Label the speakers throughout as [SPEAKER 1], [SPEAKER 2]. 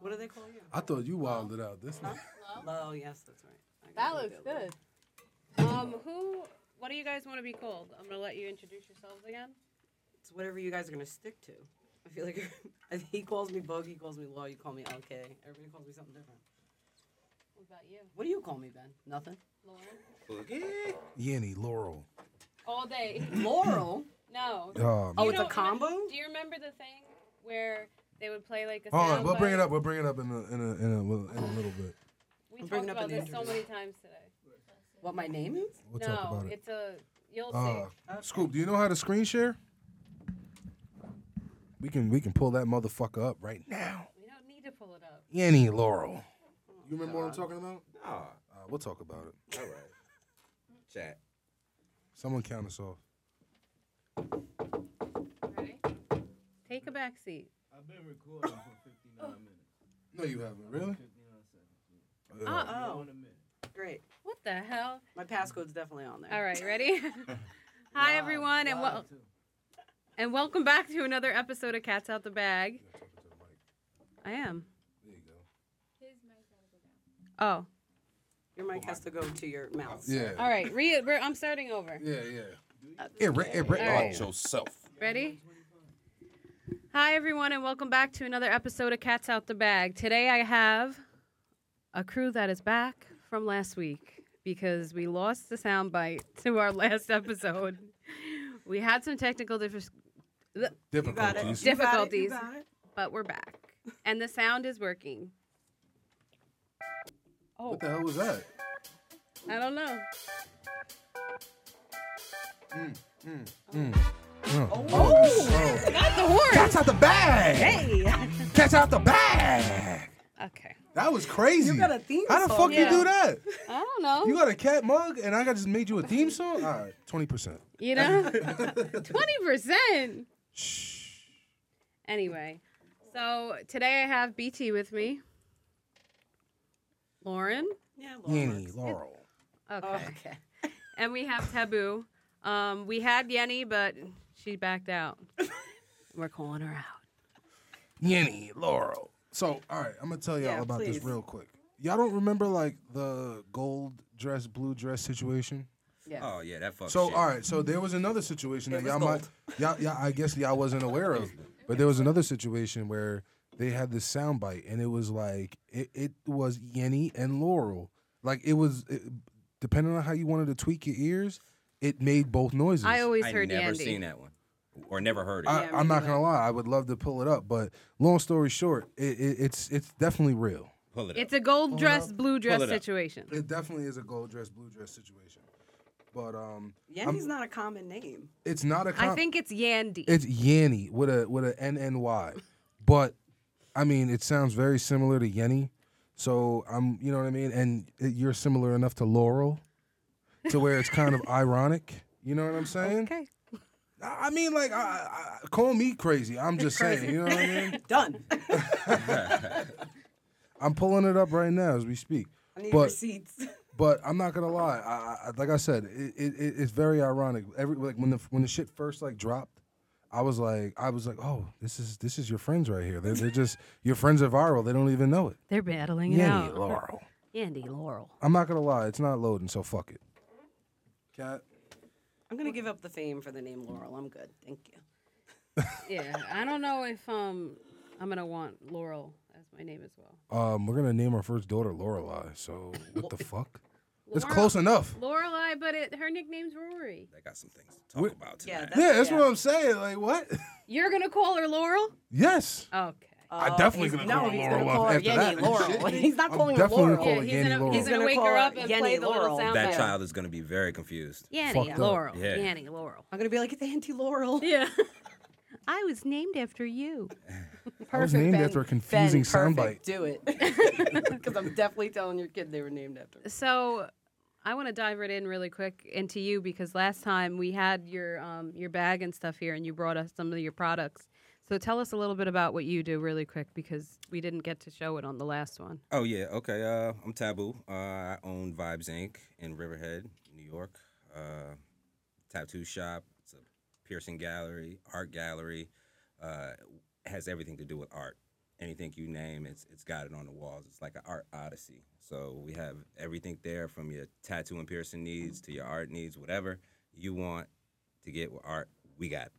[SPEAKER 1] What do they call you?
[SPEAKER 2] I thought you wilded out. That's not.
[SPEAKER 1] Uh, Oh, yes, that's right. I gotta
[SPEAKER 3] That
[SPEAKER 1] go
[SPEAKER 3] looks
[SPEAKER 1] the other way.
[SPEAKER 3] good. Um, who? What do you guys want to be called? I'm gonna let you introduce yourselves again.
[SPEAKER 1] It's whatever you guys are gonna stick to. I feel like I think he calls me Bug, he calls me Law, you call me LK. Everybody calls me something different.
[SPEAKER 3] What about you,
[SPEAKER 1] What do you call me, Ben? Nothing.
[SPEAKER 3] Lauren?
[SPEAKER 4] Boogie.
[SPEAKER 2] Yenny, Laurel.
[SPEAKER 3] All day.
[SPEAKER 1] Laurel.
[SPEAKER 3] No.
[SPEAKER 2] Um,
[SPEAKER 1] Oh,
[SPEAKER 3] You
[SPEAKER 1] it's a
[SPEAKER 3] don't remem-
[SPEAKER 1] combo.
[SPEAKER 3] Do you remember the thing where they would play like a?
[SPEAKER 2] all right,
[SPEAKER 3] sound
[SPEAKER 2] we'll bring it
[SPEAKER 3] bite?
[SPEAKER 2] up. We'll bring it up in a in a in a, well, in a little bit.
[SPEAKER 3] We
[SPEAKER 1] We'll
[SPEAKER 3] talked
[SPEAKER 1] bring it up
[SPEAKER 3] about
[SPEAKER 1] in the
[SPEAKER 3] this so
[SPEAKER 1] interview.
[SPEAKER 3] many times today.
[SPEAKER 1] What my name is?
[SPEAKER 2] We'll
[SPEAKER 3] no,
[SPEAKER 2] talk about it.
[SPEAKER 3] it's a. You'll
[SPEAKER 2] Uh,
[SPEAKER 3] see.
[SPEAKER 2] Scoop, do you know how to screen share? We can we can pull that motherfucker up right now.
[SPEAKER 3] We don't need to pull it up.
[SPEAKER 2] Yenny, Laurel. You remember what I'm talking about?
[SPEAKER 4] Nah.
[SPEAKER 2] Uh, we'll talk about it.
[SPEAKER 4] All Oh, right. Chat.
[SPEAKER 2] Someone count us off.
[SPEAKER 3] Ready? Take a back seat.
[SPEAKER 5] I've been recording for 59 minutes.
[SPEAKER 2] No, you haven't. Really?
[SPEAKER 5] 59 seconds.
[SPEAKER 3] Uh,
[SPEAKER 1] Oh,
[SPEAKER 5] One a minute.
[SPEAKER 1] great.
[SPEAKER 3] what the hell?
[SPEAKER 1] My passcode's definitely on there.
[SPEAKER 3] All right, ready? Hi everyone, and
[SPEAKER 5] Live,
[SPEAKER 3] well,
[SPEAKER 5] too.
[SPEAKER 3] and welcome back to another episode of Cats Out the Bag. I am.
[SPEAKER 2] There you go.
[SPEAKER 3] Oh,
[SPEAKER 1] Your mic has to go to your mouth.
[SPEAKER 2] Yeah.
[SPEAKER 3] all right. Re- re- I'm starting over.
[SPEAKER 2] Yeah, yeah. Yeah, re- yeah, re-
[SPEAKER 3] All right.
[SPEAKER 2] oh, yourself.
[SPEAKER 3] Ready? Hi, everyone, and welcome back to another episode of Cats Out the Bag. Today I have a crew that is back from last week because we lost the soundbite to our last episode. we had some technical difficulties,
[SPEAKER 1] You got it. You
[SPEAKER 2] Difficulties.
[SPEAKER 1] got it. You
[SPEAKER 3] Difficulties.
[SPEAKER 1] got it.
[SPEAKER 3] but we're back. And the sound is working. Oh,
[SPEAKER 2] What the hell was that?
[SPEAKER 3] I don't know.
[SPEAKER 2] Oh,
[SPEAKER 3] Not the horn!
[SPEAKER 2] Cats out the bag. Cats out the bag.
[SPEAKER 3] Okay.
[SPEAKER 2] That was crazy.
[SPEAKER 1] You got a theme
[SPEAKER 2] How the
[SPEAKER 1] song.
[SPEAKER 2] fuck you
[SPEAKER 3] Yeah.
[SPEAKER 2] do that?
[SPEAKER 3] I don't know.
[SPEAKER 2] You got a cat mug, and I got just made you a theme song. All right, twenty percent.
[SPEAKER 3] You know? 20%.
[SPEAKER 2] Shh.
[SPEAKER 3] Anyway, so today I have BT with me. Lauren.
[SPEAKER 1] Yeah, Laurel.
[SPEAKER 2] Yenny, Laurel.
[SPEAKER 3] Okay.
[SPEAKER 1] Oh, okay.
[SPEAKER 3] And we have Taboo. Um, we had Yenny, but she backed out. We're calling her out.
[SPEAKER 2] Yenny, Laurel. So, all right, I'm gonna tell y'all
[SPEAKER 1] Yeah,
[SPEAKER 2] about
[SPEAKER 1] please.
[SPEAKER 2] this real quick. Y'all don't remember like the gold dress, blue dress situation?
[SPEAKER 1] Yeah.
[SPEAKER 4] Oh yeah, that fuck.
[SPEAKER 2] So
[SPEAKER 4] shit.
[SPEAKER 2] all right, so there was another situation
[SPEAKER 1] It
[SPEAKER 2] that
[SPEAKER 1] was
[SPEAKER 2] y'all might, y'all, y'all, I guess y'all wasn't aware of, but there was another situation where they had this soundbite, and it was like it, it was Yenny and Laurel, like it was it, depending on how you wanted to tweak your ears, it made both noises.
[SPEAKER 3] I always
[SPEAKER 4] I
[SPEAKER 3] heard
[SPEAKER 4] never
[SPEAKER 3] Yandy.
[SPEAKER 4] seen that one, or never heard it.
[SPEAKER 2] I,
[SPEAKER 1] Yeah, me
[SPEAKER 2] I'm not
[SPEAKER 1] neither.
[SPEAKER 2] gonna lie, I would love to pull it up, but long story short, it, it, it's it's definitely real.
[SPEAKER 4] Pull it
[SPEAKER 3] It's
[SPEAKER 4] up.
[SPEAKER 3] a gold dress,
[SPEAKER 2] up.
[SPEAKER 3] blue dress
[SPEAKER 4] it up.
[SPEAKER 3] situation.
[SPEAKER 2] It definitely is a gold dress, blue dress situation, but um,
[SPEAKER 1] Yenny's not a common name.
[SPEAKER 2] it's not a.
[SPEAKER 3] I
[SPEAKER 2] com-
[SPEAKER 3] think it's Yandy.
[SPEAKER 2] It's Yanny with a with a N N Y, but I mean it sounds very similar to Yenny. So I'm, you know what I mean, and it, you're similar enough to Laurel, to where it's kind of ironic. You know what I'm saying?
[SPEAKER 3] okay.
[SPEAKER 2] I I mean, like, I, I, call me crazy. I'm just saying. You know what I mean?
[SPEAKER 1] Done. I
[SPEAKER 2] I'm pulling it up right now as we speak.
[SPEAKER 1] need
[SPEAKER 2] But-
[SPEAKER 1] receipts.
[SPEAKER 2] But I'm not gonna lie. I, I like I said, it, it, it- it's very ironic. Every like when the when the shit first like dropped, I was like, I was like, oh, this is this is your friends right here. They're, they're just your friends are viral. They don't even know it.
[SPEAKER 3] They're battling it
[SPEAKER 2] Yanny
[SPEAKER 3] out.
[SPEAKER 2] Laurel.
[SPEAKER 3] Yandy Laurel.
[SPEAKER 2] I'm not gonna lie. It's not loading, so fuck it. Cat.
[SPEAKER 1] I'm gonna give up the fame for the name Laurel. I'm good. Thank you.
[SPEAKER 3] Yeah. I don't know if um I'm gonna want Laurel as my name as well.
[SPEAKER 2] Um, we're gonna name our first daughter Lorelai. So what the fuck? It's
[SPEAKER 3] Laurel-
[SPEAKER 2] close enough.
[SPEAKER 3] Lorelai, but it, her nickname's Rory.
[SPEAKER 4] I got some things to talk
[SPEAKER 2] We're-
[SPEAKER 4] about today.
[SPEAKER 1] Yeah, that's-
[SPEAKER 2] Yeah, that's
[SPEAKER 1] yeah.
[SPEAKER 2] what I'm saying. Like what?
[SPEAKER 3] You're gonna call her Laurel?
[SPEAKER 2] yes.
[SPEAKER 3] Okay.
[SPEAKER 2] I definitely gonna
[SPEAKER 1] no,
[SPEAKER 2] call
[SPEAKER 1] Uh, he's
[SPEAKER 2] Laurel
[SPEAKER 1] gonna call
[SPEAKER 2] up
[SPEAKER 1] her
[SPEAKER 2] after
[SPEAKER 1] Yenny
[SPEAKER 2] that.
[SPEAKER 1] Laurel. he's not
[SPEAKER 2] I'm
[SPEAKER 1] calling her
[SPEAKER 2] definitely
[SPEAKER 1] Laurel.
[SPEAKER 2] gonna call her
[SPEAKER 3] Yeah, he's
[SPEAKER 2] Yanny
[SPEAKER 3] gonna-
[SPEAKER 2] Laurel.
[SPEAKER 3] he's gonna
[SPEAKER 1] Gonna
[SPEAKER 3] wake
[SPEAKER 1] call
[SPEAKER 3] her
[SPEAKER 1] her
[SPEAKER 3] up and
[SPEAKER 1] Yenny
[SPEAKER 3] play the little
[SPEAKER 1] Laurel.
[SPEAKER 3] sound
[SPEAKER 4] that
[SPEAKER 3] bite.
[SPEAKER 4] child is gonna be very confused.
[SPEAKER 3] Yanny
[SPEAKER 2] Fucked up.
[SPEAKER 3] Laurel.
[SPEAKER 4] Yeah.
[SPEAKER 3] Yanny Laurel.
[SPEAKER 1] I'm gonna be like, it's Auntie Laurel.
[SPEAKER 3] Yeah. I was named after you.
[SPEAKER 2] I was named after a confusing soundbite.
[SPEAKER 1] Do it. Because I'm definitely telling your kid they were named after. me.
[SPEAKER 3] So I want to dive right in really quick into you because last time we had your um, your bag and stuff here and you brought us some of your products. So tell us a little bit about what you do really quick because we didn't get to show it on the last one.
[SPEAKER 4] Oh yeah, okay. Uh, I'm Taboo. Uh, I own Vibes Inc. in Riverhead, New York. Uh, tattoo shop. It's a piercing gallery, art gallery. Uh, has everything to do with art anything you name, it's it's got it on the walls. It's like an art odyssey. So we have everything there from your tattoo and piercing needs to your art needs, whatever you want to get with art, we got. it.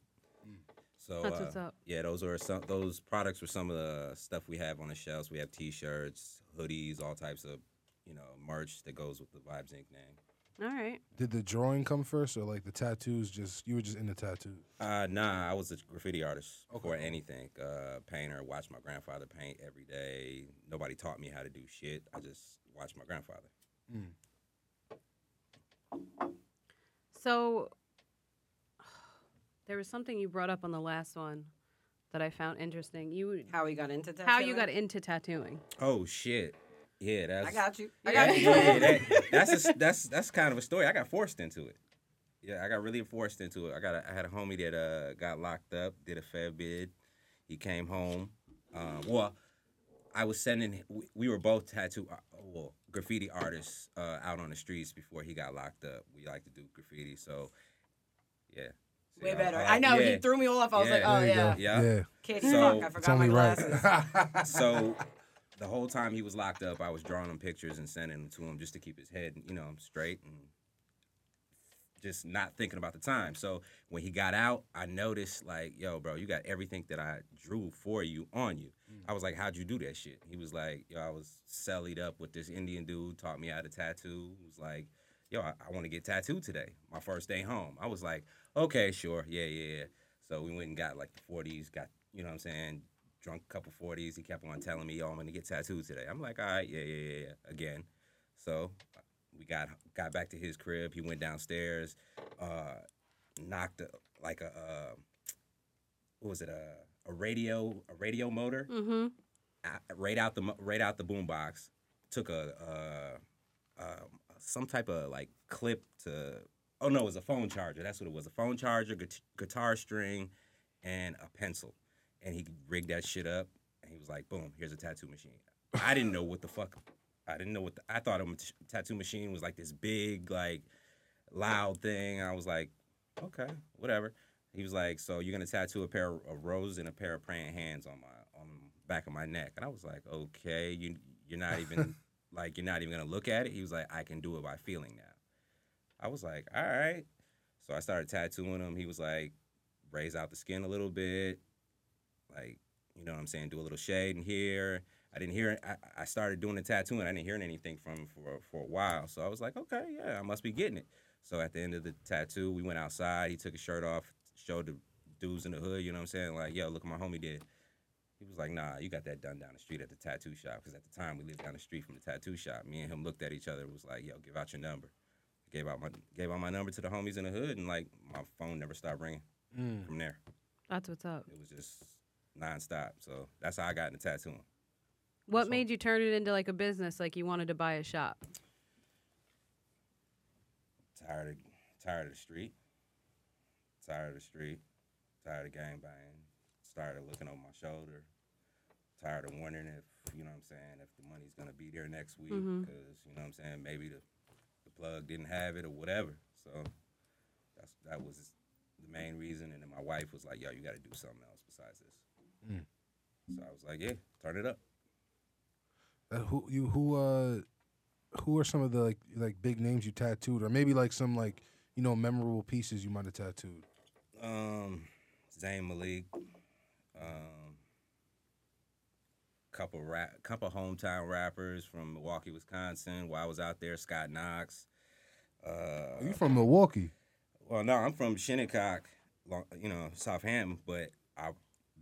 [SPEAKER 4] So
[SPEAKER 3] That's what's
[SPEAKER 4] uh,
[SPEAKER 3] up.
[SPEAKER 4] yeah, those are some those products were some of the stuff we have on the shelves. We have T-shirts, hoodies, all types of you know merch that goes with the Vibes Inc. name.
[SPEAKER 3] All right.
[SPEAKER 2] Did the drawing come first, or like the tattoos? Just you were just in the tattoos.
[SPEAKER 4] Uh, nah, I was a graffiti artist before anything. Uh, painter, watched my grandfather paint every day. Nobody taught me how to do shit. I just watched my grandfather.
[SPEAKER 3] So there was something you brought up on the last one that I found interesting. You
[SPEAKER 1] How he got into tattooing?
[SPEAKER 3] how you got into tattooing?
[SPEAKER 4] Oh shit, yeah, that's
[SPEAKER 1] I got you. I
[SPEAKER 4] Yeah,
[SPEAKER 1] got you.
[SPEAKER 4] yeah, that- that's a, that's that's kind of a story. I got forced into it. Yeah, I got really forced into it. I got a, I had a homie that uh, got locked up, did a fed bid. He came home. Uh, well, I was sending. We, we were both tattoo, ar- well, graffiti artists uh, out on the streets before he got locked up. We like to do graffiti, so yeah. See,
[SPEAKER 1] Way
[SPEAKER 4] I-
[SPEAKER 1] better.
[SPEAKER 4] I-
[SPEAKER 1] I know
[SPEAKER 4] yeah.
[SPEAKER 1] he threw me off. I was like,
[SPEAKER 4] Yeah.
[SPEAKER 1] oh
[SPEAKER 2] There you
[SPEAKER 1] yeah,
[SPEAKER 2] go.
[SPEAKER 4] Yeah.
[SPEAKER 1] kid,
[SPEAKER 4] So-
[SPEAKER 1] fuck, I
[SPEAKER 2] It's
[SPEAKER 1] forgot my
[SPEAKER 2] only right.
[SPEAKER 1] glasses.
[SPEAKER 4] so the whole time he was locked up, I was drawing him pictures and sending them to him just to keep his head, you know, straight and just not thinking about the time. So when he got out, I noticed like, yo, bro, you got everything that I drew for you on you. I was like, how'd you do that shit? He was like, yo, I was sellied up with this Indian dude, taught me how to tattoo. He was like, yo, I, I want to get tattooed today, my first day home. I was like, okay, sure, yeah, yeah, yeah. So we went and got like the 40s, got, you know what I'm saying, drunk couple 40s. He kept on telling me, yo, I'm going to get tattooed today. I'm like, all right, yeah, yeah, yeah, yeah, again. So we got got back to his crib. He went downstairs, uh, knocked a, like a, uh, what was it, a, a radio, a radio motor
[SPEAKER 3] Mm-hmm.
[SPEAKER 4] out- right out the mo- right out the boombox, took a uh, uh, some type of like clip to oh no, it was a phone charger. That's what it was. A phone charger, gu- guitar string, and a pencil. And he rigged that shit up, and he was like, "Boom, here's a tattoo machine." I didn't know what the fuck. I didn't know what the, I thought a mat- tattoo machine was like this big like loud thing. I was like, okay, whatever. He was like, so you're gonna tattoo a pair of roses and a pair of praying hands on my on the back of my neck, and I was like, okay, you you're not even like you're not even gonna look at it. He was like, I can do it by feeling now. I was like, all right. So I started tattooing him. He was like, raise out the skin a little bit, like you know what I'm saying, do a little shade in here. I didn't hear. I, I started doing the tattooing. I didn't hear anything from him for for a while. So I was like, okay, yeah, I must be getting it. So at the end of the tattoo, we went outside. He took his shirt off, showed the dudes in the hood. You know what I'm saying? Like, yo, look what my homie did. He was like, nah, you got that done down the street at the tattoo shop. Because at the time, we lived down the street from the tattoo shop. Me and him looked at each other. Was like, yo, give out your number. Gave out my gave out my number to the homies in the hood, and like my phone never stopped ringing from there.
[SPEAKER 3] That's what's up.
[SPEAKER 4] It was just nonstop. So that's how I got into tattooing.
[SPEAKER 3] What made you turn it into like a business? Like you wanted to buy a shop?
[SPEAKER 4] tired of tired of the street, tired of the street, tired of gang banging, tired of looking over my shoulder, tired of wondering if you know what I'm saying if the money's gonna be there next week because
[SPEAKER 3] Mhm.
[SPEAKER 4] you know what I'm saying maybe the the plug didn't have it or whatever. So that's that was the main reason, and then my wife was like, "Yo, you got to do something else besides this."
[SPEAKER 2] Mm.
[SPEAKER 4] So I was like, "Yeah, turn it up."
[SPEAKER 2] Uh, who you who uh who are some of the like like big names you tattooed, or maybe like some like you know memorable pieces you might have tattooed?
[SPEAKER 4] Um, Zayn Malik, um, couple rap, couple hometown rappers from Milwaukee, Wisconsin. While I was out there, Scott Knox. Uh,
[SPEAKER 2] Are you from Milwaukee?
[SPEAKER 4] well, no, I'm from Shinnecock, Lo- you know, Southampton, but I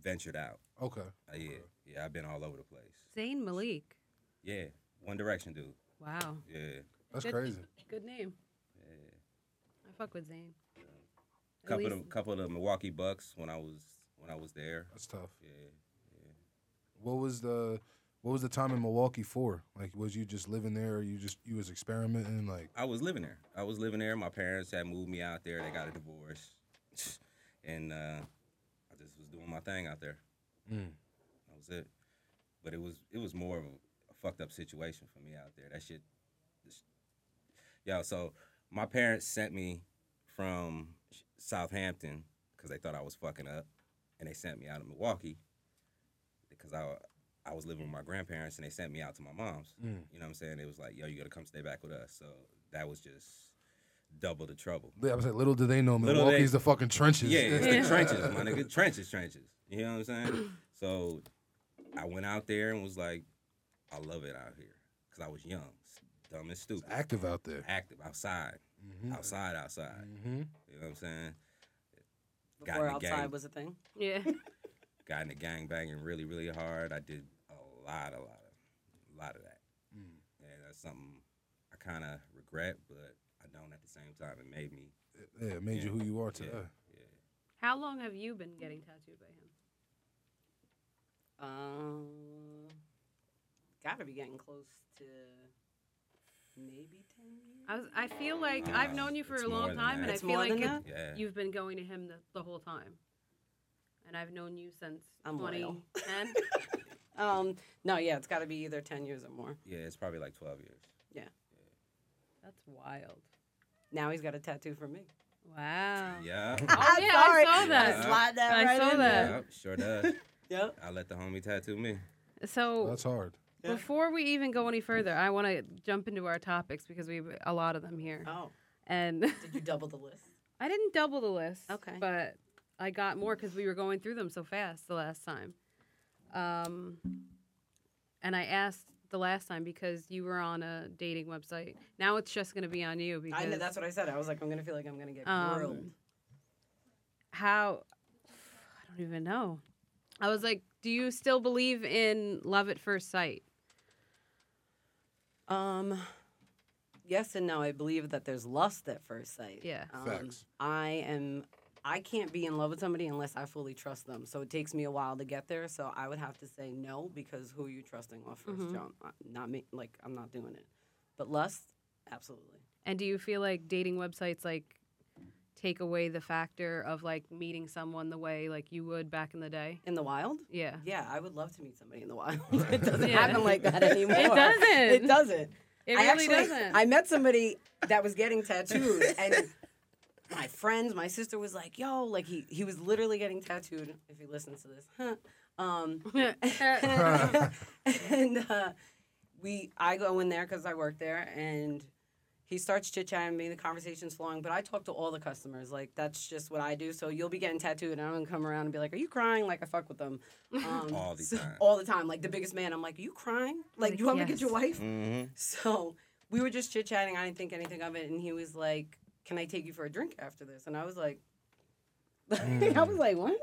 [SPEAKER 4] ventured out.
[SPEAKER 2] Okay.
[SPEAKER 4] Uh, yeah, yeah, I've been all over the place.
[SPEAKER 3] Zayn Malik.
[SPEAKER 4] Yeah, One Direction dude.
[SPEAKER 3] Wow.
[SPEAKER 4] Yeah,
[SPEAKER 2] That's
[SPEAKER 3] Good-
[SPEAKER 2] crazy.
[SPEAKER 3] Good name.
[SPEAKER 4] yeah.
[SPEAKER 3] I fuck with Zayn. At
[SPEAKER 4] Couple of
[SPEAKER 3] least-
[SPEAKER 4] the, couple of the Milwaukee Bucks when I was when I was there.
[SPEAKER 2] That's tough.
[SPEAKER 4] Yeah.
[SPEAKER 2] What was the what was the time in Milwaukee for? Like, was you just living there, or you just you was experimenting? Like,
[SPEAKER 4] I was living there. I was living there. My parents had moved me out there. They got a divorce, and uh, I just was doing my thing out there.
[SPEAKER 2] Mm.
[SPEAKER 4] That was it. But it was it was more of a, fucked up situation for me out there. That shit, this, yo. So my parents sent me from Sh- Southampton because they thought I was fucking up, and they sent me out of Milwaukee because I I was living with my grandparents and they sent me out to my mom's.
[SPEAKER 2] Mm.
[SPEAKER 4] You know what I'm saying? It was like, yo, you gotta come stay back with us. So that was just double the trouble.
[SPEAKER 2] I was like, little do they know
[SPEAKER 4] Little
[SPEAKER 2] Milwaukee's
[SPEAKER 4] they-
[SPEAKER 2] the fucking trenches.
[SPEAKER 4] Yeah, it's the
[SPEAKER 3] Yeah.
[SPEAKER 4] trenches, my nigga. Trenches, trenches. You know what I'm saying? So I went out there and was like, I love it out here. Cause I was young, s- dumb and stupid.
[SPEAKER 2] active out there.
[SPEAKER 4] Active outside.
[SPEAKER 2] Mhm.
[SPEAKER 4] Outside, outside.
[SPEAKER 2] Mhm.
[SPEAKER 4] You know what I'm saying? Got
[SPEAKER 1] Before
[SPEAKER 4] in the game.
[SPEAKER 1] outside was a thing.
[SPEAKER 3] Yeah.
[SPEAKER 4] Got in the gang banging really, really hard. I did a lot, a lot of a lot of that.
[SPEAKER 2] Mm.
[SPEAKER 4] And that's something I kinda regret, but I don't at the same time. It made me
[SPEAKER 2] Yeah, it made you who you are today.
[SPEAKER 4] yeah.
[SPEAKER 3] How long have you been getting tattooed by him?
[SPEAKER 1] Um, gotta be getting close to maybe ten years.
[SPEAKER 3] I was, I feel like I've
[SPEAKER 4] Uh,
[SPEAKER 3] known you for
[SPEAKER 4] it's
[SPEAKER 3] a
[SPEAKER 4] more
[SPEAKER 3] long
[SPEAKER 4] than
[SPEAKER 3] time,
[SPEAKER 4] that.
[SPEAKER 3] and I
[SPEAKER 1] It's
[SPEAKER 3] feel
[SPEAKER 1] more
[SPEAKER 3] like
[SPEAKER 1] than
[SPEAKER 3] it-
[SPEAKER 1] that?
[SPEAKER 4] Yeah.
[SPEAKER 3] you've been going to him the, the whole time. And I've known you since
[SPEAKER 1] I'm loyal.
[SPEAKER 3] 2010.
[SPEAKER 1] Um, no, yeah, it's gotta be either ten years or more.
[SPEAKER 4] Yeah, it's probably like 12 years.
[SPEAKER 3] That's wild.
[SPEAKER 1] Now he's got a tattoo from me.
[SPEAKER 3] Wow.
[SPEAKER 4] Yeah.
[SPEAKER 3] Oh, yeah, I
[SPEAKER 1] Sorry,
[SPEAKER 3] saw
[SPEAKER 1] had to
[SPEAKER 3] that.
[SPEAKER 1] slide that
[SPEAKER 3] I
[SPEAKER 1] right
[SPEAKER 3] saw
[SPEAKER 1] in
[SPEAKER 3] that.
[SPEAKER 1] there.
[SPEAKER 4] Yep, sure does.
[SPEAKER 1] Yep.
[SPEAKER 4] I let the homie tattoo me.
[SPEAKER 3] So
[SPEAKER 2] That's hard.
[SPEAKER 1] Yeah.
[SPEAKER 3] before we even go any further, I want to jump into our topics because we have a lot of them here.
[SPEAKER 1] Oh,
[SPEAKER 3] And
[SPEAKER 1] did you double the list?
[SPEAKER 3] I didn't double the list.
[SPEAKER 1] Okay.
[SPEAKER 3] But I got more because we were going through them so fast the last time. Um, and I asked the last time because you were on a dating website. Now it's just going to be on you because
[SPEAKER 1] I know that's what I said. I was like, I'm gonna feel like I'm gonna get
[SPEAKER 3] Um,
[SPEAKER 1] grilled.
[SPEAKER 3] how I don't even know. I was like, do you still believe in love at first sight?
[SPEAKER 1] Um, yes and no. I believe that there's lust at first sight.
[SPEAKER 3] Yeah.
[SPEAKER 1] Um,
[SPEAKER 2] Facts.
[SPEAKER 1] I am. I can't be in love with somebody unless I fully trust them. So it takes me a while to get there. So I would have to say no because who are you trusting off 1st
[SPEAKER 3] Mhm.
[SPEAKER 1] jump? Uh, Not me. Like I'm not doing it. But lust, absolutely.
[SPEAKER 3] And do you feel like dating websites like take away the factor of like meeting someone the way like you would back in the day?
[SPEAKER 1] In the wild.
[SPEAKER 3] Yeah.
[SPEAKER 1] Yeah, I would love to meet somebody in the wild. it doesn't
[SPEAKER 3] Yeah.
[SPEAKER 1] happen like that anymore.
[SPEAKER 3] It doesn't.
[SPEAKER 1] It doesn't.
[SPEAKER 3] It
[SPEAKER 1] I
[SPEAKER 3] really
[SPEAKER 1] actually,
[SPEAKER 3] doesn't.
[SPEAKER 1] I met somebody that was getting tattooed, and my friends, my sister was like, "Yo, like he he was literally getting tattooed." If he listens to this, huh? Um, and uh, we, I go in there because I work there, and he starts chit chatting me. The conversation's flowing, but I talk to all the customers. Like that's just what I do. So you'll be getting tattooed, and I'm gonna come around and be like, "Are you crying?" Like I fuck with them um,
[SPEAKER 4] All the
[SPEAKER 1] so-
[SPEAKER 4] time.
[SPEAKER 1] All the time. Like the biggest man, I'm like, "Are you crying? Like
[SPEAKER 3] Like,
[SPEAKER 1] you want me to get your
[SPEAKER 3] yes.
[SPEAKER 1] wife?"
[SPEAKER 4] Mm-hmm.
[SPEAKER 1] So we were just chit chatting. I didn't think anything of it, and he was like, "Can I take you for a drink after this?" And I was like, "I was like, what?"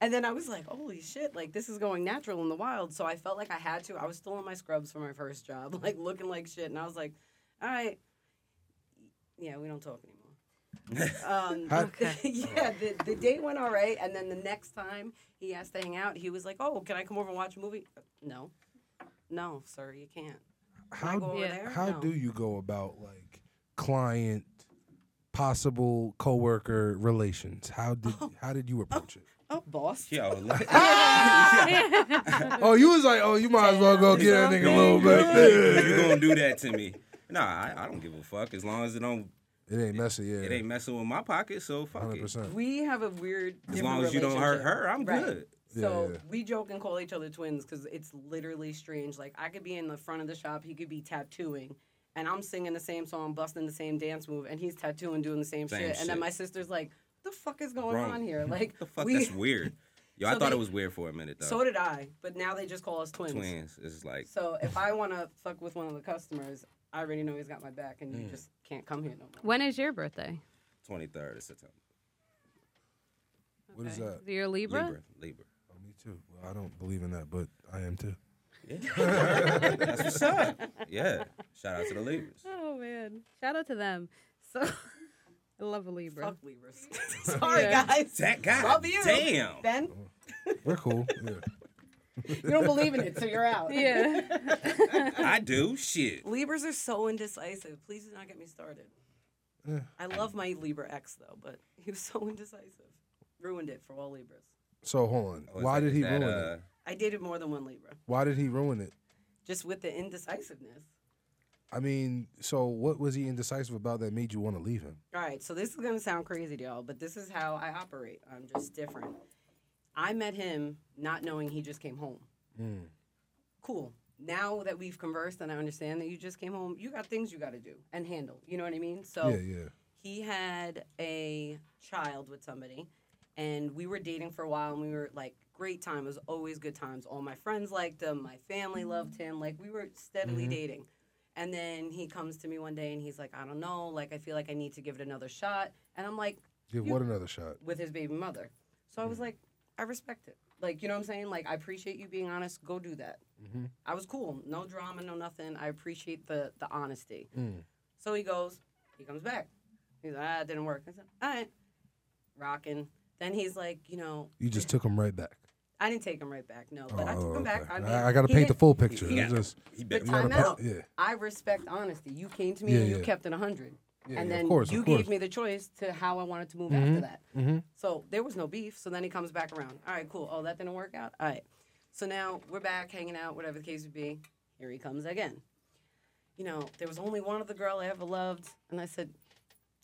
[SPEAKER 1] And then I was like, "Holy shit! Like this is going natural in the wild." So I felt like I had to. I was still in my scrubs for my first job, like looking like shit, and I was like, "All right, yeah, we don't talk anymore." Um,
[SPEAKER 2] How-
[SPEAKER 1] yeah, the, the date went all right, and then the next time he asked to hang out, he was like, "Oh, can I come over and watch a movie?" No, no, sir, you can't. Can I go
[SPEAKER 2] How
[SPEAKER 1] over
[SPEAKER 3] Yeah.
[SPEAKER 1] there?
[SPEAKER 2] how
[SPEAKER 1] No.
[SPEAKER 2] do you go about like client possible coworker relations? How did how did you approach it?
[SPEAKER 1] Oh, boss.
[SPEAKER 4] Yo, look.
[SPEAKER 2] Oh, you was like, oh, you might as well go get that nigga a little back
[SPEAKER 4] you
[SPEAKER 2] there.
[SPEAKER 4] gonna do that to me? Nah, I, I don't give a fuck as long as it don't
[SPEAKER 2] It ain't messy, yeah.
[SPEAKER 4] it ain't messing with my pocket. So fuck
[SPEAKER 2] Hundred
[SPEAKER 4] it.
[SPEAKER 2] percent.
[SPEAKER 1] We have a weird.
[SPEAKER 4] As
[SPEAKER 1] different
[SPEAKER 4] long as you don't hurt
[SPEAKER 1] relationship.
[SPEAKER 4] her, I'm
[SPEAKER 1] Right.
[SPEAKER 4] good.
[SPEAKER 1] So
[SPEAKER 2] Yeah, yeah.
[SPEAKER 1] we joke and call each other twins because it's literally strange. Like I could be in the front of the shop, he could be tattooing, and I'm singing the same song, busting the same dance move, and he's tattooing, doing the same,
[SPEAKER 4] Same
[SPEAKER 1] shit. And then
[SPEAKER 4] shit.
[SPEAKER 1] my sister's like, "What the fuck is going
[SPEAKER 4] Wrong.
[SPEAKER 1] on here?" Like
[SPEAKER 4] The fuck,
[SPEAKER 1] we-
[SPEAKER 4] that's weird. Yo, I
[SPEAKER 1] So
[SPEAKER 4] thought
[SPEAKER 1] they-
[SPEAKER 4] it was weird for a minute though.
[SPEAKER 1] So did I, but now they just call us twins.
[SPEAKER 4] Twins, it's like
[SPEAKER 1] So if I want to fuck with one of the customers, I already know he's got my back, and you
[SPEAKER 4] Mm.
[SPEAKER 1] just can't come here no more.
[SPEAKER 3] when is your birthday?
[SPEAKER 4] 23rd of September.
[SPEAKER 2] What is that?
[SPEAKER 3] You're a Libra?
[SPEAKER 4] Libra, Libra.
[SPEAKER 2] Oh, me too. Well, I don't believe in that, but I am too.
[SPEAKER 4] Yeah. that's what's up. Yeah. Shout out to the Libras.
[SPEAKER 3] Oh man. Shout out to them. So I love a Libra.
[SPEAKER 1] Fuck Libras. Sorry
[SPEAKER 3] Yeah.
[SPEAKER 1] guys.
[SPEAKER 4] That guy.
[SPEAKER 1] Love you.
[SPEAKER 4] Damn.
[SPEAKER 1] Ben,
[SPEAKER 2] We're cool. Yeah.
[SPEAKER 1] you don't believe in it, so you're out.
[SPEAKER 3] Yeah.
[SPEAKER 4] I do shit.
[SPEAKER 1] Libras are so indecisive. Please do not get me started.
[SPEAKER 2] Yeah.
[SPEAKER 1] I love my Libra ex though, but he was so indecisive. Ruined it for all Libras.
[SPEAKER 2] So hold on.
[SPEAKER 4] Oh, is
[SPEAKER 2] Why did
[SPEAKER 4] that- is
[SPEAKER 2] he
[SPEAKER 4] that,
[SPEAKER 2] ruin
[SPEAKER 4] uh,
[SPEAKER 2] it?
[SPEAKER 1] I dated more than one Libra,
[SPEAKER 2] Why did he ruin it?
[SPEAKER 1] just with the indecisiveness.
[SPEAKER 2] I mean, so what was he indecisive about that made you want to leave him?
[SPEAKER 1] All right, so this is gonna sound crazy to y'all, but this is how I operate.
[SPEAKER 2] Mm.
[SPEAKER 1] I'm just different. I met him not knowing he just came home. cool. Now that we've conversed and I understand that you just came home, you got things you got to do and handle. You know what I mean? So
[SPEAKER 2] yeah, yeah.
[SPEAKER 1] he had a child with somebody and we were dating for a while and we were like great time it was always good times all my friends liked him my family loved him like we were steadily
[SPEAKER 2] Mhm.
[SPEAKER 1] dating and then he comes to me one day and he's like i don't know like i feel like i need to give it another shot and i'm like
[SPEAKER 2] Give
[SPEAKER 1] You-
[SPEAKER 2] what another shot.
[SPEAKER 1] with his baby mother so i was like i respect it like you know what i'm saying like i appreciate you being honest go do that
[SPEAKER 2] Mhm.
[SPEAKER 1] i was cool no drama no nothing i appreciate the the honesty
[SPEAKER 2] Mm.
[SPEAKER 1] so he goes, he comes back. He's like, ah, it didn't work. I said, all right, rocking. Then he's like, you know,
[SPEAKER 2] You just took him right back. Oh,
[SPEAKER 1] I didn't take him right back, no, but I took him
[SPEAKER 2] okay.
[SPEAKER 1] back.
[SPEAKER 2] I,
[SPEAKER 1] mean,
[SPEAKER 2] I gotta
[SPEAKER 1] he
[SPEAKER 2] paint the
[SPEAKER 1] didn't-
[SPEAKER 2] full picture.
[SPEAKER 4] He
[SPEAKER 2] It's
[SPEAKER 4] got-
[SPEAKER 2] just
[SPEAKER 4] He
[SPEAKER 1] But
[SPEAKER 4] better.
[SPEAKER 2] you gotta
[SPEAKER 1] time
[SPEAKER 2] pa-
[SPEAKER 1] out.
[SPEAKER 2] yeah.
[SPEAKER 1] I respect honesty. You came to me
[SPEAKER 2] Yeah,
[SPEAKER 1] and you
[SPEAKER 2] yeah.
[SPEAKER 1] kept it 100.
[SPEAKER 2] Yeah,
[SPEAKER 1] and
[SPEAKER 2] yeah,
[SPEAKER 1] then
[SPEAKER 2] of course,
[SPEAKER 1] you
[SPEAKER 2] of course.
[SPEAKER 1] gave me the choice to how I wanted to move after that.
[SPEAKER 2] Mhm.
[SPEAKER 1] So there was no beef. So then he comes back around. All right, cool. Oh, that didn't work out. All right. So now we're back hanging out, whatever the case would be. Here he comes again. You know, there was only one other girl I ever loved, and I said,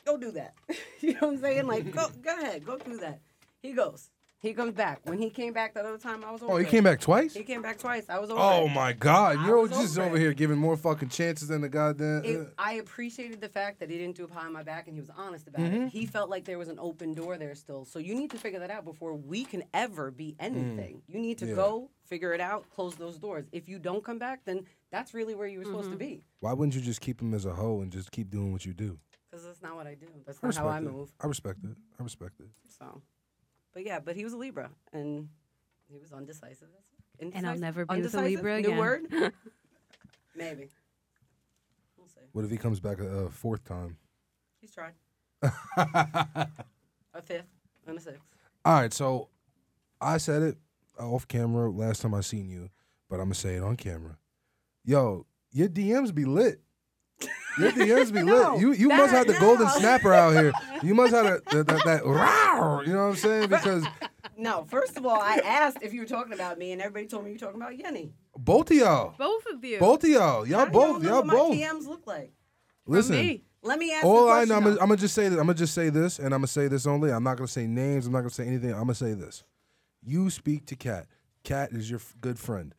[SPEAKER 1] "Go do that." you know what I'm saying? Like, go, go ahead, go do that. He goes. He comes back. When he came back the other time, I was over.
[SPEAKER 2] Oh, he
[SPEAKER 1] it.
[SPEAKER 2] came back twice.
[SPEAKER 1] He came back twice. I was over.
[SPEAKER 2] Oh
[SPEAKER 1] it.
[SPEAKER 2] my God!
[SPEAKER 1] I
[SPEAKER 2] You're
[SPEAKER 1] was
[SPEAKER 2] just
[SPEAKER 1] over
[SPEAKER 2] over
[SPEAKER 1] it.
[SPEAKER 2] here giving more fucking chances than the goddamn. uh,
[SPEAKER 1] It, I appreciated the fact that he didn't do it behind my back and he was honest about it. He felt like there was an open door there still. So you need to figure that out before we can ever be anything. You need to
[SPEAKER 2] Yeah.
[SPEAKER 1] go figure it out, close those doors. If you don't come back, then that's really where you were supposed to
[SPEAKER 3] Mm-hmm.
[SPEAKER 1] be.
[SPEAKER 2] Why wouldn't you just keep him as a hoe and just keep doing what you do?
[SPEAKER 1] Because that's not what I do. That's
[SPEAKER 2] I
[SPEAKER 1] not
[SPEAKER 2] respect
[SPEAKER 1] how I
[SPEAKER 2] it.
[SPEAKER 1] move.
[SPEAKER 2] I respect it. I respect it.
[SPEAKER 1] So, but yeah, but he was a Libra and he was undecisive. as-
[SPEAKER 3] And I'll
[SPEAKER 1] indecisive-
[SPEAKER 3] never be with a
[SPEAKER 1] undecisive?
[SPEAKER 3] Libra
[SPEAKER 1] New
[SPEAKER 3] again.
[SPEAKER 1] word? Maybe. We'll see.
[SPEAKER 2] What if he comes back a, a fourth time?
[SPEAKER 1] He's tried. a fifth and a sixth.
[SPEAKER 2] All right, so I said it off camera last time I seen you, but I'm gonna say it on camera. Yo, your DMs be lit. Your DMs be
[SPEAKER 1] No,
[SPEAKER 2] lit. You you must
[SPEAKER 1] that-
[SPEAKER 2] have the golden
[SPEAKER 1] no.
[SPEAKER 2] snapper out here. You must have the, the, that that "Rawr," You know what I'm saying? Because
[SPEAKER 1] No, first of all, I asked if you were talking about me, and everybody told me you were talking about Yenny.
[SPEAKER 2] both of y'all,
[SPEAKER 3] Both of you.
[SPEAKER 2] both of y'all, y'all
[SPEAKER 1] I don't
[SPEAKER 2] both,
[SPEAKER 1] know
[SPEAKER 2] y'all
[SPEAKER 1] what
[SPEAKER 2] both.
[SPEAKER 1] my DMs look like.
[SPEAKER 3] From
[SPEAKER 2] Listen,
[SPEAKER 3] me.
[SPEAKER 1] Let me ask.
[SPEAKER 2] All
[SPEAKER 1] you a
[SPEAKER 2] I
[SPEAKER 1] question,
[SPEAKER 2] know, I'm
[SPEAKER 1] though.
[SPEAKER 2] gonna, I'm gonna just say this. I'm gonna just say this, and I'm gonna say this only. I'm not gonna say names. I'm not gonna say anything. I'm gonna say this. You speak to Kat. Kat is your f- good friend.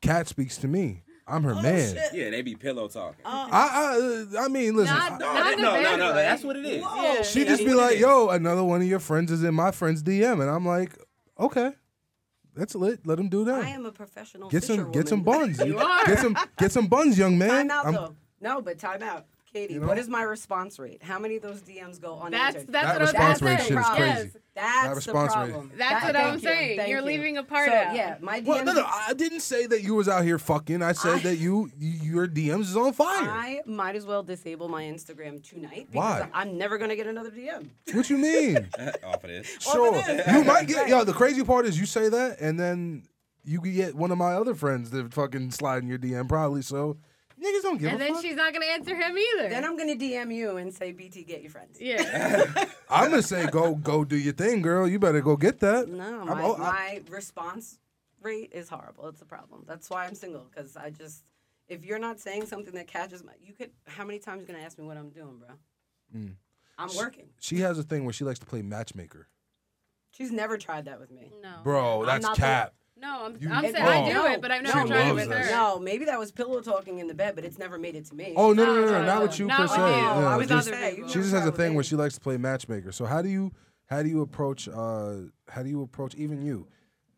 [SPEAKER 2] Kat speaks to me. I'm her man.
[SPEAKER 1] Oh, shit.
[SPEAKER 4] Yeah, they be pillow talking.
[SPEAKER 1] Oh,
[SPEAKER 2] I, I, uh, I mean, listen.
[SPEAKER 3] Not-
[SPEAKER 2] I-
[SPEAKER 4] no,
[SPEAKER 3] Not
[SPEAKER 4] that-
[SPEAKER 3] in a
[SPEAKER 4] no, no,
[SPEAKER 3] bad
[SPEAKER 4] no,
[SPEAKER 3] way.
[SPEAKER 4] That's what it is.
[SPEAKER 1] Whoa.
[SPEAKER 2] she
[SPEAKER 4] that's
[SPEAKER 2] just be
[SPEAKER 4] what it
[SPEAKER 2] like,
[SPEAKER 4] is.
[SPEAKER 2] "Yo, another one of your friends is in my friend's DM," and I'm like, "Okay, that's lit. Let him do that.
[SPEAKER 1] I am a professional.
[SPEAKER 2] get some,
[SPEAKER 1] fisherwoman.
[SPEAKER 2] get some buns.
[SPEAKER 3] You are.
[SPEAKER 2] Get some, get some buns, young man.
[SPEAKER 1] Time out
[SPEAKER 2] I'm-
[SPEAKER 1] though. No, but time out, Katie.
[SPEAKER 2] You know?
[SPEAKER 1] What is my response rate? How many of those DMs go
[SPEAKER 3] That's
[SPEAKER 1] unanswered?
[SPEAKER 3] that's what
[SPEAKER 2] response
[SPEAKER 3] I
[SPEAKER 2] rate
[SPEAKER 3] was
[SPEAKER 1] the
[SPEAKER 2] shit is
[SPEAKER 1] problem.
[SPEAKER 2] crazy.
[SPEAKER 3] Yes.
[SPEAKER 1] That's
[SPEAKER 2] response
[SPEAKER 1] the
[SPEAKER 2] rate.
[SPEAKER 1] problem.
[SPEAKER 3] That's what I'm
[SPEAKER 1] thank
[SPEAKER 3] saying.
[SPEAKER 1] Thank
[SPEAKER 3] You're
[SPEAKER 1] you.
[SPEAKER 3] leaving a part
[SPEAKER 1] so,
[SPEAKER 3] out.
[SPEAKER 1] Yeah, my DMs.
[SPEAKER 2] Well, no, no, I didn't say that you was out here fucking. I said that you, you your DMs is on fire.
[SPEAKER 1] I might as well disable my Instagram tonight because
[SPEAKER 2] Why?
[SPEAKER 1] I'm never gonna get another DM.
[SPEAKER 2] What you mean?
[SPEAKER 4] Off of this.
[SPEAKER 1] All
[SPEAKER 2] sure,
[SPEAKER 1] it is.
[SPEAKER 2] you might get. Yo, the crazy part is you say that, and then you could get one of my other friends to fucking slide in your DM, probably. So niggas don't give
[SPEAKER 3] And
[SPEAKER 2] a
[SPEAKER 3] then
[SPEAKER 2] fuck.
[SPEAKER 3] she's not gonna answer him either.
[SPEAKER 1] Then I'm gonna DM you and say, "BT, get your friends."
[SPEAKER 3] yeah.
[SPEAKER 2] I'm gonna say go, go do your thing, girl. You better go get that.
[SPEAKER 1] No,
[SPEAKER 2] I'm-
[SPEAKER 1] my,
[SPEAKER 2] oh, I-
[SPEAKER 1] my response rate is horrible. It's a problem. That's why I'm single because I just if you're not saying something that catches my you could how many times you gonna ask me what I'm doing, bro?
[SPEAKER 2] Mm.
[SPEAKER 1] I'm working.
[SPEAKER 2] she has a thing where she likes to play matchmaker.
[SPEAKER 1] She's never tried that with me.
[SPEAKER 3] No.
[SPEAKER 2] Bro, that's
[SPEAKER 1] not the-
[SPEAKER 2] cap.
[SPEAKER 3] No, I'm,
[SPEAKER 2] You-
[SPEAKER 3] I'm
[SPEAKER 2] It-
[SPEAKER 3] saying I do
[SPEAKER 2] No.
[SPEAKER 3] it, but I've never
[SPEAKER 2] She
[SPEAKER 3] tried it
[SPEAKER 2] loves
[SPEAKER 3] with
[SPEAKER 2] us.
[SPEAKER 3] her.
[SPEAKER 1] No, maybe that was pillow talking in the bed, but it's never made it to me.
[SPEAKER 2] Oh no no
[SPEAKER 3] No, no,
[SPEAKER 2] no no!
[SPEAKER 3] no,
[SPEAKER 2] Not
[SPEAKER 3] no.
[SPEAKER 2] with you
[SPEAKER 3] Not
[SPEAKER 2] per
[SPEAKER 3] with
[SPEAKER 2] se.
[SPEAKER 3] you.
[SPEAKER 2] Yeah,
[SPEAKER 1] I
[SPEAKER 3] With
[SPEAKER 1] was
[SPEAKER 2] just-
[SPEAKER 1] other
[SPEAKER 3] say,
[SPEAKER 1] people.
[SPEAKER 2] She just has a thing where she likes to play matchmaker. So how do you how do you approach uh how do you approach even you?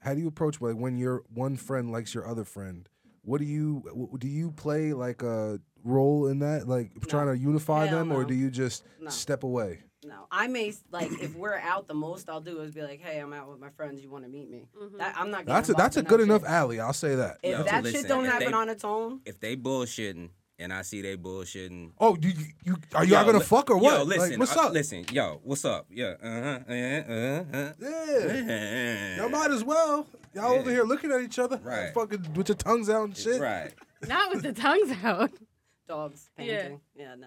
[SPEAKER 2] How do you approach like when your one friend likes your other friend? What do you w- do you play like a role in that? Like trying to unify
[SPEAKER 1] Hell
[SPEAKER 2] them or
[SPEAKER 1] no.
[SPEAKER 2] do you just
[SPEAKER 1] No.
[SPEAKER 2] step away?
[SPEAKER 1] No, I may like if we're out, the most I'll do is be like, "Hey, I'm out with my friends. You want to meet me?"
[SPEAKER 3] Mm-hmm.
[SPEAKER 1] That, I'm not. getting
[SPEAKER 2] That's a
[SPEAKER 1] involved
[SPEAKER 2] that's a
[SPEAKER 1] in that
[SPEAKER 2] good
[SPEAKER 1] shit.
[SPEAKER 2] enough alley, I'll say that.
[SPEAKER 1] If
[SPEAKER 4] No,
[SPEAKER 1] that
[SPEAKER 4] listen,
[SPEAKER 1] shit don't
[SPEAKER 4] if they-
[SPEAKER 1] happen on its own,
[SPEAKER 4] If they bullshitting and I see they bullshitting,
[SPEAKER 2] Oh, do you, you are y'all
[SPEAKER 4] Yo,
[SPEAKER 2] gonna
[SPEAKER 4] li-
[SPEAKER 2] fuck or what?
[SPEAKER 4] Yo, listen,
[SPEAKER 2] like, what's
[SPEAKER 4] uh,
[SPEAKER 2] up?
[SPEAKER 4] listen, yo, what's up? Yeah, uh-huh, uh-huh, uh-huh.
[SPEAKER 2] Yeah.
[SPEAKER 4] Yeah.
[SPEAKER 2] Y'all might as well. Y'all over
[SPEAKER 4] Yeah.
[SPEAKER 2] here looking at each other,
[SPEAKER 4] Right.
[SPEAKER 2] fucking with your tongues out and shit.
[SPEAKER 4] Right.
[SPEAKER 3] Not with the tongues out.
[SPEAKER 1] dogs
[SPEAKER 3] Yeah.
[SPEAKER 1] painting. Yeah. no.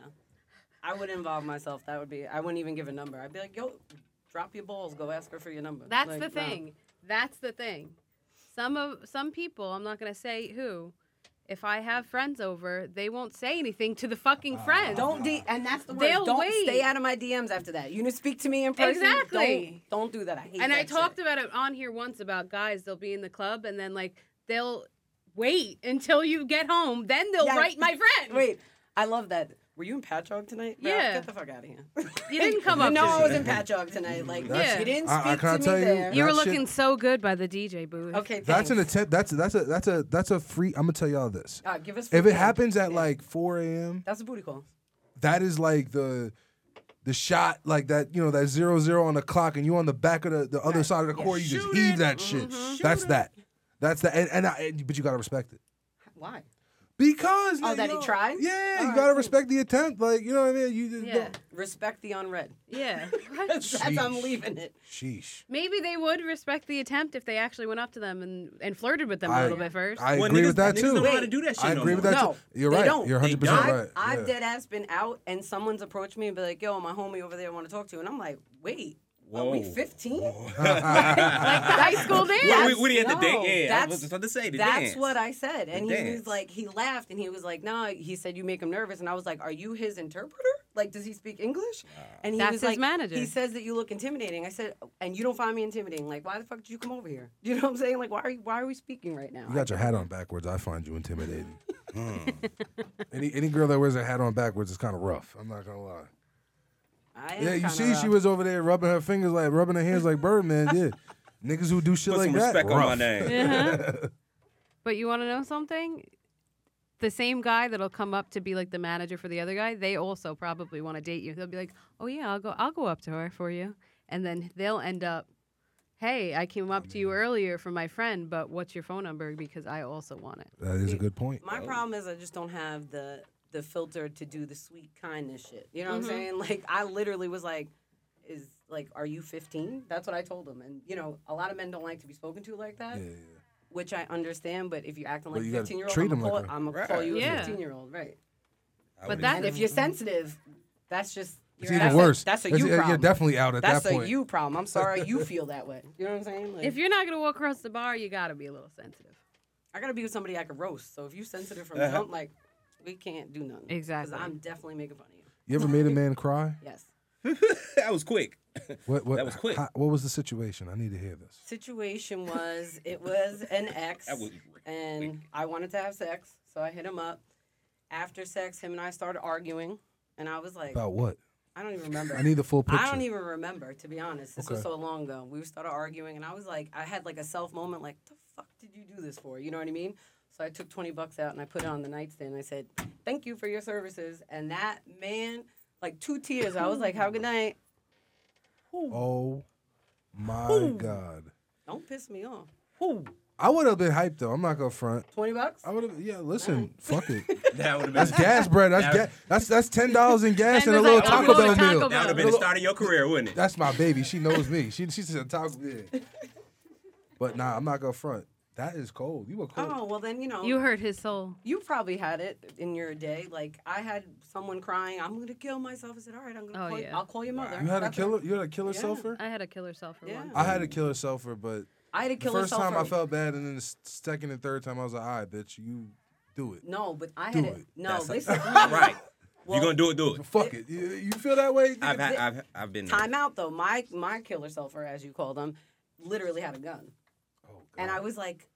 [SPEAKER 1] I would involve myself. That would be. I wouldn't even give a number. I'd be like, yo, drop your balls. Go ask her for your number.
[SPEAKER 3] That's
[SPEAKER 1] Like,
[SPEAKER 3] the
[SPEAKER 1] no.
[SPEAKER 3] thing. That's the thing. Some of some people, I'm not gonna say who, if I have friends over, they won't say anything to the fucking
[SPEAKER 2] Ah.
[SPEAKER 3] friend.
[SPEAKER 1] Don't de- and that's the word.
[SPEAKER 3] They'll
[SPEAKER 1] don't
[SPEAKER 3] wait.
[SPEAKER 1] stay out of my DMs after that. You need to speak to me in person.
[SPEAKER 3] Exactly.
[SPEAKER 1] Don't, don't do that. I hate.
[SPEAKER 3] and I
[SPEAKER 1] that
[SPEAKER 3] talked
[SPEAKER 1] shit.
[SPEAKER 3] about it on here once about guys. They'll be in the club and then like they'll wait until you get home, then they'll
[SPEAKER 1] Yeah.
[SPEAKER 3] write my friend.
[SPEAKER 1] Wait, I love that. Were you in Patchogue tonight? Ralph,
[SPEAKER 3] Yeah.
[SPEAKER 1] Get the fuck out of here.
[SPEAKER 3] You didn't come
[SPEAKER 1] You
[SPEAKER 3] up.
[SPEAKER 1] know
[SPEAKER 3] to
[SPEAKER 1] I
[SPEAKER 3] me.
[SPEAKER 1] was in Patchogue tonight. Like,
[SPEAKER 3] That's-
[SPEAKER 1] you didn't speak
[SPEAKER 2] Mm-hmm. I- I
[SPEAKER 1] to
[SPEAKER 2] can't
[SPEAKER 1] me
[SPEAKER 2] tell you-
[SPEAKER 1] there.
[SPEAKER 3] You were
[SPEAKER 2] That shit-
[SPEAKER 3] looking so good by the DJ booth.
[SPEAKER 1] Okay,
[SPEAKER 2] That's an
[SPEAKER 1] thanks.
[SPEAKER 2] attempt. That's that's a that's a that's a free. I'm gonna tell y'all this.
[SPEAKER 1] Uh, give us.
[SPEAKER 2] If it
[SPEAKER 1] feedback.
[SPEAKER 2] happens at
[SPEAKER 1] Yeah.
[SPEAKER 2] like 4 a.m.,
[SPEAKER 1] that's a booty call.
[SPEAKER 2] that is like the the shot, like that you know that zero zero on the clock, and you on the back of the, the other side of the court, you just
[SPEAKER 4] Shoot
[SPEAKER 2] heave
[SPEAKER 4] it.
[SPEAKER 2] that shit.
[SPEAKER 1] Mm-hmm.
[SPEAKER 2] That's that. That's that. And, and, I, and- but you gotta respect it
[SPEAKER 1] Why?
[SPEAKER 2] because
[SPEAKER 1] Oh,
[SPEAKER 2] like,
[SPEAKER 1] that he
[SPEAKER 2] yo,
[SPEAKER 1] tried?
[SPEAKER 2] Yeah,
[SPEAKER 1] All
[SPEAKER 2] you
[SPEAKER 1] right,
[SPEAKER 2] gotta
[SPEAKER 1] cool.
[SPEAKER 2] respect the attempt. Like you know what I mean. You just
[SPEAKER 3] Yeah.
[SPEAKER 2] don't-
[SPEAKER 1] Respect the unread.
[SPEAKER 3] Yeah.
[SPEAKER 1] That's I'm
[SPEAKER 2] Sheesh.
[SPEAKER 1] leaving it.
[SPEAKER 2] Sheesh.
[SPEAKER 3] Maybe they would respect the attempt if they actually went up to them and, and flirted with them a
[SPEAKER 2] I-
[SPEAKER 3] little bit first.
[SPEAKER 2] I
[SPEAKER 4] Well,
[SPEAKER 2] agree
[SPEAKER 4] niggas-
[SPEAKER 2] with that
[SPEAKER 4] niggas
[SPEAKER 2] too.
[SPEAKER 4] don't know how to do that shit
[SPEAKER 2] I
[SPEAKER 4] no
[SPEAKER 2] agree with
[SPEAKER 4] more.
[SPEAKER 2] that
[SPEAKER 1] No,
[SPEAKER 2] too. You're
[SPEAKER 1] they
[SPEAKER 2] right.
[SPEAKER 1] don't.
[SPEAKER 2] You're
[SPEAKER 4] They
[SPEAKER 2] 100
[SPEAKER 4] don't.
[SPEAKER 2] percent
[SPEAKER 4] I-
[SPEAKER 2] right.
[SPEAKER 1] I've
[SPEAKER 2] yeah.
[SPEAKER 1] dead ass been out and someone's approached me and be like, "Yo, my homie over there want to talk to you," and I'm like, "Wait, are we
[SPEAKER 4] Whoa.
[SPEAKER 1] 15?"
[SPEAKER 3] like the high school dance.
[SPEAKER 1] Yeah.
[SPEAKER 4] we, we had the
[SPEAKER 1] No,
[SPEAKER 4] date. Yeah, I was
[SPEAKER 1] that's-
[SPEAKER 4] just about to say the
[SPEAKER 1] That's
[SPEAKER 4] dance.
[SPEAKER 1] what I said, and he was
[SPEAKER 4] dance.
[SPEAKER 1] like, he laughed and he was like, "No," he said, "You make him nervous," and I was like, "Are you his interpreter? Like, does he speak English?" And he
[SPEAKER 3] That's
[SPEAKER 1] was
[SPEAKER 3] his
[SPEAKER 1] like,
[SPEAKER 3] manager.
[SPEAKER 1] He says that you look intimidating. I said, "And you don't find me intimidating? Like, why the fuck did you come over here? You know what I'm saying? Like, why are you, why are we speaking right now?"
[SPEAKER 2] You got your hat on backwards. I find you intimidating.
[SPEAKER 4] Hmm.
[SPEAKER 2] any any girl that wears a hat on backwards is kind of rough. I'm not gonna lie.
[SPEAKER 1] I am
[SPEAKER 2] Yeah, you
[SPEAKER 1] kinda
[SPEAKER 2] see,
[SPEAKER 1] rough.
[SPEAKER 2] she was over there rubbing her fingers like rubbing her hands like Birdman. Yeah, niggas who do shit
[SPEAKER 4] Put
[SPEAKER 2] like
[SPEAKER 4] some
[SPEAKER 2] that.
[SPEAKER 4] respect on my
[SPEAKER 2] rough.
[SPEAKER 4] name.
[SPEAKER 3] Uh-huh. but you want to know something? The same guy that'll come up to be like the manager for the other guy, they also probably want to date you. They'll be like, "Oh yeah, I'll go. I'll go up to her for you," and then they'll end up, "Hey, I came up to you
[SPEAKER 2] Mm.
[SPEAKER 3] earlier from my friend, but what's your phone number? Because I also want it."
[SPEAKER 2] That is a good point.
[SPEAKER 1] My problem is I just don't have the the filter to do the sweet kindness shit. You know
[SPEAKER 3] Mm-hmm.
[SPEAKER 1] what I'm saying? Like I literally was like, is like, are you 15? That's what I told him. And you know, a lot of men don't like to be spoken to like that,
[SPEAKER 2] Yeah, yeah.
[SPEAKER 1] which I understand. But if you're acting
[SPEAKER 2] Well,
[SPEAKER 1] like
[SPEAKER 2] you
[SPEAKER 1] a
[SPEAKER 2] gotta
[SPEAKER 1] 15 year old,
[SPEAKER 2] treat
[SPEAKER 1] I'm
[SPEAKER 2] 'em like
[SPEAKER 1] gonna
[SPEAKER 2] a-
[SPEAKER 1] call, I'ma call
[SPEAKER 4] Right.
[SPEAKER 1] you
[SPEAKER 3] Yeah.
[SPEAKER 1] a 15 year old, right?
[SPEAKER 4] I
[SPEAKER 3] But
[SPEAKER 4] would
[SPEAKER 3] that-
[SPEAKER 1] And if you're sensitive, that's just
[SPEAKER 2] It's
[SPEAKER 1] you're-
[SPEAKER 2] even
[SPEAKER 1] that's a-
[SPEAKER 2] worse.
[SPEAKER 1] that's a
[SPEAKER 2] It's-
[SPEAKER 1] you
[SPEAKER 2] you're
[SPEAKER 1] problem.
[SPEAKER 2] definitely out at
[SPEAKER 1] that's
[SPEAKER 2] that
[SPEAKER 1] a
[SPEAKER 2] point.
[SPEAKER 1] you problem. I'm sorry you feel that way. You know what I'm saying? Like,
[SPEAKER 3] If you're not gonna walk across the bar, you gotta be a little sensitive.
[SPEAKER 1] I gotta be with somebody I can roast. So if you're sensitive from jump, like we can't do nothing. 'Cause
[SPEAKER 3] Uh-huh. Exactly.
[SPEAKER 1] I'm definitely making fun of you.
[SPEAKER 2] You ever made a man cry?
[SPEAKER 1] Yes.
[SPEAKER 4] that was quick.
[SPEAKER 2] What, what,
[SPEAKER 4] That was quick.
[SPEAKER 2] how- what was the situation? I need to hear this.
[SPEAKER 1] situation was it was an ex
[SPEAKER 4] That was
[SPEAKER 1] and I wanted to have sex, so I hit him up. After sex, him and I started arguing, and I was like,
[SPEAKER 2] About what?
[SPEAKER 1] I don't even remember.
[SPEAKER 2] I need the full picture.
[SPEAKER 1] I don't even remember, to be honest. This was
[SPEAKER 2] Okay.
[SPEAKER 1] so long ago. We started arguing, and I was like, I had like a self moment, like, the fuck did you do this for? You know what I mean? So I took 20 bucks out and I put it on the nightstand. And I said, thank you for your services. And that man, like two tears. I was like, have a good night.
[SPEAKER 2] Oh my god!
[SPEAKER 1] Don't piss me off.
[SPEAKER 2] I would have been hyped though. I'm not gonna front.
[SPEAKER 1] 20 bucks?
[SPEAKER 2] I would have. Yeah, listen. Fuck it.
[SPEAKER 4] That would have
[SPEAKER 2] That's gas bread. That's ga- That's that's ten dollars in gas and
[SPEAKER 3] there's
[SPEAKER 2] a little
[SPEAKER 3] like a
[SPEAKER 2] Taco
[SPEAKER 3] little
[SPEAKER 2] Bell
[SPEAKER 3] Taco
[SPEAKER 2] meal.
[SPEAKER 4] That would have been the start of your career, wouldn't it?
[SPEAKER 2] That's my baby. She knows me. She she said Taco Bell. But nah, I'm not gonna front. That is cold. You were cold.
[SPEAKER 1] Oh, well, then, you know.
[SPEAKER 3] You hurt his soul.
[SPEAKER 1] you probably had it in your day. Like I had someone crying, "I'm gonna kill myself." I said, "All right, I'm gonna
[SPEAKER 3] Oh,
[SPEAKER 1] call you.
[SPEAKER 3] yeah.
[SPEAKER 1] I'll call your mother."
[SPEAKER 2] You had a
[SPEAKER 1] That's it.
[SPEAKER 2] killer. You had a killer
[SPEAKER 1] Yeah.
[SPEAKER 2] sulfur.
[SPEAKER 3] I had a killer self for
[SPEAKER 1] Yeah.
[SPEAKER 3] one.
[SPEAKER 2] I had a killer sulfur, but
[SPEAKER 1] I had a
[SPEAKER 2] the
[SPEAKER 1] killer
[SPEAKER 2] first
[SPEAKER 1] cell
[SPEAKER 2] time I
[SPEAKER 1] phone.
[SPEAKER 2] felt bad, and then the s- second and third time I was like, "All right, bitch, you do it.
[SPEAKER 1] No, but I
[SPEAKER 2] Do
[SPEAKER 1] had
[SPEAKER 2] it.
[SPEAKER 1] it. No,
[SPEAKER 4] That's-
[SPEAKER 1] listen.
[SPEAKER 4] right.
[SPEAKER 1] Well,
[SPEAKER 4] You're gonna do it, do it.
[SPEAKER 2] Fuck it. You, you feel that way?
[SPEAKER 4] I've,
[SPEAKER 2] nigga?
[SPEAKER 4] had, I've I've been there.
[SPEAKER 1] Time out though. My my killer selfer, as you call them, literally had a gun, and I was like,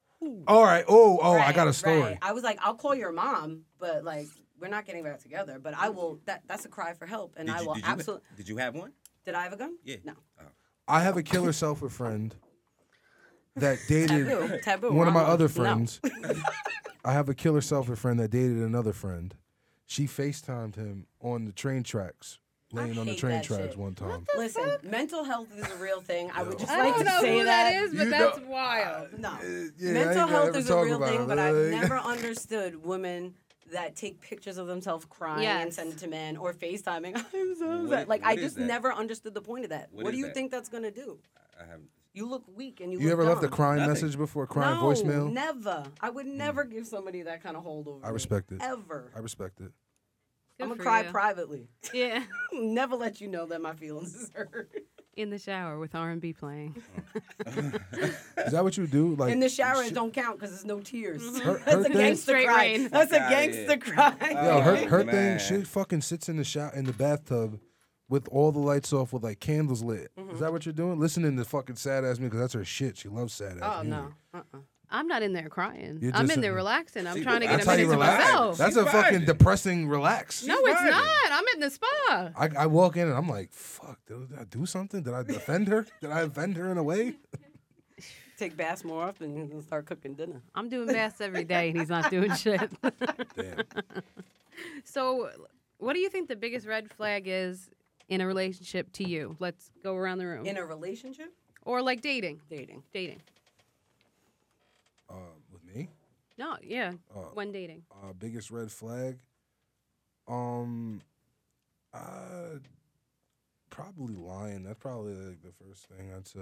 [SPEAKER 2] All right. Oh, oh, I
[SPEAKER 1] right,
[SPEAKER 2] got a story.
[SPEAKER 1] right. I was like, "I'll call your mom," but like, we're not getting back together. But I will. That that's a cry for help, and
[SPEAKER 4] Did
[SPEAKER 1] I
[SPEAKER 4] you-
[SPEAKER 1] will
[SPEAKER 4] did you,
[SPEAKER 1] absolutely.
[SPEAKER 4] Did you have one?
[SPEAKER 1] Did I have a gun?
[SPEAKER 4] Yeah.
[SPEAKER 1] No.
[SPEAKER 2] I have a killer selfer friend that dated
[SPEAKER 1] Taboo. Taboo.
[SPEAKER 2] one of my
[SPEAKER 1] Wrong.
[SPEAKER 2] other
[SPEAKER 1] No.
[SPEAKER 2] friends. I have a killer selfer friend that dated another friend. She FaceTimed him on the train tracks, laying on the
[SPEAKER 1] hate
[SPEAKER 2] train
[SPEAKER 1] that
[SPEAKER 2] tracks
[SPEAKER 1] shit.
[SPEAKER 2] one time.
[SPEAKER 1] Listen, mental health is a real thing. I would just
[SPEAKER 3] I
[SPEAKER 1] like
[SPEAKER 3] don't
[SPEAKER 1] to
[SPEAKER 3] know
[SPEAKER 1] say
[SPEAKER 3] who
[SPEAKER 1] that
[SPEAKER 3] that is, but
[SPEAKER 2] You
[SPEAKER 3] that's
[SPEAKER 2] know-
[SPEAKER 3] wild.
[SPEAKER 1] No.
[SPEAKER 2] Uh, yeah, I ain't
[SPEAKER 1] Mental
[SPEAKER 2] gonna
[SPEAKER 1] health
[SPEAKER 2] ever
[SPEAKER 1] is a
[SPEAKER 2] talk
[SPEAKER 1] real
[SPEAKER 2] about
[SPEAKER 1] thing,
[SPEAKER 2] it,
[SPEAKER 1] but I've
[SPEAKER 2] like-
[SPEAKER 1] never understood women that take pictures of themselves crying and
[SPEAKER 3] Yes.
[SPEAKER 1] send it to men or FaceTiming. I'm so
[SPEAKER 4] What
[SPEAKER 1] upset.
[SPEAKER 4] is-
[SPEAKER 1] Like, I
[SPEAKER 4] what is
[SPEAKER 1] just
[SPEAKER 4] that?
[SPEAKER 1] never understood the point of that. What,
[SPEAKER 4] What
[SPEAKER 1] do
[SPEAKER 4] is
[SPEAKER 1] you
[SPEAKER 4] that?
[SPEAKER 1] think that's going to do?
[SPEAKER 4] I have.
[SPEAKER 1] You look weak and you
[SPEAKER 2] You
[SPEAKER 1] look
[SPEAKER 2] ever left a
[SPEAKER 1] dumb.
[SPEAKER 2] crying
[SPEAKER 4] Nothing.
[SPEAKER 2] message before, a crying
[SPEAKER 1] no,
[SPEAKER 2] voicemail? Mm.
[SPEAKER 1] never. I would never give somebody that kind of hold over
[SPEAKER 2] I
[SPEAKER 1] me,
[SPEAKER 2] respect it.
[SPEAKER 1] Ever.
[SPEAKER 2] I respect it.
[SPEAKER 3] Good
[SPEAKER 1] I'm
[SPEAKER 3] for
[SPEAKER 1] going to cry
[SPEAKER 3] you.
[SPEAKER 1] privately.
[SPEAKER 3] Yeah.
[SPEAKER 1] never let you know that my feelings is hurt.
[SPEAKER 3] In the shower with R&B playing.
[SPEAKER 2] Is that what you do? Like
[SPEAKER 1] In the shower, it don't count because there's no tears.
[SPEAKER 2] Her- her
[SPEAKER 1] That's a
[SPEAKER 2] thing-
[SPEAKER 1] gangster
[SPEAKER 3] Mm-hmm. Straight
[SPEAKER 1] cry.
[SPEAKER 3] rain.
[SPEAKER 1] That's a
[SPEAKER 4] Fuck outta here.
[SPEAKER 1] gangster cry.
[SPEAKER 2] Yo, her,
[SPEAKER 4] Oh,
[SPEAKER 2] her thing,
[SPEAKER 4] man.
[SPEAKER 2] she fucking sits in the shot in the bathtub with all the lights off with like candles lit. Is that what you're doing? Listening to fucking sad ass music because that's her shit. She loves sad ass
[SPEAKER 1] Oh
[SPEAKER 2] music.
[SPEAKER 1] no. Uh-uh.
[SPEAKER 3] I'm not in there crying.
[SPEAKER 2] You're
[SPEAKER 3] I'm
[SPEAKER 2] just
[SPEAKER 3] in
[SPEAKER 2] in
[SPEAKER 3] there
[SPEAKER 2] there.
[SPEAKER 3] relaxing. I'm
[SPEAKER 4] See,
[SPEAKER 3] trying to get
[SPEAKER 4] that's
[SPEAKER 3] a
[SPEAKER 4] how
[SPEAKER 3] minute
[SPEAKER 4] you
[SPEAKER 3] to
[SPEAKER 4] relax.
[SPEAKER 3] myself.
[SPEAKER 2] That's
[SPEAKER 4] She's
[SPEAKER 2] a fucking
[SPEAKER 4] vibing.
[SPEAKER 2] depressing relax.
[SPEAKER 3] no, it's
[SPEAKER 4] vibing.
[SPEAKER 3] not. I'm in the spa.
[SPEAKER 2] I, I walk in and I'm like, fuck, did I do something? Did I offend her? Did I offend her in a way?
[SPEAKER 1] Take baths more often and start cooking dinner.
[SPEAKER 3] I'm doing baths every day, and he's not doing shit.
[SPEAKER 2] Damn.
[SPEAKER 3] so, what do you think the biggest red flag is in a relationship to you? Let's go around the room.
[SPEAKER 1] In a relationship,
[SPEAKER 3] or like dating.
[SPEAKER 1] dating.
[SPEAKER 3] Dating.
[SPEAKER 2] Uh, with me?
[SPEAKER 3] No, yeah.
[SPEAKER 2] Uh,
[SPEAKER 3] When dating.
[SPEAKER 2] uh, biggest red flag? Um, uh, probably lying. That's probably like the first thing I'd say.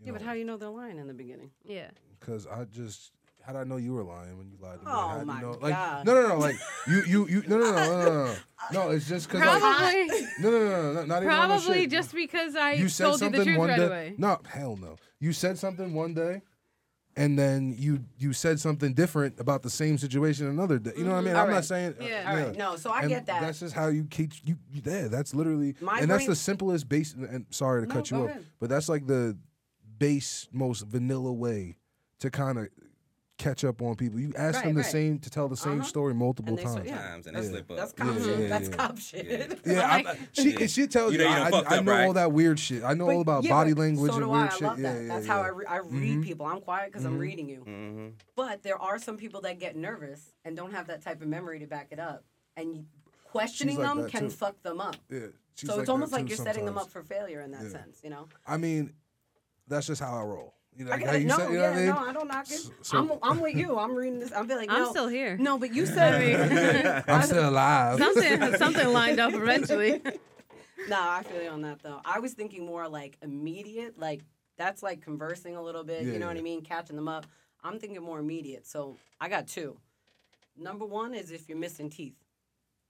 [SPEAKER 2] You
[SPEAKER 1] Yeah, but
[SPEAKER 2] know,
[SPEAKER 1] how you know they're lying in the beginning?
[SPEAKER 3] Yeah.
[SPEAKER 2] Cause I just how did I know you were lying when you lied to me?
[SPEAKER 1] Oh,
[SPEAKER 2] How'd you
[SPEAKER 1] my
[SPEAKER 2] know? Like
[SPEAKER 1] God.
[SPEAKER 2] no no no like you you you no no no no no no no it's just cause like,
[SPEAKER 3] Probably.
[SPEAKER 2] no no no no not even on the
[SPEAKER 3] Probably
[SPEAKER 2] shit.
[SPEAKER 3] just because I
[SPEAKER 2] you said
[SPEAKER 3] told you
[SPEAKER 2] something
[SPEAKER 3] the truth
[SPEAKER 2] one
[SPEAKER 3] right
[SPEAKER 2] day.
[SPEAKER 3] away.
[SPEAKER 2] No, hell no. You said something one day, and then you you said something different about the same situation another day. You know what I mean?
[SPEAKER 1] All
[SPEAKER 2] I'm
[SPEAKER 1] right.
[SPEAKER 2] not saying.
[SPEAKER 3] Mm-hmm.
[SPEAKER 2] uh,
[SPEAKER 3] Yeah.
[SPEAKER 1] All right, no. So I
[SPEAKER 2] And
[SPEAKER 1] get that.
[SPEAKER 2] That's just how you keep you, you there. That's literally,
[SPEAKER 1] My
[SPEAKER 2] and that's
[SPEAKER 1] brain-
[SPEAKER 2] the simplest base. And, and sorry to
[SPEAKER 1] No,
[SPEAKER 2] cut
[SPEAKER 1] go
[SPEAKER 2] you off,
[SPEAKER 1] ahead.
[SPEAKER 2] but that's like the base, most vanilla way to kind of catch up on people. You ask
[SPEAKER 1] Right,
[SPEAKER 2] them the
[SPEAKER 1] right.
[SPEAKER 2] same to tell the same
[SPEAKER 1] Uh-huh.
[SPEAKER 2] story multiple
[SPEAKER 1] And they say-
[SPEAKER 2] times.
[SPEAKER 1] yeah.
[SPEAKER 4] times and I
[SPEAKER 2] Yeah.
[SPEAKER 4] slip up.
[SPEAKER 1] That's cop
[SPEAKER 2] Yeah,
[SPEAKER 1] shit.
[SPEAKER 2] yeah,
[SPEAKER 1] That's
[SPEAKER 2] yeah.
[SPEAKER 1] cop shit.
[SPEAKER 2] Yeah, I'm,
[SPEAKER 3] Like-
[SPEAKER 2] she she tells
[SPEAKER 4] You
[SPEAKER 2] you.
[SPEAKER 4] know you
[SPEAKER 2] I,
[SPEAKER 4] done
[SPEAKER 2] I,
[SPEAKER 4] fucked
[SPEAKER 2] I
[SPEAKER 4] up,
[SPEAKER 2] know
[SPEAKER 4] right?
[SPEAKER 2] all that weird shit. I know
[SPEAKER 1] But-
[SPEAKER 2] all about
[SPEAKER 1] yeah,
[SPEAKER 2] body
[SPEAKER 1] but
[SPEAKER 2] language
[SPEAKER 1] so
[SPEAKER 2] and
[SPEAKER 1] do I.
[SPEAKER 2] weird shit.
[SPEAKER 1] I love
[SPEAKER 2] yeah,
[SPEAKER 1] that.
[SPEAKER 2] yeah,
[SPEAKER 1] That's
[SPEAKER 2] yeah.
[SPEAKER 1] how I, re- I read
[SPEAKER 2] Mhm.
[SPEAKER 1] people. I'm quiet because I'm
[SPEAKER 2] Mhm.
[SPEAKER 1] reading you.
[SPEAKER 4] Mm-hmm.
[SPEAKER 1] But there are some people that get nervous and don't have that type of memory to back it up, and you- questioning
[SPEAKER 2] like
[SPEAKER 1] them
[SPEAKER 2] that,
[SPEAKER 1] can
[SPEAKER 2] too.
[SPEAKER 1] fuck them up.
[SPEAKER 2] Yeah, she's
[SPEAKER 1] so
[SPEAKER 2] like
[SPEAKER 1] it's
[SPEAKER 2] that
[SPEAKER 1] almost like
[SPEAKER 2] too
[SPEAKER 1] you're setting them
[SPEAKER 2] sometimes.
[SPEAKER 1] up for failure in that
[SPEAKER 2] Yeah.
[SPEAKER 1] sense. You know,
[SPEAKER 2] I mean, that's just how I roll. You know,
[SPEAKER 1] I
[SPEAKER 2] like how
[SPEAKER 1] get it.
[SPEAKER 2] you
[SPEAKER 1] No,
[SPEAKER 2] said- you know
[SPEAKER 1] yeah,
[SPEAKER 2] what I mean?
[SPEAKER 1] no, I don't knock it.
[SPEAKER 2] S- so-
[SPEAKER 1] I'm, I'm with you. I'm reading this. I'm feeling like,
[SPEAKER 3] I'm
[SPEAKER 1] no,
[SPEAKER 3] still here.
[SPEAKER 1] no, but you said
[SPEAKER 2] I'm still alive.
[SPEAKER 3] Something something lined up eventually.
[SPEAKER 1] No, I feel you on that though. I was thinking more like immediate, like that's like conversing a little bit, you
[SPEAKER 2] Yeah,
[SPEAKER 1] know what I
[SPEAKER 2] yeah.
[SPEAKER 1] mean? Catching them up. I'm thinking more immediate. So I got two. Number one is if you're missing teeth.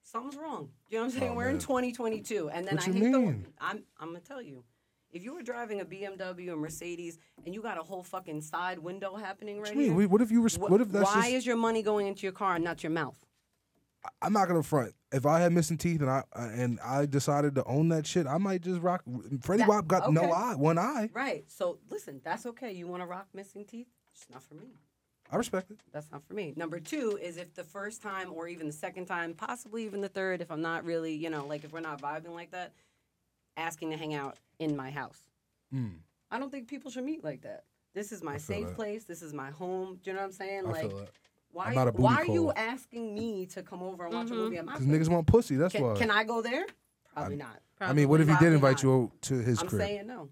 [SPEAKER 1] Something's wrong. You know what I'm saying?
[SPEAKER 2] Oh,
[SPEAKER 1] We're in
[SPEAKER 2] man.
[SPEAKER 1] 2022. And then
[SPEAKER 2] What
[SPEAKER 1] I
[SPEAKER 2] you
[SPEAKER 1] hate the
[SPEAKER 2] mean?
[SPEAKER 1] I'm I'm gonna tell you. If you were driving a BMW or Mercedes and you got a whole fucking side window happening right
[SPEAKER 2] What, do you
[SPEAKER 1] here,
[SPEAKER 2] mean? Wait, what if you were?
[SPEAKER 1] wh-
[SPEAKER 2] What if that's
[SPEAKER 1] why
[SPEAKER 2] just?
[SPEAKER 1] is your money going into your car and not your mouth?
[SPEAKER 2] I'm not gonna front. If I had missing teeth and I and I decided to own that shit, I might just rock. Freddie
[SPEAKER 1] That-
[SPEAKER 2] Wap got no
[SPEAKER 1] okay.
[SPEAKER 2] eye, one eye.
[SPEAKER 1] Right. So listen, that's okay. You wanna rock missing teeth? It's not for me.
[SPEAKER 2] I respect it.
[SPEAKER 1] That's not for me. Number two is if the first time or even the second time, possibly even the third, if I'm not really, you know, like if we're not vibing like that, asking to hang out in my house.
[SPEAKER 2] Mm,
[SPEAKER 1] I don't think people should meet like that. This is my
[SPEAKER 2] I feel
[SPEAKER 1] safe
[SPEAKER 2] that.
[SPEAKER 1] place. This is my home. Do you know what I'm saying?
[SPEAKER 2] I
[SPEAKER 1] like,
[SPEAKER 2] feel that.
[SPEAKER 1] why,
[SPEAKER 2] I'm not a booty
[SPEAKER 1] why are you
[SPEAKER 2] call.
[SPEAKER 1] asking me to come over and watch a movie at my
[SPEAKER 2] Cause
[SPEAKER 1] place?
[SPEAKER 2] niggas want pussy. That's
[SPEAKER 1] can,
[SPEAKER 2] why.
[SPEAKER 1] can I go there? Probably not.
[SPEAKER 2] I mean, what if he did
[SPEAKER 1] Probably
[SPEAKER 2] invite
[SPEAKER 1] not.
[SPEAKER 2] you o- to his
[SPEAKER 1] I'm
[SPEAKER 2] crib?
[SPEAKER 1] saying no.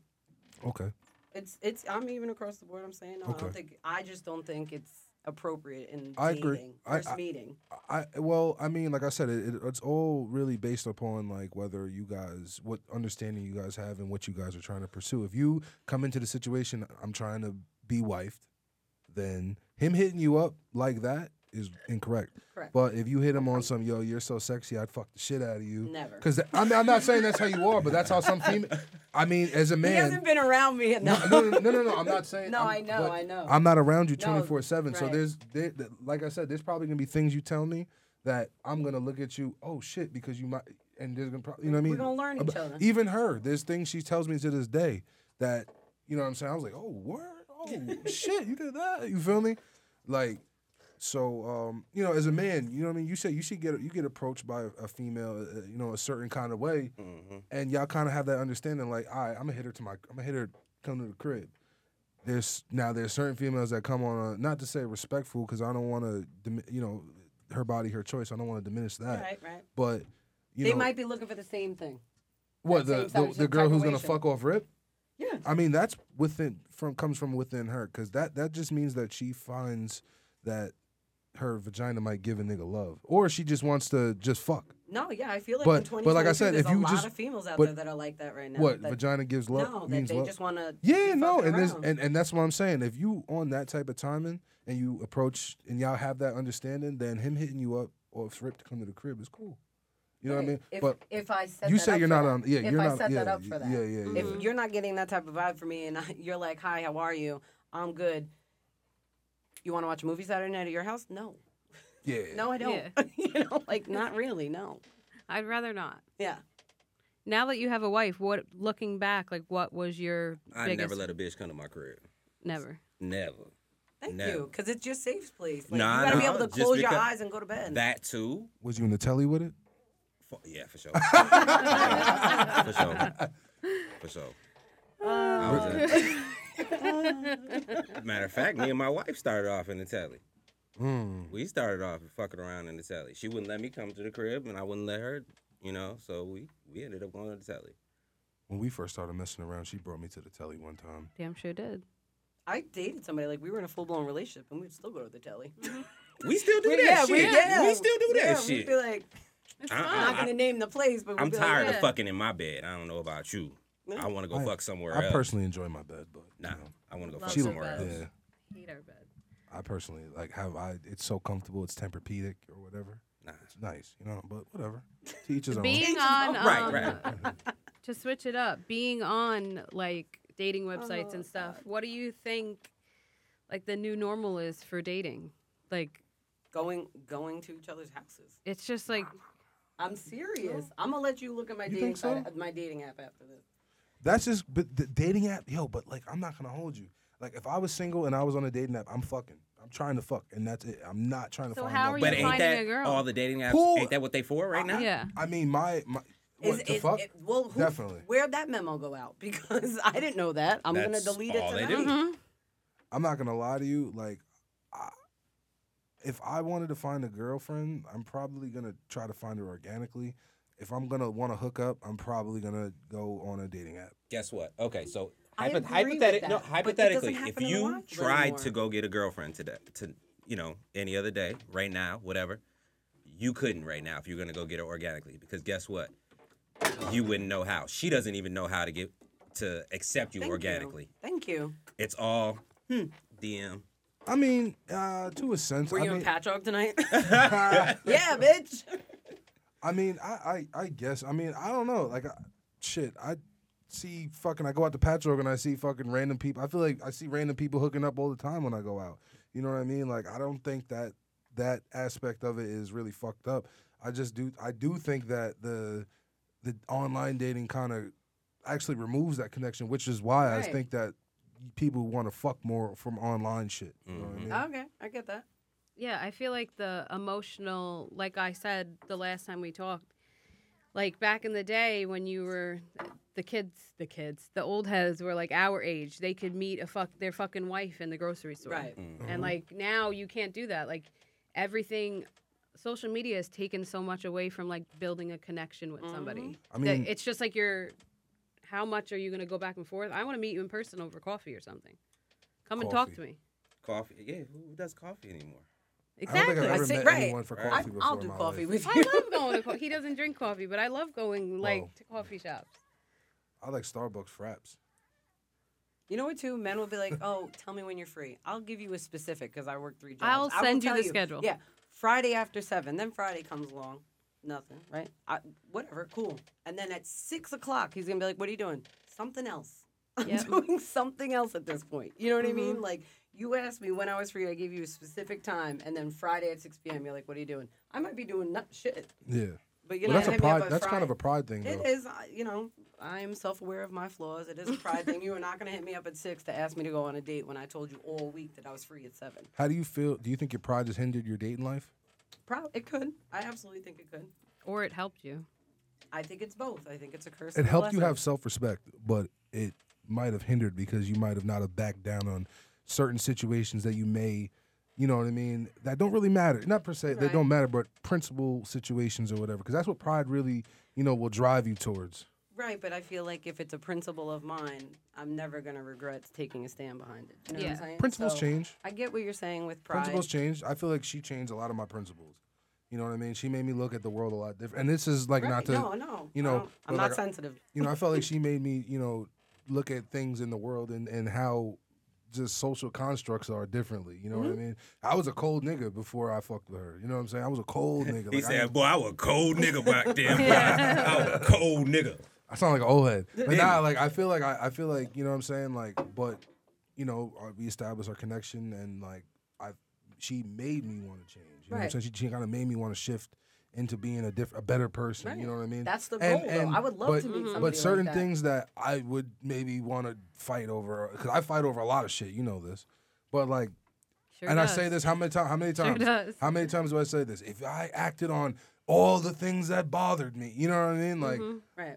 [SPEAKER 2] okay.
[SPEAKER 1] It's it's. I'm even across the board. I'm saying no. I don't
[SPEAKER 2] Okay.
[SPEAKER 1] think. I just don't think it's appropriate in
[SPEAKER 2] I
[SPEAKER 1] dating,
[SPEAKER 2] agree. I-
[SPEAKER 1] first
[SPEAKER 2] I-
[SPEAKER 1] meeting.
[SPEAKER 2] I well, I mean, like I said, it, it, it's all really based upon like whether you guys, what understanding you guys have, and what you guys are trying to pursue. If you come into the situation, I'm trying to be wifed, then him hitting you up like that is incorrect.
[SPEAKER 1] Correct.
[SPEAKER 2] But if you hit him on some, yo, you're so sexy, I'd fuck the shit out of you.
[SPEAKER 1] Never.
[SPEAKER 2] Because I'm, I'm not saying that's how you are, but that's how some female. I mean, as a
[SPEAKER 1] He hasn't
[SPEAKER 2] man.
[SPEAKER 1] been around me
[SPEAKER 2] No,
[SPEAKER 1] enough.
[SPEAKER 2] no, no, no, no, no, I'm not saying.
[SPEAKER 1] No,
[SPEAKER 2] I'm-
[SPEAKER 1] i know,
[SPEAKER 2] but-
[SPEAKER 1] I know.
[SPEAKER 2] I'm not around you
[SPEAKER 1] No,
[SPEAKER 2] 24 7. So
[SPEAKER 1] right.
[SPEAKER 2] there's, there, th- like I said, there's probably gonna be things you tell me that I'm gonna look at you, oh shit, because you might, and there's gonna probably, you know what I mean?
[SPEAKER 1] We're gonna learn each
[SPEAKER 2] Ab-
[SPEAKER 1] other.
[SPEAKER 2] Even her, there's things she tells me to this day that, you know what I'm saying? I was like, oh, word? Oh, shit, you did that. You feel me? Like, so um, you know, as a man, you know what I mean. You say you should get you get approached by a, a female, uh, you know, a certain kind of way, and y'all kind of have that understanding. Like, all right, I'm gonna hit her to my, I'm gonna hit her, come to the crib there's now there's certain females that come on a, not to say respectful because I don't want to you know her body her choice I don't want to diminish that
[SPEAKER 1] Right, right.
[SPEAKER 2] but you
[SPEAKER 1] They
[SPEAKER 2] know
[SPEAKER 1] might be looking for the same thing. that
[SPEAKER 2] what the,
[SPEAKER 1] same
[SPEAKER 2] the,
[SPEAKER 1] type-
[SPEAKER 2] the girl who's gonna
[SPEAKER 1] situation.
[SPEAKER 2] fuck off rip
[SPEAKER 1] Yeah.
[SPEAKER 2] I mean that's within from comes from within her because that that just means that she finds that her vagina might give a nigga love or she just wants to just fuck
[SPEAKER 1] No, yeah, I feel like in
[SPEAKER 2] But-
[SPEAKER 1] 2022,
[SPEAKER 2] but like I said,
[SPEAKER 1] there's
[SPEAKER 2] if
[SPEAKER 1] a
[SPEAKER 2] you
[SPEAKER 1] lot
[SPEAKER 2] just-
[SPEAKER 1] of females out
[SPEAKER 2] but-
[SPEAKER 1] there that are like that right now.
[SPEAKER 2] what
[SPEAKER 1] that,
[SPEAKER 2] vagina gives love
[SPEAKER 1] No, that
[SPEAKER 2] means
[SPEAKER 1] they
[SPEAKER 2] love
[SPEAKER 1] just want to.
[SPEAKER 2] Yeah, no, and
[SPEAKER 1] around.
[SPEAKER 2] this and, and that's what I'm saying. If you on that type of timing and you approach and y'all have that understanding, then him hitting you up or if Rip to come to the crib is cool. You know what I mean?
[SPEAKER 1] If,
[SPEAKER 2] but
[SPEAKER 1] if I set
[SPEAKER 2] you
[SPEAKER 1] that
[SPEAKER 2] say
[SPEAKER 1] up
[SPEAKER 2] you're
[SPEAKER 1] for
[SPEAKER 2] not
[SPEAKER 1] that-
[SPEAKER 2] on. Yeah,
[SPEAKER 1] if
[SPEAKER 2] you're
[SPEAKER 1] I
[SPEAKER 2] not.
[SPEAKER 1] set
[SPEAKER 2] yeah,
[SPEAKER 1] that up
[SPEAKER 2] y-
[SPEAKER 1] for that,
[SPEAKER 2] Yeah, yeah, yeah.
[SPEAKER 4] Mm-hmm.
[SPEAKER 1] if you're not getting that type of vibe from me, and I, you're like, "Hi, how are you? I'm good." You want to watch a movie Saturday night at your house? No,
[SPEAKER 2] yeah.
[SPEAKER 1] no, I don't.
[SPEAKER 3] Yeah.
[SPEAKER 1] you know, like not really. No.
[SPEAKER 3] I'd rather not.
[SPEAKER 1] Yeah.
[SPEAKER 3] Now that you have a wife, what looking back, like what was your
[SPEAKER 4] I
[SPEAKER 3] biggest
[SPEAKER 4] never let a bitch come to my crib.
[SPEAKER 3] never.
[SPEAKER 4] Never.
[SPEAKER 1] Thank
[SPEAKER 4] No.
[SPEAKER 1] you, because it's your safe place. Like,
[SPEAKER 4] Nah,
[SPEAKER 1] you gotta be
[SPEAKER 4] nah,
[SPEAKER 1] able to
[SPEAKER 4] just
[SPEAKER 1] close your
[SPEAKER 4] because-
[SPEAKER 1] eyes and go to bed.
[SPEAKER 4] That too.
[SPEAKER 2] Was you in the telly with it?
[SPEAKER 4] For, yeah, for sure. for sure. For sure. I was in- matter of fact, me and my wife started off in the telly.
[SPEAKER 2] Mm.
[SPEAKER 4] We started off fucking around in the telly. She wouldn't let me come to the crib, and I wouldn't let her. You know, so we we ended up going to the telly.
[SPEAKER 2] When we first started messing around, she brought me to the telly one time.
[SPEAKER 3] Damn sure did.
[SPEAKER 1] I dated somebody like we were in a full blown relationship and we'd still go to the telly.
[SPEAKER 4] We still do
[SPEAKER 1] We-
[SPEAKER 4] that
[SPEAKER 1] yeah,
[SPEAKER 4] shit.
[SPEAKER 1] we- yeah.
[SPEAKER 4] We still do that
[SPEAKER 1] yeah,
[SPEAKER 4] shit. Uh-uh.
[SPEAKER 1] We'd be like,
[SPEAKER 3] It's
[SPEAKER 4] I-
[SPEAKER 1] I'm
[SPEAKER 3] fun.
[SPEAKER 1] not gonna name the place, but we'd
[SPEAKER 4] I'm
[SPEAKER 1] be
[SPEAKER 4] tired
[SPEAKER 1] like,
[SPEAKER 3] yeah.
[SPEAKER 4] of fucking in my bed. I don't know about you. I want to go
[SPEAKER 2] I-
[SPEAKER 4] fuck somewhere
[SPEAKER 2] I
[SPEAKER 4] else.
[SPEAKER 2] personally enjoy my bed, but you
[SPEAKER 4] nah,
[SPEAKER 2] know,
[SPEAKER 4] I want to go
[SPEAKER 3] Love
[SPEAKER 4] fuck
[SPEAKER 3] the
[SPEAKER 2] she
[SPEAKER 4] somewhere
[SPEAKER 3] bed.
[SPEAKER 4] else.
[SPEAKER 2] yeah.
[SPEAKER 3] Hate our bed.
[SPEAKER 2] I personally like have I. It's so comfortable. It's Tempur-Pedic or whatever.
[SPEAKER 4] Nah.
[SPEAKER 2] It's nice, you know. But whatever. To each his own.
[SPEAKER 3] Being on um,
[SPEAKER 4] Right, right.
[SPEAKER 3] to switch it up, being on like dating websites and stuff. What do you think like the new normal is for dating? Like
[SPEAKER 1] going going to each other's houses.
[SPEAKER 3] it's just like
[SPEAKER 1] I'm serious.
[SPEAKER 4] Oh.
[SPEAKER 1] I'm gonna let you look at my
[SPEAKER 2] You
[SPEAKER 1] dating
[SPEAKER 2] think so?
[SPEAKER 1] site- my dating app after this.
[SPEAKER 2] That's just but the dating app, yo. But like, I'm not gonna hold you. Like, if I was single and I was on a dating app, I'm fucking. I'm trying to fuck, and that's it. I'm not trying to.
[SPEAKER 3] So
[SPEAKER 2] find
[SPEAKER 3] how
[SPEAKER 2] no
[SPEAKER 3] are you
[SPEAKER 4] But
[SPEAKER 2] better.
[SPEAKER 4] ain't
[SPEAKER 3] finding
[SPEAKER 4] that
[SPEAKER 3] a girl?
[SPEAKER 4] all the dating apps?
[SPEAKER 2] Who-
[SPEAKER 4] Ain't that what they for right now?
[SPEAKER 3] yeah.
[SPEAKER 2] I mean, my my. What
[SPEAKER 1] Is,
[SPEAKER 2] the
[SPEAKER 1] is-
[SPEAKER 2] fuck?
[SPEAKER 1] it- well, who,
[SPEAKER 2] Definitely.
[SPEAKER 1] Where'd that memo go out? Because I didn't know that. I'm
[SPEAKER 4] That's
[SPEAKER 1] gonna delete it
[SPEAKER 4] all they
[SPEAKER 1] tonight.
[SPEAKER 4] do.
[SPEAKER 3] Mhm.
[SPEAKER 2] I'm not gonna lie to you. Like, I, if I wanted to find a girlfriend, I'm probably gonna try to find her organically. If I'm gonna want to hook up, I'm probably gonna go on a dating app.
[SPEAKER 4] Guess what? Okay, so
[SPEAKER 1] I
[SPEAKER 4] hypo-
[SPEAKER 1] agree with
[SPEAKER 4] hypothetic-
[SPEAKER 1] that,
[SPEAKER 4] no,
[SPEAKER 1] but it doesn't
[SPEAKER 4] hypothetically, if
[SPEAKER 1] happen in the
[SPEAKER 4] you
[SPEAKER 1] wild
[SPEAKER 4] tried
[SPEAKER 1] anymore.
[SPEAKER 4] to go get a girlfriend today, to you know, any other day, right now, whatever, you couldn't right now if you're gonna go get her organically because guess what? You wouldn't know how. She doesn't even know how to get to accept you
[SPEAKER 1] Thank
[SPEAKER 4] organically.
[SPEAKER 1] You. Thank you.
[SPEAKER 4] It's all hmm, DM.
[SPEAKER 2] I mean, uh, to a sense.
[SPEAKER 1] Were
[SPEAKER 2] I
[SPEAKER 1] you
[SPEAKER 2] mean,
[SPEAKER 1] in Patchogue tonight? yeah, bitch.
[SPEAKER 2] I mean, I, I, I guess. I mean, I don't know. Like, I, shit, I see fucking. I go out to Patchogue and I see fucking random people. I feel like I see random people hooking up all the time when I go out. You know what I mean? Like, I don't think that that aspect of it is really fucked up. I just do. I do think that the the online dating kind of actually removes that connection, which is why I
[SPEAKER 1] Right.
[SPEAKER 2] think that people want to fuck more from online shit. You know what I
[SPEAKER 4] Mhm.
[SPEAKER 2] mean?
[SPEAKER 1] Okay, I get that.
[SPEAKER 3] Yeah, I feel like the emotional, like I said the last time we talked, like back in the day when you were the kids, the kids, the old heads were like our age. They could meet a fuck their fucking wife in the grocery store.
[SPEAKER 1] Right.
[SPEAKER 2] Mm-hmm.
[SPEAKER 3] And like now you can't do that. Like everything social media has taken so much away from like building a connection with somebody.
[SPEAKER 2] I
[SPEAKER 3] that
[SPEAKER 2] mean-
[SPEAKER 3] it's just like you're how much are you going to go back and forth? I want to meet you in person over coffee or something. Come and talk
[SPEAKER 2] Coffee.
[SPEAKER 3] to me.
[SPEAKER 4] Coffee. Yeah, who does coffee anymore?
[SPEAKER 2] I don't
[SPEAKER 3] Exactly.
[SPEAKER 2] think I've ever
[SPEAKER 1] see-
[SPEAKER 2] met
[SPEAKER 1] right.
[SPEAKER 2] anyone for
[SPEAKER 4] Right.
[SPEAKER 2] coffee
[SPEAKER 1] I,
[SPEAKER 2] before.
[SPEAKER 1] I'll
[SPEAKER 2] in
[SPEAKER 1] do
[SPEAKER 2] my
[SPEAKER 1] coffee
[SPEAKER 2] life.
[SPEAKER 1] with
[SPEAKER 3] I
[SPEAKER 1] you.
[SPEAKER 3] love going to co- he doesn't drink coffee, but I love going like
[SPEAKER 2] Whoa.
[SPEAKER 3] to coffee shops.
[SPEAKER 2] I like Starbucks fraps.
[SPEAKER 1] You know what? Too men will be like, "Oh, tell me when you're free. I'll give you a specific because I work three jobs.
[SPEAKER 3] I'll
[SPEAKER 1] I will
[SPEAKER 3] send you
[SPEAKER 1] tell
[SPEAKER 3] the schedule."
[SPEAKER 1] Yeah, Friday after seven. Then Friday comes along, nothing. Right? I, whatever. Cool. And then at six o'clock, he's gonna be like, "What are you doing? Something else. I'm
[SPEAKER 3] Yep. Mm-hmm.
[SPEAKER 1] doing something else at this point. You know what I mean? Like." You asked me when I was free. I gave you a specific time, and then Friday at six p.m. You're like, "What are you doing?" I might be doing nut shit,
[SPEAKER 2] Yeah.
[SPEAKER 1] but you
[SPEAKER 2] Well,
[SPEAKER 1] know
[SPEAKER 2] that's a pride. That's kind of a pride thing,
[SPEAKER 1] It
[SPEAKER 2] though.
[SPEAKER 1] is, I- you know, I am self-aware of my flaws. It is a pride thing. You are not going to hit me up at six to ask me to go on a date when I told you all week that I was free at seven.
[SPEAKER 2] How do you feel? Do you think your pride has hindered your dating life?
[SPEAKER 1] Prob- it could. I absolutely think it could.
[SPEAKER 3] Or it helped you.
[SPEAKER 1] I think it's both. I think it's a curse.
[SPEAKER 2] It
[SPEAKER 1] and a
[SPEAKER 2] helped you have
[SPEAKER 1] blessing.
[SPEAKER 2] self respect, but it might have hindered because you might have not have backed down on certain situations that you may, you know what I mean, that don't really matter. Not per se, they
[SPEAKER 3] Right.
[SPEAKER 2] don't matter, but principal situations or whatever. Because that's what pride really, you know, will drive you towards.
[SPEAKER 1] right, but I feel like if it's a principle of mine, I'm never going to regret taking a stand behind it. You know what
[SPEAKER 3] Yeah.
[SPEAKER 1] I'm saying?
[SPEAKER 2] Principles
[SPEAKER 1] So,
[SPEAKER 2] change.
[SPEAKER 1] I get what you're saying with pride.
[SPEAKER 2] Principles changed. I feel like she changed a lot of my principles. You know what I mean? She made me look at the world a lot different. And this is like
[SPEAKER 1] Right.
[SPEAKER 2] not to,
[SPEAKER 1] no, no.
[SPEAKER 2] you
[SPEAKER 1] I
[SPEAKER 2] know,
[SPEAKER 1] don't-
[SPEAKER 2] but
[SPEAKER 1] I'm not
[SPEAKER 2] like,
[SPEAKER 1] sensitive.
[SPEAKER 2] you know, I felt like she made me, you know, look at things in the world and, and how just social constructs are differently. You know what I
[SPEAKER 4] Mm-hmm.
[SPEAKER 2] mean? I was a cold nigga before I fucked with her. You know what I'm saying? I was a cold nigga.
[SPEAKER 4] He
[SPEAKER 2] Like, I,
[SPEAKER 4] said, "Boy, I was a cold nigga back then. Boy. I was a cold nigga."
[SPEAKER 2] I sound like an old head. But nah, like I feel like I, I feel like, you know what I'm saying? Like, but you know, uh, we established our connection and like I she made me want to change. You know what I'm
[SPEAKER 1] Right.
[SPEAKER 2] saying? She, she kind of made me want to shift into being a diff- a better person. You
[SPEAKER 1] Right.
[SPEAKER 2] know what I mean?
[SPEAKER 1] That's the
[SPEAKER 2] And-
[SPEAKER 1] goal, though.
[SPEAKER 2] and-
[SPEAKER 1] I would love
[SPEAKER 2] but,
[SPEAKER 3] Mm-hmm.
[SPEAKER 1] to meet somebody
[SPEAKER 2] But
[SPEAKER 1] like
[SPEAKER 2] certain
[SPEAKER 1] that.
[SPEAKER 2] things that I would maybe want to fight over, because I fight over a lot of shit. You know this, but like
[SPEAKER 3] Sure
[SPEAKER 2] and I
[SPEAKER 3] does.
[SPEAKER 2] say this how many times? How many times?
[SPEAKER 3] does.
[SPEAKER 2] How many times do I say this? If I acted on all the things that bothered me, you know what I mean? Like,
[SPEAKER 3] Mm-hmm.
[SPEAKER 1] Right.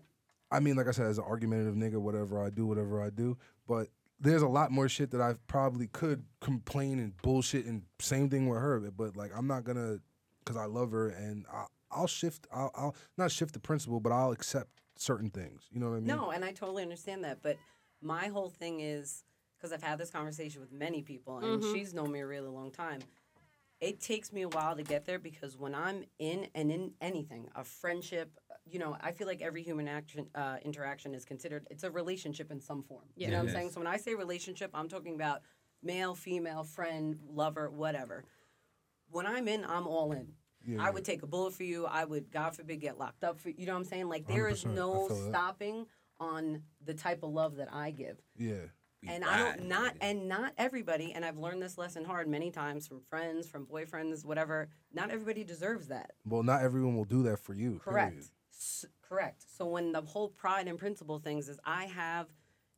[SPEAKER 2] I mean, like I said, as an argumentative nigga, whatever I do, whatever I do. But there's a lot more shit that I probably could complain and bullshit and same thing with her. But like, I'm not gonna, cause I love her and I, I'll shift. I'll, I'll not shift the principle, but I'll accept certain things. You know what I mean?
[SPEAKER 1] No, and I totally understand that. But my whole thing is because I've had this conversation with many people, and she's known me a really long time. It takes me a while to get there because when I'm in and in anything, a friendship, you know, I feel like every human action uh, interaction is considered it's a relationship in some form. You know what I'm
[SPEAKER 4] Yes.
[SPEAKER 1] saying? So when I say relationship, I'm talking about male, female, friend, lover, whatever. When I'm in, I'm all in.
[SPEAKER 2] Yeah,
[SPEAKER 1] I
[SPEAKER 2] yeah.
[SPEAKER 1] would take a bullet for you. I would, God forbid, get locked up for you. Know what I'm saying? Like there is
[SPEAKER 2] 100%. I
[SPEAKER 1] no
[SPEAKER 2] feel that.
[SPEAKER 1] stopping on the type of love that I give.
[SPEAKER 2] Yeah.
[SPEAKER 4] We
[SPEAKER 1] and I
[SPEAKER 4] ride,
[SPEAKER 1] don't not
[SPEAKER 4] nigga.
[SPEAKER 1] and not everybody, and I've learned this lesson hard many times from friends, from boyfriends, whatever. Not everybody deserves that.
[SPEAKER 2] Well, not everyone will do that for you.
[SPEAKER 1] Correct.
[SPEAKER 2] period.
[SPEAKER 1] S- correct. So when the whole pride and principle things is I have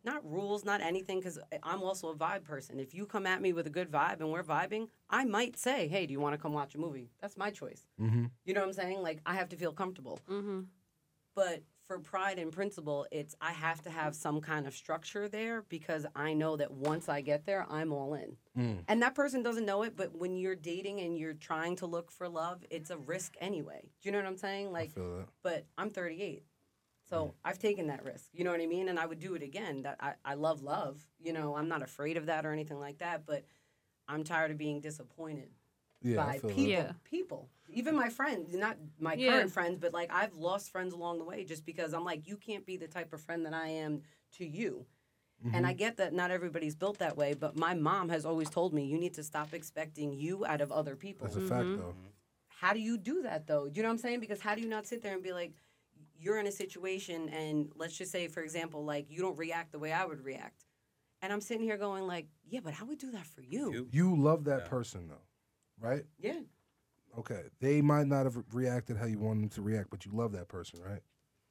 [SPEAKER 1] not rules, not anything, because I'm also a vibe person. If you come at me with a good vibe and we're vibing, I might say, "Hey, do you want to come watch a movie?" That's my choice.
[SPEAKER 2] Mhm.
[SPEAKER 1] You know what I'm saying? Like I have to feel comfortable.
[SPEAKER 3] Mm-hmm.
[SPEAKER 1] But for pride and principle, it's I have to have some kind of structure there because I know that once I get there, I'm all in.
[SPEAKER 2] Mm.
[SPEAKER 1] And that person doesn't know it, but when you're dating and you're trying to look for love, it's a risk anyway. Do you know what I'm saying? Like,
[SPEAKER 2] I feel Mm. that.
[SPEAKER 1] but I'm 38. So I've taken that risk. You know what I mean? And I would do it again. That I, I love love. You know, I'm not afraid of that or anything like that, but I'm tired of being disappointed
[SPEAKER 2] Yeah. I
[SPEAKER 1] by
[SPEAKER 2] feel
[SPEAKER 1] people.
[SPEAKER 2] that.
[SPEAKER 3] Yeah.
[SPEAKER 1] People, even my friends, not my
[SPEAKER 3] Yeah.
[SPEAKER 1] current friends, but like I've lost friends along the way just because I'm like, you can't be the type of friend that I am to you. And
[SPEAKER 2] Mm-hmm.
[SPEAKER 1] I get that not everybody's built that way, but my mom has always told me you need to stop expecting you out of other people.
[SPEAKER 2] That's a fact,
[SPEAKER 1] Mm-hmm.
[SPEAKER 2] though.
[SPEAKER 1] How do you do that though? You know what I'm saying? Because how do you not sit there and be like, you're in a situation, and let's just say, for example, like you don't react the way I would react, and I'm sitting here going like, yeah, but I would do that for you.
[SPEAKER 4] You-
[SPEAKER 2] You love that
[SPEAKER 4] Yeah.
[SPEAKER 2] person, though, right?
[SPEAKER 1] Yeah.
[SPEAKER 2] Okay. They might not have reacted how you wanted them to react, but you love that person, right?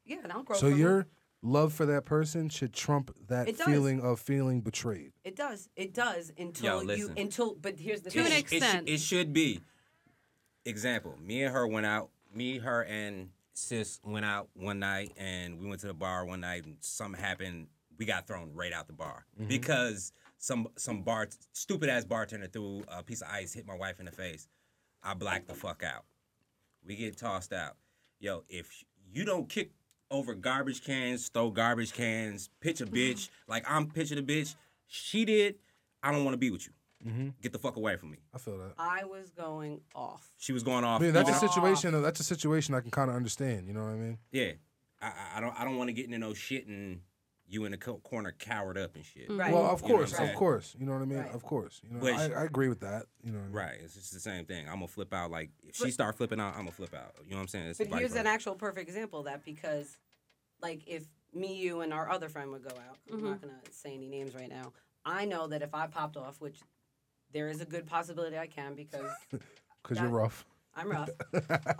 [SPEAKER 1] Yeah, and I'll grow.
[SPEAKER 2] so
[SPEAKER 1] from it.
[SPEAKER 2] your love for that person should trump that
[SPEAKER 1] It does.
[SPEAKER 2] feeling of feeling betrayed.
[SPEAKER 1] It does. It does until you
[SPEAKER 4] listen.
[SPEAKER 1] until. But here's the
[SPEAKER 3] To an
[SPEAKER 1] thing.
[SPEAKER 4] It sh- it sh-
[SPEAKER 3] extent.
[SPEAKER 4] It, should be. Example: Me and her went out. Me, her, and sis went out one night, and we went to the bar one night, and something happened. We got thrown right out the bar
[SPEAKER 3] Mm-hmm.
[SPEAKER 4] because some some bar stupid ass bartender threw a piece of ice, hit my wife in the face. I blacked the fuck out. We get tossed out. Yo, if you don't kick over garbage cans, throw garbage cans, pitch a bitch like I'm pitching a bitch. She did. I don't want to be with you. Get the fuck away from me.
[SPEAKER 2] I feel that.
[SPEAKER 1] I was going off.
[SPEAKER 4] She was going off.
[SPEAKER 2] I mean, that's
[SPEAKER 4] even-
[SPEAKER 2] a situation. though, That's a situation I can kind of understand. You know what I mean?
[SPEAKER 4] yeah. I, I- I don't I don't want to get into no shit and you in the co- corner cowered up and shit.
[SPEAKER 1] Right.
[SPEAKER 2] Well, of
[SPEAKER 4] You know what
[SPEAKER 2] course,
[SPEAKER 4] I'm
[SPEAKER 2] of
[SPEAKER 4] saying?
[SPEAKER 2] course. You know what I mean?
[SPEAKER 1] Right.
[SPEAKER 2] Of course. You know,
[SPEAKER 4] Which-
[SPEAKER 2] I, I agree with that. You know. What I mean?
[SPEAKER 4] Right. It's just the same thing. I'm gonna flip out. Like if she start flipping out, I'm gonna flip out. You know what I'm saying? It's
[SPEAKER 1] But
[SPEAKER 4] vice
[SPEAKER 1] here's an
[SPEAKER 4] versa.
[SPEAKER 1] actual perfect example of that because, like, if me, you, and our other friend would go out, I'm not gonna say any names right now. I know that if I popped off, which there is a good possibility I can because
[SPEAKER 2] Because you're
[SPEAKER 1] That-
[SPEAKER 2] rough.
[SPEAKER 1] I'm rough.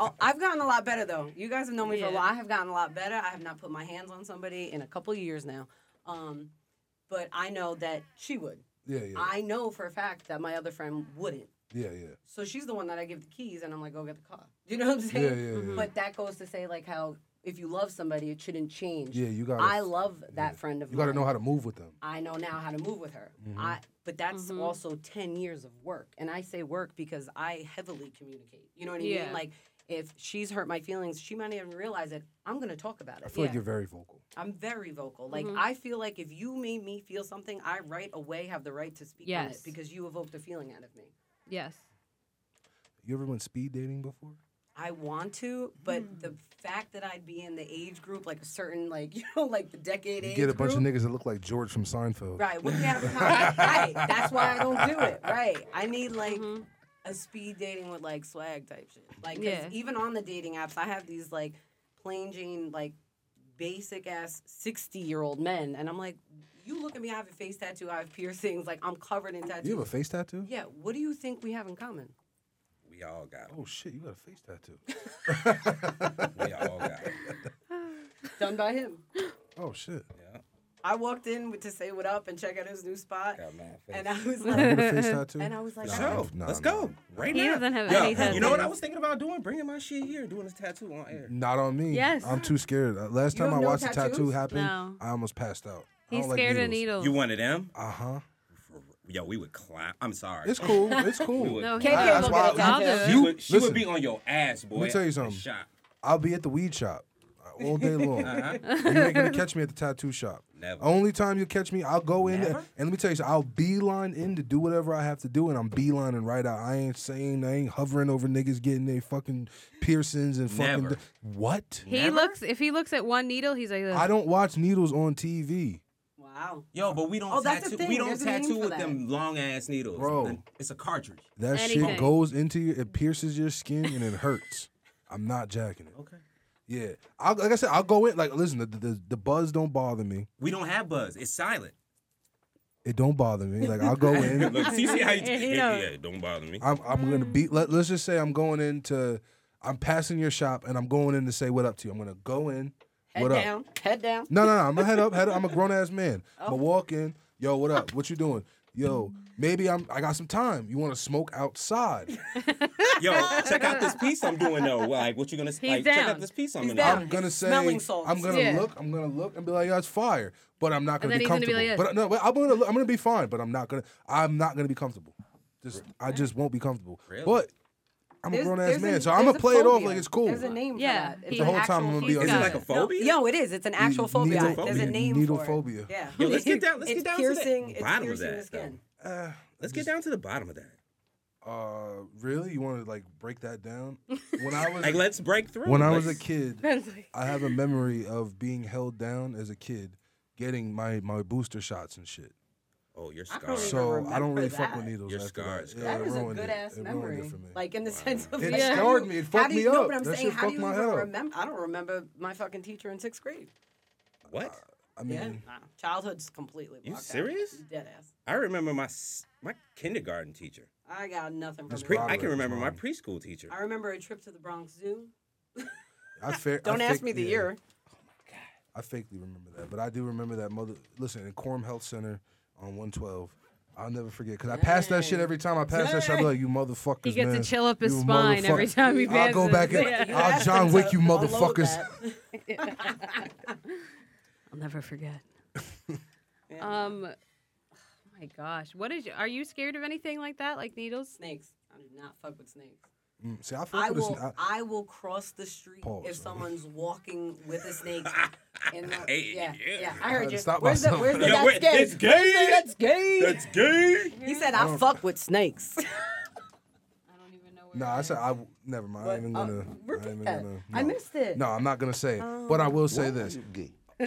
[SPEAKER 1] oh, I've gotten a lot better though. You guys have known me for a
[SPEAKER 3] Yeah.
[SPEAKER 1] while. I have gotten a lot better. I have not put my hands on somebody in a couple of years now. Um, but I know that she would.
[SPEAKER 2] Yeah, yeah,
[SPEAKER 1] I know for a fact that my other friend wouldn't.
[SPEAKER 2] yeah, yeah,
[SPEAKER 1] So she's the one that I give the keys, and I'm like, go get the car. You know what I'm
[SPEAKER 2] yeah,
[SPEAKER 1] saying?
[SPEAKER 2] yeah, yeah.
[SPEAKER 1] But that goes to say like how if you love somebody, it shouldn't change.
[SPEAKER 2] Yeah, you gotta.
[SPEAKER 1] I love that friend of
[SPEAKER 2] You
[SPEAKER 1] mine.
[SPEAKER 2] gotta know how Mm-hmm. to move with them.
[SPEAKER 1] I know now how to move with her. I but that's
[SPEAKER 3] Mm-hmm.
[SPEAKER 1] also ten years of work, and I say work because I heavily communicate. You know what I
[SPEAKER 3] Yeah.
[SPEAKER 1] mean? Like if she's hurt my feelings, she might not even realize it. I'm gonna talk about
[SPEAKER 2] I
[SPEAKER 1] it.
[SPEAKER 2] feel like
[SPEAKER 3] Yeah.
[SPEAKER 2] you're very vocal.
[SPEAKER 1] I'm very vocal. Like
[SPEAKER 3] Mm-hmm.
[SPEAKER 1] I feel like if you made me feel something, I right away have the right to speak on it
[SPEAKER 3] Yes.
[SPEAKER 1] because you evoked a feeling out of me.
[SPEAKER 3] Yes.
[SPEAKER 2] You ever went speed dating before?
[SPEAKER 1] I want to, but the fact that I'd be in the age group, like a certain, like you know, like the decade
[SPEAKER 2] You
[SPEAKER 1] age
[SPEAKER 2] get a bunch
[SPEAKER 1] group,
[SPEAKER 2] of niggas that look like George from Seinfeld.
[SPEAKER 1] Right. What kind of content? right. That's why I don't do it. Right. I need like a speed dating with like swag type shit. Like 'cause
[SPEAKER 3] Yeah.
[SPEAKER 1] even on the dating apps, I have these like plain Jane like basic ass sixty year old men, and I'm like, you look at me. I have a face tattoo. I have piercings. Like I'm covered in tattoos.
[SPEAKER 2] You have a face tattoo?
[SPEAKER 1] yeah. What do you think we have in common?
[SPEAKER 4] We all got.
[SPEAKER 2] Oh shit, you got a face tattoo.
[SPEAKER 4] It. We all got. It.
[SPEAKER 1] Done by him.
[SPEAKER 2] Oh shit.
[SPEAKER 4] Yeah.
[SPEAKER 1] I walked in with- to say what up and check out his new spot,
[SPEAKER 4] Got mad face.
[SPEAKER 1] and I was
[SPEAKER 2] I want a
[SPEAKER 1] like,
[SPEAKER 2] face tattoo.
[SPEAKER 1] and I was like,
[SPEAKER 4] Let's
[SPEAKER 1] I-
[SPEAKER 4] go. Let's go. Right
[SPEAKER 3] He
[SPEAKER 4] now.
[SPEAKER 3] doesn't have
[SPEAKER 4] Yo,
[SPEAKER 3] any
[SPEAKER 4] You know what I
[SPEAKER 3] tattoos.
[SPEAKER 4] was thinking about doing? Bringing my shit here, doing this tattoo on air.
[SPEAKER 2] Not on me.
[SPEAKER 3] Yes.
[SPEAKER 2] I'm too scared. Uh, Last
[SPEAKER 1] You
[SPEAKER 2] time
[SPEAKER 1] have
[SPEAKER 2] I
[SPEAKER 1] no
[SPEAKER 2] watched a tattoo
[SPEAKER 1] tattoos?
[SPEAKER 2] happen,
[SPEAKER 3] No.
[SPEAKER 2] I almost passed out. I
[SPEAKER 3] He's
[SPEAKER 2] don't like
[SPEAKER 3] scared of
[SPEAKER 2] needles.
[SPEAKER 3] needles.
[SPEAKER 4] You one of them?
[SPEAKER 2] Uh huh.
[SPEAKER 4] Yo, we would climb. I'm sorry.
[SPEAKER 2] It's cool. It's
[SPEAKER 4] We
[SPEAKER 2] cool.
[SPEAKER 4] would
[SPEAKER 3] No,
[SPEAKER 4] climb.
[SPEAKER 1] KK
[SPEAKER 2] I-
[SPEAKER 1] will
[SPEAKER 2] that's why
[SPEAKER 1] get a
[SPEAKER 3] I'll
[SPEAKER 1] tattoo.
[SPEAKER 3] do it.
[SPEAKER 4] You would, she
[SPEAKER 2] Listen.
[SPEAKER 4] would be on your ass, boy.
[SPEAKER 2] me tell you
[SPEAKER 4] at the
[SPEAKER 2] something.
[SPEAKER 4] shop.
[SPEAKER 2] I'll be at the weed shop uh, all day long.
[SPEAKER 4] Uh-huh.
[SPEAKER 2] You're not gonna catch me at the tattoo shop.
[SPEAKER 4] Never.
[SPEAKER 2] Only time you catch me, I'll go in there,
[SPEAKER 4] Never?
[SPEAKER 2] and let me tell you, something, I'll beeline in to do whatever I have to do, and I'm beelining right out. I ain't saying, I ain't hovering over niggas getting their fucking piercings and fucking
[SPEAKER 4] Never.
[SPEAKER 2] what.
[SPEAKER 3] He
[SPEAKER 4] Never?
[SPEAKER 3] looks. If he looks at one needle, he's like,
[SPEAKER 2] I don't watch needles on TV.
[SPEAKER 1] Wow.
[SPEAKER 4] Yo, but we don't
[SPEAKER 1] Oh, that's the
[SPEAKER 4] tattoo.
[SPEAKER 1] thing.
[SPEAKER 4] We don't
[SPEAKER 1] There's a name
[SPEAKER 4] tattoo
[SPEAKER 1] for
[SPEAKER 4] with
[SPEAKER 1] that.
[SPEAKER 4] them long ass needles.
[SPEAKER 2] Bro.
[SPEAKER 4] It's a cartridge.
[SPEAKER 2] That
[SPEAKER 3] Anything.
[SPEAKER 2] shit goes into your, it pierces your skin and it hurts. I'm not jacking it.
[SPEAKER 4] Okay.
[SPEAKER 2] Yeah, I'll, like I said, I'll go in. Like, listen, the, the the buzz don't bother me.
[SPEAKER 4] We don't have buzz. It's silent.
[SPEAKER 2] It don't bother me. Like I'll go in.
[SPEAKER 4] Look, see, see how you.
[SPEAKER 3] Yeah, he
[SPEAKER 4] yeah,
[SPEAKER 3] don't-
[SPEAKER 4] yeah, it don't bother me.
[SPEAKER 2] I'm I'm gonna be. Let, let's just say I'm going into. I'm passing your shop and I'm going in to say what up to you. I'm gonna go in.
[SPEAKER 1] Head
[SPEAKER 2] what up?
[SPEAKER 1] down. Oh. Head down.
[SPEAKER 2] No, no, no. I'm gonna head up. Head up. I'm a grown ass man. I'm gonna walk in. Yo, what up? What you doing? Yo, maybe I'm. I got some time. You want to smoke outside?
[SPEAKER 4] Yo, check out this piece I'm doing though. Like, what you gonna
[SPEAKER 3] He's
[SPEAKER 4] like? Check
[SPEAKER 3] down.
[SPEAKER 4] out this piece I'm
[SPEAKER 1] He's
[SPEAKER 4] in.
[SPEAKER 1] down.
[SPEAKER 2] I'm gonna say.
[SPEAKER 1] Smelling salts.
[SPEAKER 2] I'm gonna
[SPEAKER 3] Yeah.
[SPEAKER 2] look. I'm gonna look and be like, yo, it's fire. But I'm not gonna
[SPEAKER 3] then
[SPEAKER 2] be
[SPEAKER 3] he's gonna be
[SPEAKER 2] comfortable.
[SPEAKER 3] like
[SPEAKER 2] but no, but I'm gonna. look- I'm gonna be fine. But I'm not gonna. I'm not gonna be comfortable. Just I just won't be comfortable.
[SPEAKER 4] Really?
[SPEAKER 2] But I'm a
[SPEAKER 1] There's-
[SPEAKER 2] grown ass
[SPEAKER 1] there's a-
[SPEAKER 2] man, so I'm
[SPEAKER 1] there's
[SPEAKER 2] gonna
[SPEAKER 1] a
[SPEAKER 2] play it off
[SPEAKER 1] phobia.
[SPEAKER 2] like it's cool.
[SPEAKER 1] There's a name
[SPEAKER 3] Yeah,
[SPEAKER 1] for that.
[SPEAKER 3] he-
[SPEAKER 1] It's
[SPEAKER 3] The
[SPEAKER 1] an
[SPEAKER 2] whole time
[SPEAKER 1] actual
[SPEAKER 2] I'm gonna be
[SPEAKER 1] phobia.
[SPEAKER 2] on
[SPEAKER 4] Is it
[SPEAKER 3] got
[SPEAKER 4] like a
[SPEAKER 3] it.
[SPEAKER 4] phobia?
[SPEAKER 1] No, it is. It's an actual phobia.
[SPEAKER 2] needle
[SPEAKER 1] There's a
[SPEAKER 2] phobia.
[SPEAKER 1] name
[SPEAKER 2] Needle
[SPEAKER 1] for it.
[SPEAKER 2] phobia.
[SPEAKER 1] Yeah.
[SPEAKER 4] Yo, let's get down- let's
[SPEAKER 1] it's
[SPEAKER 4] get down to the
[SPEAKER 1] piercing, it's
[SPEAKER 4] bottom of
[SPEAKER 1] piercing
[SPEAKER 4] that,
[SPEAKER 1] the skin.
[SPEAKER 2] Uh,
[SPEAKER 4] Let's get down to the bottom of that.
[SPEAKER 2] uh, really? You want to like break that down? When I was
[SPEAKER 4] Like, let's break through.
[SPEAKER 2] when I was a
[SPEAKER 4] Let's-
[SPEAKER 2] kid, I have a memory of being held down as a kid, getting my my booster shots and shit.
[SPEAKER 4] Oh, you're
[SPEAKER 1] I don't even-
[SPEAKER 4] scarred.
[SPEAKER 2] So I don't
[SPEAKER 1] remember
[SPEAKER 2] really fuck
[SPEAKER 1] that.
[SPEAKER 2] with needles.
[SPEAKER 4] Your
[SPEAKER 2] after
[SPEAKER 4] scars,
[SPEAKER 2] that.
[SPEAKER 4] scars.
[SPEAKER 2] Yeah,
[SPEAKER 1] That
[SPEAKER 2] it
[SPEAKER 1] is a
[SPEAKER 2] ruined
[SPEAKER 1] good
[SPEAKER 2] it.
[SPEAKER 1] ass
[SPEAKER 2] It ruined
[SPEAKER 1] memory.
[SPEAKER 2] it for me.
[SPEAKER 1] Like in the sense of
[SPEAKER 2] It
[SPEAKER 1] like, how do
[SPEAKER 2] scarred
[SPEAKER 1] you-
[SPEAKER 2] me. It
[SPEAKER 1] how
[SPEAKER 2] fucked
[SPEAKER 1] do you
[SPEAKER 2] me
[SPEAKER 1] know
[SPEAKER 2] up.
[SPEAKER 1] what I'm
[SPEAKER 2] That
[SPEAKER 1] saying?
[SPEAKER 2] shit
[SPEAKER 1] How do
[SPEAKER 2] fucked
[SPEAKER 1] you
[SPEAKER 2] my
[SPEAKER 1] even
[SPEAKER 2] head up.
[SPEAKER 1] remember? I don't remember my fucking teacher in sixth grade.
[SPEAKER 4] What?
[SPEAKER 2] I mean,
[SPEAKER 1] yeah, nah, childhood's completely.
[SPEAKER 4] You
[SPEAKER 1] blocked out.
[SPEAKER 4] serious?
[SPEAKER 1] Dead ass.
[SPEAKER 4] I remember my s- my kindergarten teacher.
[SPEAKER 1] I got nothing from
[SPEAKER 2] That's
[SPEAKER 4] Pre-
[SPEAKER 1] it.
[SPEAKER 2] Robert
[SPEAKER 4] I can
[SPEAKER 2] was
[SPEAKER 4] remember my
[SPEAKER 2] mine.
[SPEAKER 4] preschool teacher.
[SPEAKER 1] I remember a trip to the Bronx Zoo.
[SPEAKER 2] I fa-
[SPEAKER 1] Don't
[SPEAKER 2] I
[SPEAKER 1] ask
[SPEAKER 2] fake-
[SPEAKER 1] me the
[SPEAKER 2] yeah,
[SPEAKER 1] year.
[SPEAKER 2] I fakely remember that, but I do remember that mother. Listen, in Quorum Health Center on 112, I'll never forget because I pass that shit every time I pass that shit. I be like, you motherfuckers.
[SPEAKER 3] He gets
[SPEAKER 2] man.
[SPEAKER 3] a chill up his
[SPEAKER 2] You
[SPEAKER 3] spine every
[SPEAKER 2] motherfuck-
[SPEAKER 3] time he
[SPEAKER 2] I'll
[SPEAKER 3] passes.
[SPEAKER 2] go back and
[SPEAKER 3] Yeah.
[SPEAKER 1] You
[SPEAKER 2] I'll
[SPEAKER 1] asked
[SPEAKER 2] John
[SPEAKER 1] them
[SPEAKER 2] Wick
[SPEAKER 1] to
[SPEAKER 2] you
[SPEAKER 1] unload
[SPEAKER 2] motherfuckers.
[SPEAKER 1] that.
[SPEAKER 3] I'll never forget.
[SPEAKER 1] Yeah.
[SPEAKER 3] Um, oh my gosh, what is? Are you scared of anything like that, like needles?
[SPEAKER 1] snakes. I do not fuck with snakes.
[SPEAKER 2] Mm, See, I fuck
[SPEAKER 1] I
[SPEAKER 2] with this.
[SPEAKER 1] will.
[SPEAKER 2] I-
[SPEAKER 1] I will cross the street
[SPEAKER 2] Pause.
[SPEAKER 1] if someone's walking with a snake. In the,
[SPEAKER 4] Hey,
[SPEAKER 1] yeah,
[SPEAKER 4] yeah.
[SPEAKER 1] yeah, I heard
[SPEAKER 2] Gotta
[SPEAKER 1] you.
[SPEAKER 2] stop
[SPEAKER 1] where's the
[SPEAKER 2] myself.
[SPEAKER 1] where's the
[SPEAKER 4] Yo,
[SPEAKER 1] that's
[SPEAKER 4] wait,
[SPEAKER 1] gay?
[SPEAKER 4] it's gay?
[SPEAKER 1] Where's the that's gay?
[SPEAKER 4] gay.
[SPEAKER 1] he said I, fuck with snakes.
[SPEAKER 3] I don't even know. Where
[SPEAKER 2] No, I said I w- never mind. I'm
[SPEAKER 1] But,
[SPEAKER 2] even
[SPEAKER 1] uh,
[SPEAKER 2] gonna.
[SPEAKER 1] repeat
[SPEAKER 2] I, ain't even
[SPEAKER 1] that.
[SPEAKER 2] gonna no.
[SPEAKER 1] I missed it.
[SPEAKER 2] No, I'm not gonna say. it. But I will say this. I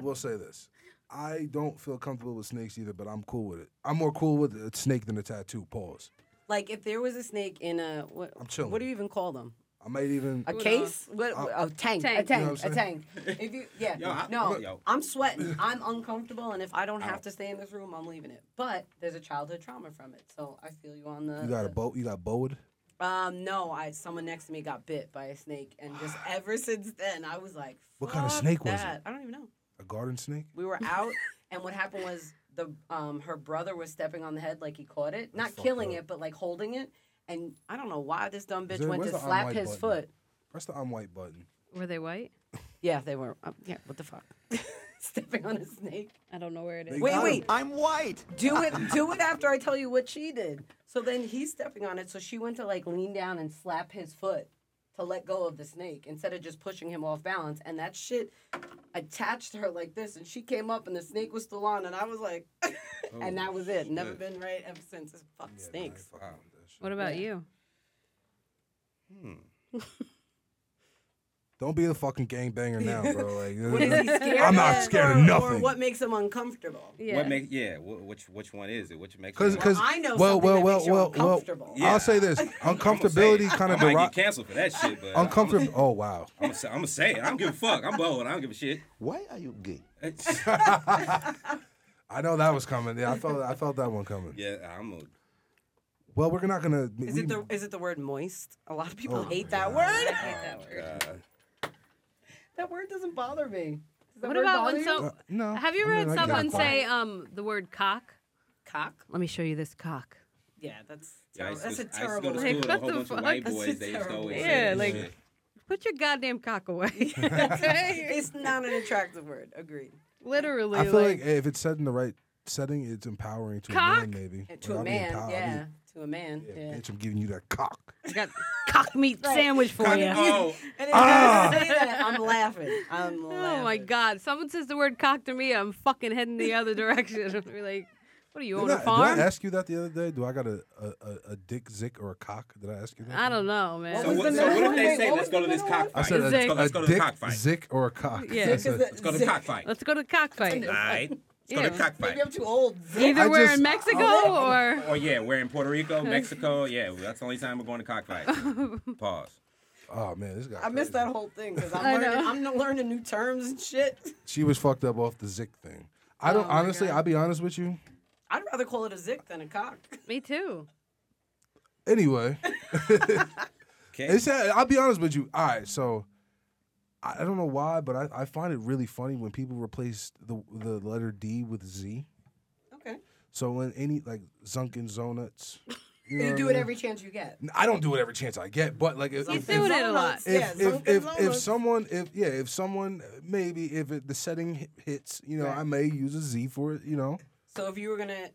[SPEAKER 2] will say this. I don't feel comfortable with snakes either, but I'm cool with it. I'm more cool with a snake than a tattoo. Pause.
[SPEAKER 1] Like if there was a snake in a what,
[SPEAKER 2] I'm chilling.
[SPEAKER 1] what do you even call them?
[SPEAKER 2] I might even.
[SPEAKER 1] A case? What? a tank?
[SPEAKER 3] Tank.
[SPEAKER 1] A
[SPEAKER 2] uh, You know
[SPEAKER 1] tank?
[SPEAKER 2] what I'm
[SPEAKER 1] a tank? If you yeah,
[SPEAKER 4] Yo, I-
[SPEAKER 1] no,
[SPEAKER 4] yo.
[SPEAKER 1] I'm sweating. I'm uncomfortable, and if I don't have to stay in this room, I'm leaving it. But there's a childhood trauma from it, so I feel you on the.
[SPEAKER 2] You got a
[SPEAKER 1] the-
[SPEAKER 2] bow. You got bowed.
[SPEAKER 1] Um, no, I someone next to me got bit by a snake, and just ever since then, I was like,
[SPEAKER 2] What kind of
[SPEAKER 1] "Fuck
[SPEAKER 2] snake was it?"
[SPEAKER 1] that. I don't even know.
[SPEAKER 2] A garden snake.
[SPEAKER 1] We were out, and what happened was the um her brother was stepping on the head like he caught it, not
[SPEAKER 2] fucked
[SPEAKER 1] killing
[SPEAKER 2] up.
[SPEAKER 1] it, but like holding it. And I don't know why this dumb bitch
[SPEAKER 2] there-
[SPEAKER 1] went
[SPEAKER 2] where's
[SPEAKER 1] to
[SPEAKER 2] the
[SPEAKER 1] slap
[SPEAKER 2] unlike
[SPEAKER 1] his
[SPEAKER 2] button?
[SPEAKER 1] foot.
[SPEAKER 2] Press the I'm white button.
[SPEAKER 3] Were they white?
[SPEAKER 1] Yeah, they were. Um, yeah, what the fuck? stepping on a snake.
[SPEAKER 3] I don't know where it is.
[SPEAKER 2] They
[SPEAKER 1] Wait,
[SPEAKER 2] got
[SPEAKER 1] wait.
[SPEAKER 2] him.
[SPEAKER 6] I'm white.
[SPEAKER 1] Do it. Do it after I tell you what she did. So then he's stepping on it. So she went to like lean down and slap his foot to let go of the snake instead of just pushing him off balance. And that shit attached her like this. And she came up and the snake was still on. And I was like, and that was it. Never been right ever since. It's fucked
[SPEAKER 2] Yeah, nah, I ain't
[SPEAKER 1] snakes.
[SPEAKER 2] fucking with that shit.
[SPEAKER 3] What about
[SPEAKER 1] Yeah.
[SPEAKER 3] you?
[SPEAKER 2] Don't be a fucking gangbanger now, bro. Like,
[SPEAKER 1] What is he scared
[SPEAKER 2] I'm not
[SPEAKER 1] of,
[SPEAKER 2] scared of
[SPEAKER 1] or- Or
[SPEAKER 2] nothing.
[SPEAKER 1] what makes him uncomfortable?
[SPEAKER 3] Yeah.
[SPEAKER 4] What makes? Yeah. wh- Which which one is it? Which makes?
[SPEAKER 2] Cause,
[SPEAKER 4] you-
[SPEAKER 2] cause,
[SPEAKER 1] I know
[SPEAKER 2] well,
[SPEAKER 1] something
[SPEAKER 2] well,
[SPEAKER 1] that
[SPEAKER 2] well,
[SPEAKER 1] makes you
[SPEAKER 2] well, well,
[SPEAKER 1] uncomfortable.
[SPEAKER 4] Yeah.
[SPEAKER 2] I'll say this:
[SPEAKER 4] I'ma say it.
[SPEAKER 2] uncomfortability kind
[SPEAKER 4] I
[SPEAKER 2] of
[SPEAKER 4] might
[SPEAKER 2] deri-
[SPEAKER 4] get canceled for that shit, but
[SPEAKER 2] uncomfortable. Oh wow,
[SPEAKER 4] I'm gonna say, I'm gonna say it. I don't give a fuck. I'm bold. I don't give a shit.
[SPEAKER 6] Why are you gay?
[SPEAKER 4] It's-
[SPEAKER 2] I know that was coming. Yeah, I felt, I felt that one coming.
[SPEAKER 4] yeah, I'm a.
[SPEAKER 2] Well, we're not gonna.
[SPEAKER 1] Is
[SPEAKER 2] we-
[SPEAKER 1] it the is it the word moist? A lot of people
[SPEAKER 2] Oh,
[SPEAKER 1] hate that
[SPEAKER 2] God.
[SPEAKER 1] word.
[SPEAKER 3] That word.
[SPEAKER 4] God.
[SPEAKER 1] That word doesn't bother me. Does that
[SPEAKER 3] What
[SPEAKER 1] word
[SPEAKER 3] about
[SPEAKER 1] bother
[SPEAKER 3] when
[SPEAKER 1] you?
[SPEAKER 3] so-
[SPEAKER 2] Uh, no.
[SPEAKER 3] Have you ever
[SPEAKER 2] I mean,
[SPEAKER 3] heard
[SPEAKER 2] I get
[SPEAKER 3] someone
[SPEAKER 2] it.
[SPEAKER 3] say um, the word cock?
[SPEAKER 1] cock?
[SPEAKER 3] Let me show you this cock.
[SPEAKER 1] Yeah, that's
[SPEAKER 4] Yeah, I
[SPEAKER 1] terrible.
[SPEAKER 4] used
[SPEAKER 1] that's
[SPEAKER 4] to,
[SPEAKER 1] a
[SPEAKER 4] I used to
[SPEAKER 1] terrible.
[SPEAKER 4] go to
[SPEAKER 3] Like,
[SPEAKER 4] school with a
[SPEAKER 3] what
[SPEAKER 4] whole
[SPEAKER 3] the
[SPEAKER 4] bunch
[SPEAKER 3] fuck?
[SPEAKER 4] of white
[SPEAKER 1] That's
[SPEAKER 4] boys.
[SPEAKER 1] just
[SPEAKER 4] They used to
[SPEAKER 1] terrible.
[SPEAKER 4] always
[SPEAKER 3] Yeah,
[SPEAKER 4] say that
[SPEAKER 3] like-
[SPEAKER 4] shit.
[SPEAKER 3] Put your goddamn cock away. Okay?
[SPEAKER 1] it's not an attractive word. Agreed.
[SPEAKER 3] Literally,
[SPEAKER 2] I feel
[SPEAKER 3] like,
[SPEAKER 2] like, if it's said in the right setting, it's empowering to
[SPEAKER 3] Cock?
[SPEAKER 2] a man, maybe.
[SPEAKER 1] And to a
[SPEAKER 2] Without being
[SPEAKER 1] man,
[SPEAKER 2] pow- I mean,
[SPEAKER 1] yeah. To a man, yeah.
[SPEAKER 2] Bitch, I'm giving you that cock.
[SPEAKER 3] I got cock meat sandwich for you.
[SPEAKER 4] Oh,
[SPEAKER 1] And if ah! say that, I'm laughing. I'm laughing.
[SPEAKER 3] Oh my god! Someone says the word cock to me, I'm fucking heading the other direction. I'm gonna be like, "What do you own
[SPEAKER 2] Did I,
[SPEAKER 3] a farm?"
[SPEAKER 2] Did I
[SPEAKER 3] I,
[SPEAKER 2] ask you that the other day? Do I got a, a, a, a dick, zick, or a cock? Did I ask you that?
[SPEAKER 3] don't know, man.
[SPEAKER 1] What
[SPEAKER 4] so
[SPEAKER 1] was
[SPEAKER 4] what,
[SPEAKER 1] the
[SPEAKER 4] so
[SPEAKER 1] middle
[SPEAKER 4] what if
[SPEAKER 1] one?
[SPEAKER 4] they
[SPEAKER 1] Wait,
[SPEAKER 4] say,
[SPEAKER 1] what
[SPEAKER 4] let's
[SPEAKER 1] was
[SPEAKER 4] go
[SPEAKER 1] the
[SPEAKER 4] to this
[SPEAKER 1] middle one?
[SPEAKER 4] cockfight?
[SPEAKER 2] I said
[SPEAKER 4] Let's
[SPEAKER 3] Zick.
[SPEAKER 4] go-
[SPEAKER 2] a, a
[SPEAKER 4] let's go to the
[SPEAKER 2] dick,
[SPEAKER 4] cockfight.
[SPEAKER 2] zick, or a cock.
[SPEAKER 3] Yeah.
[SPEAKER 2] That's
[SPEAKER 1] Zick is a-
[SPEAKER 2] it.
[SPEAKER 4] Let's go to the
[SPEAKER 1] Zick.
[SPEAKER 4] cockfight.
[SPEAKER 3] Let's go to the cockfight.
[SPEAKER 4] All right. Let's go to
[SPEAKER 3] Ew.
[SPEAKER 4] the cockfight.
[SPEAKER 1] Maybe I'm too old.
[SPEAKER 3] Either
[SPEAKER 2] I
[SPEAKER 3] we're
[SPEAKER 2] just-
[SPEAKER 3] in Mexico or
[SPEAKER 4] Or Oh, yeah, we're in Puerto Rico, Mexico. Yeah, that's the only time we're going to cockfight. Pause.
[SPEAKER 2] Oh man, this guy.
[SPEAKER 1] I missed that
[SPEAKER 2] crazy.
[SPEAKER 1] whole thing because
[SPEAKER 3] I
[SPEAKER 1] I'm learning.
[SPEAKER 3] know.
[SPEAKER 1] I'm not learning new terms and shit.
[SPEAKER 2] She was fucked up off the zick thing. I don't
[SPEAKER 1] Oh, my
[SPEAKER 2] honestly.
[SPEAKER 1] God.
[SPEAKER 2] I'll be honest with you.
[SPEAKER 1] I'd rather call it a zick than a cock.
[SPEAKER 3] me too.
[SPEAKER 2] Anyway,
[SPEAKER 4] Okay.
[SPEAKER 2] it's, I'll be honest with you. All right, so I, I don't know why, but I, I find it really funny when people replace the the letter D with Z.
[SPEAKER 1] Okay.
[SPEAKER 2] So when any like Zunkin Zonuts, you, know
[SPEAKER 1] You
[SPEAKER 2] what
[SPEAKER 1] do
[SPEAKER 2] I
[SPEAKER 1] it
[SPEAKER 2] mean?
[SPEAKER 1] every chance you get.
[SPEAKER 2] I don't do it every chance I get, but like if,
[SPEAKER 3] He's
[SPEAKER 2] if,
[SPEAKER 3] doing
[SPEAKER 2] if,
[SPEAKER 3] it a lot.
[SPEAKER 1] Yeah,
[SPEAKER 2] if, if,
[SPEAKER 1] Zunkin'
[SPEAKER 2] if, if
[SPEAKER 1] Zonas.
[SPEAKER 2] someone if yeah if someone maybe if it, the setting hi- hits you know
[SPEAKER 1] Right.
[SPEAKER 2] I may use a Z for it you know
[SPEAKER 1] So if you were gonna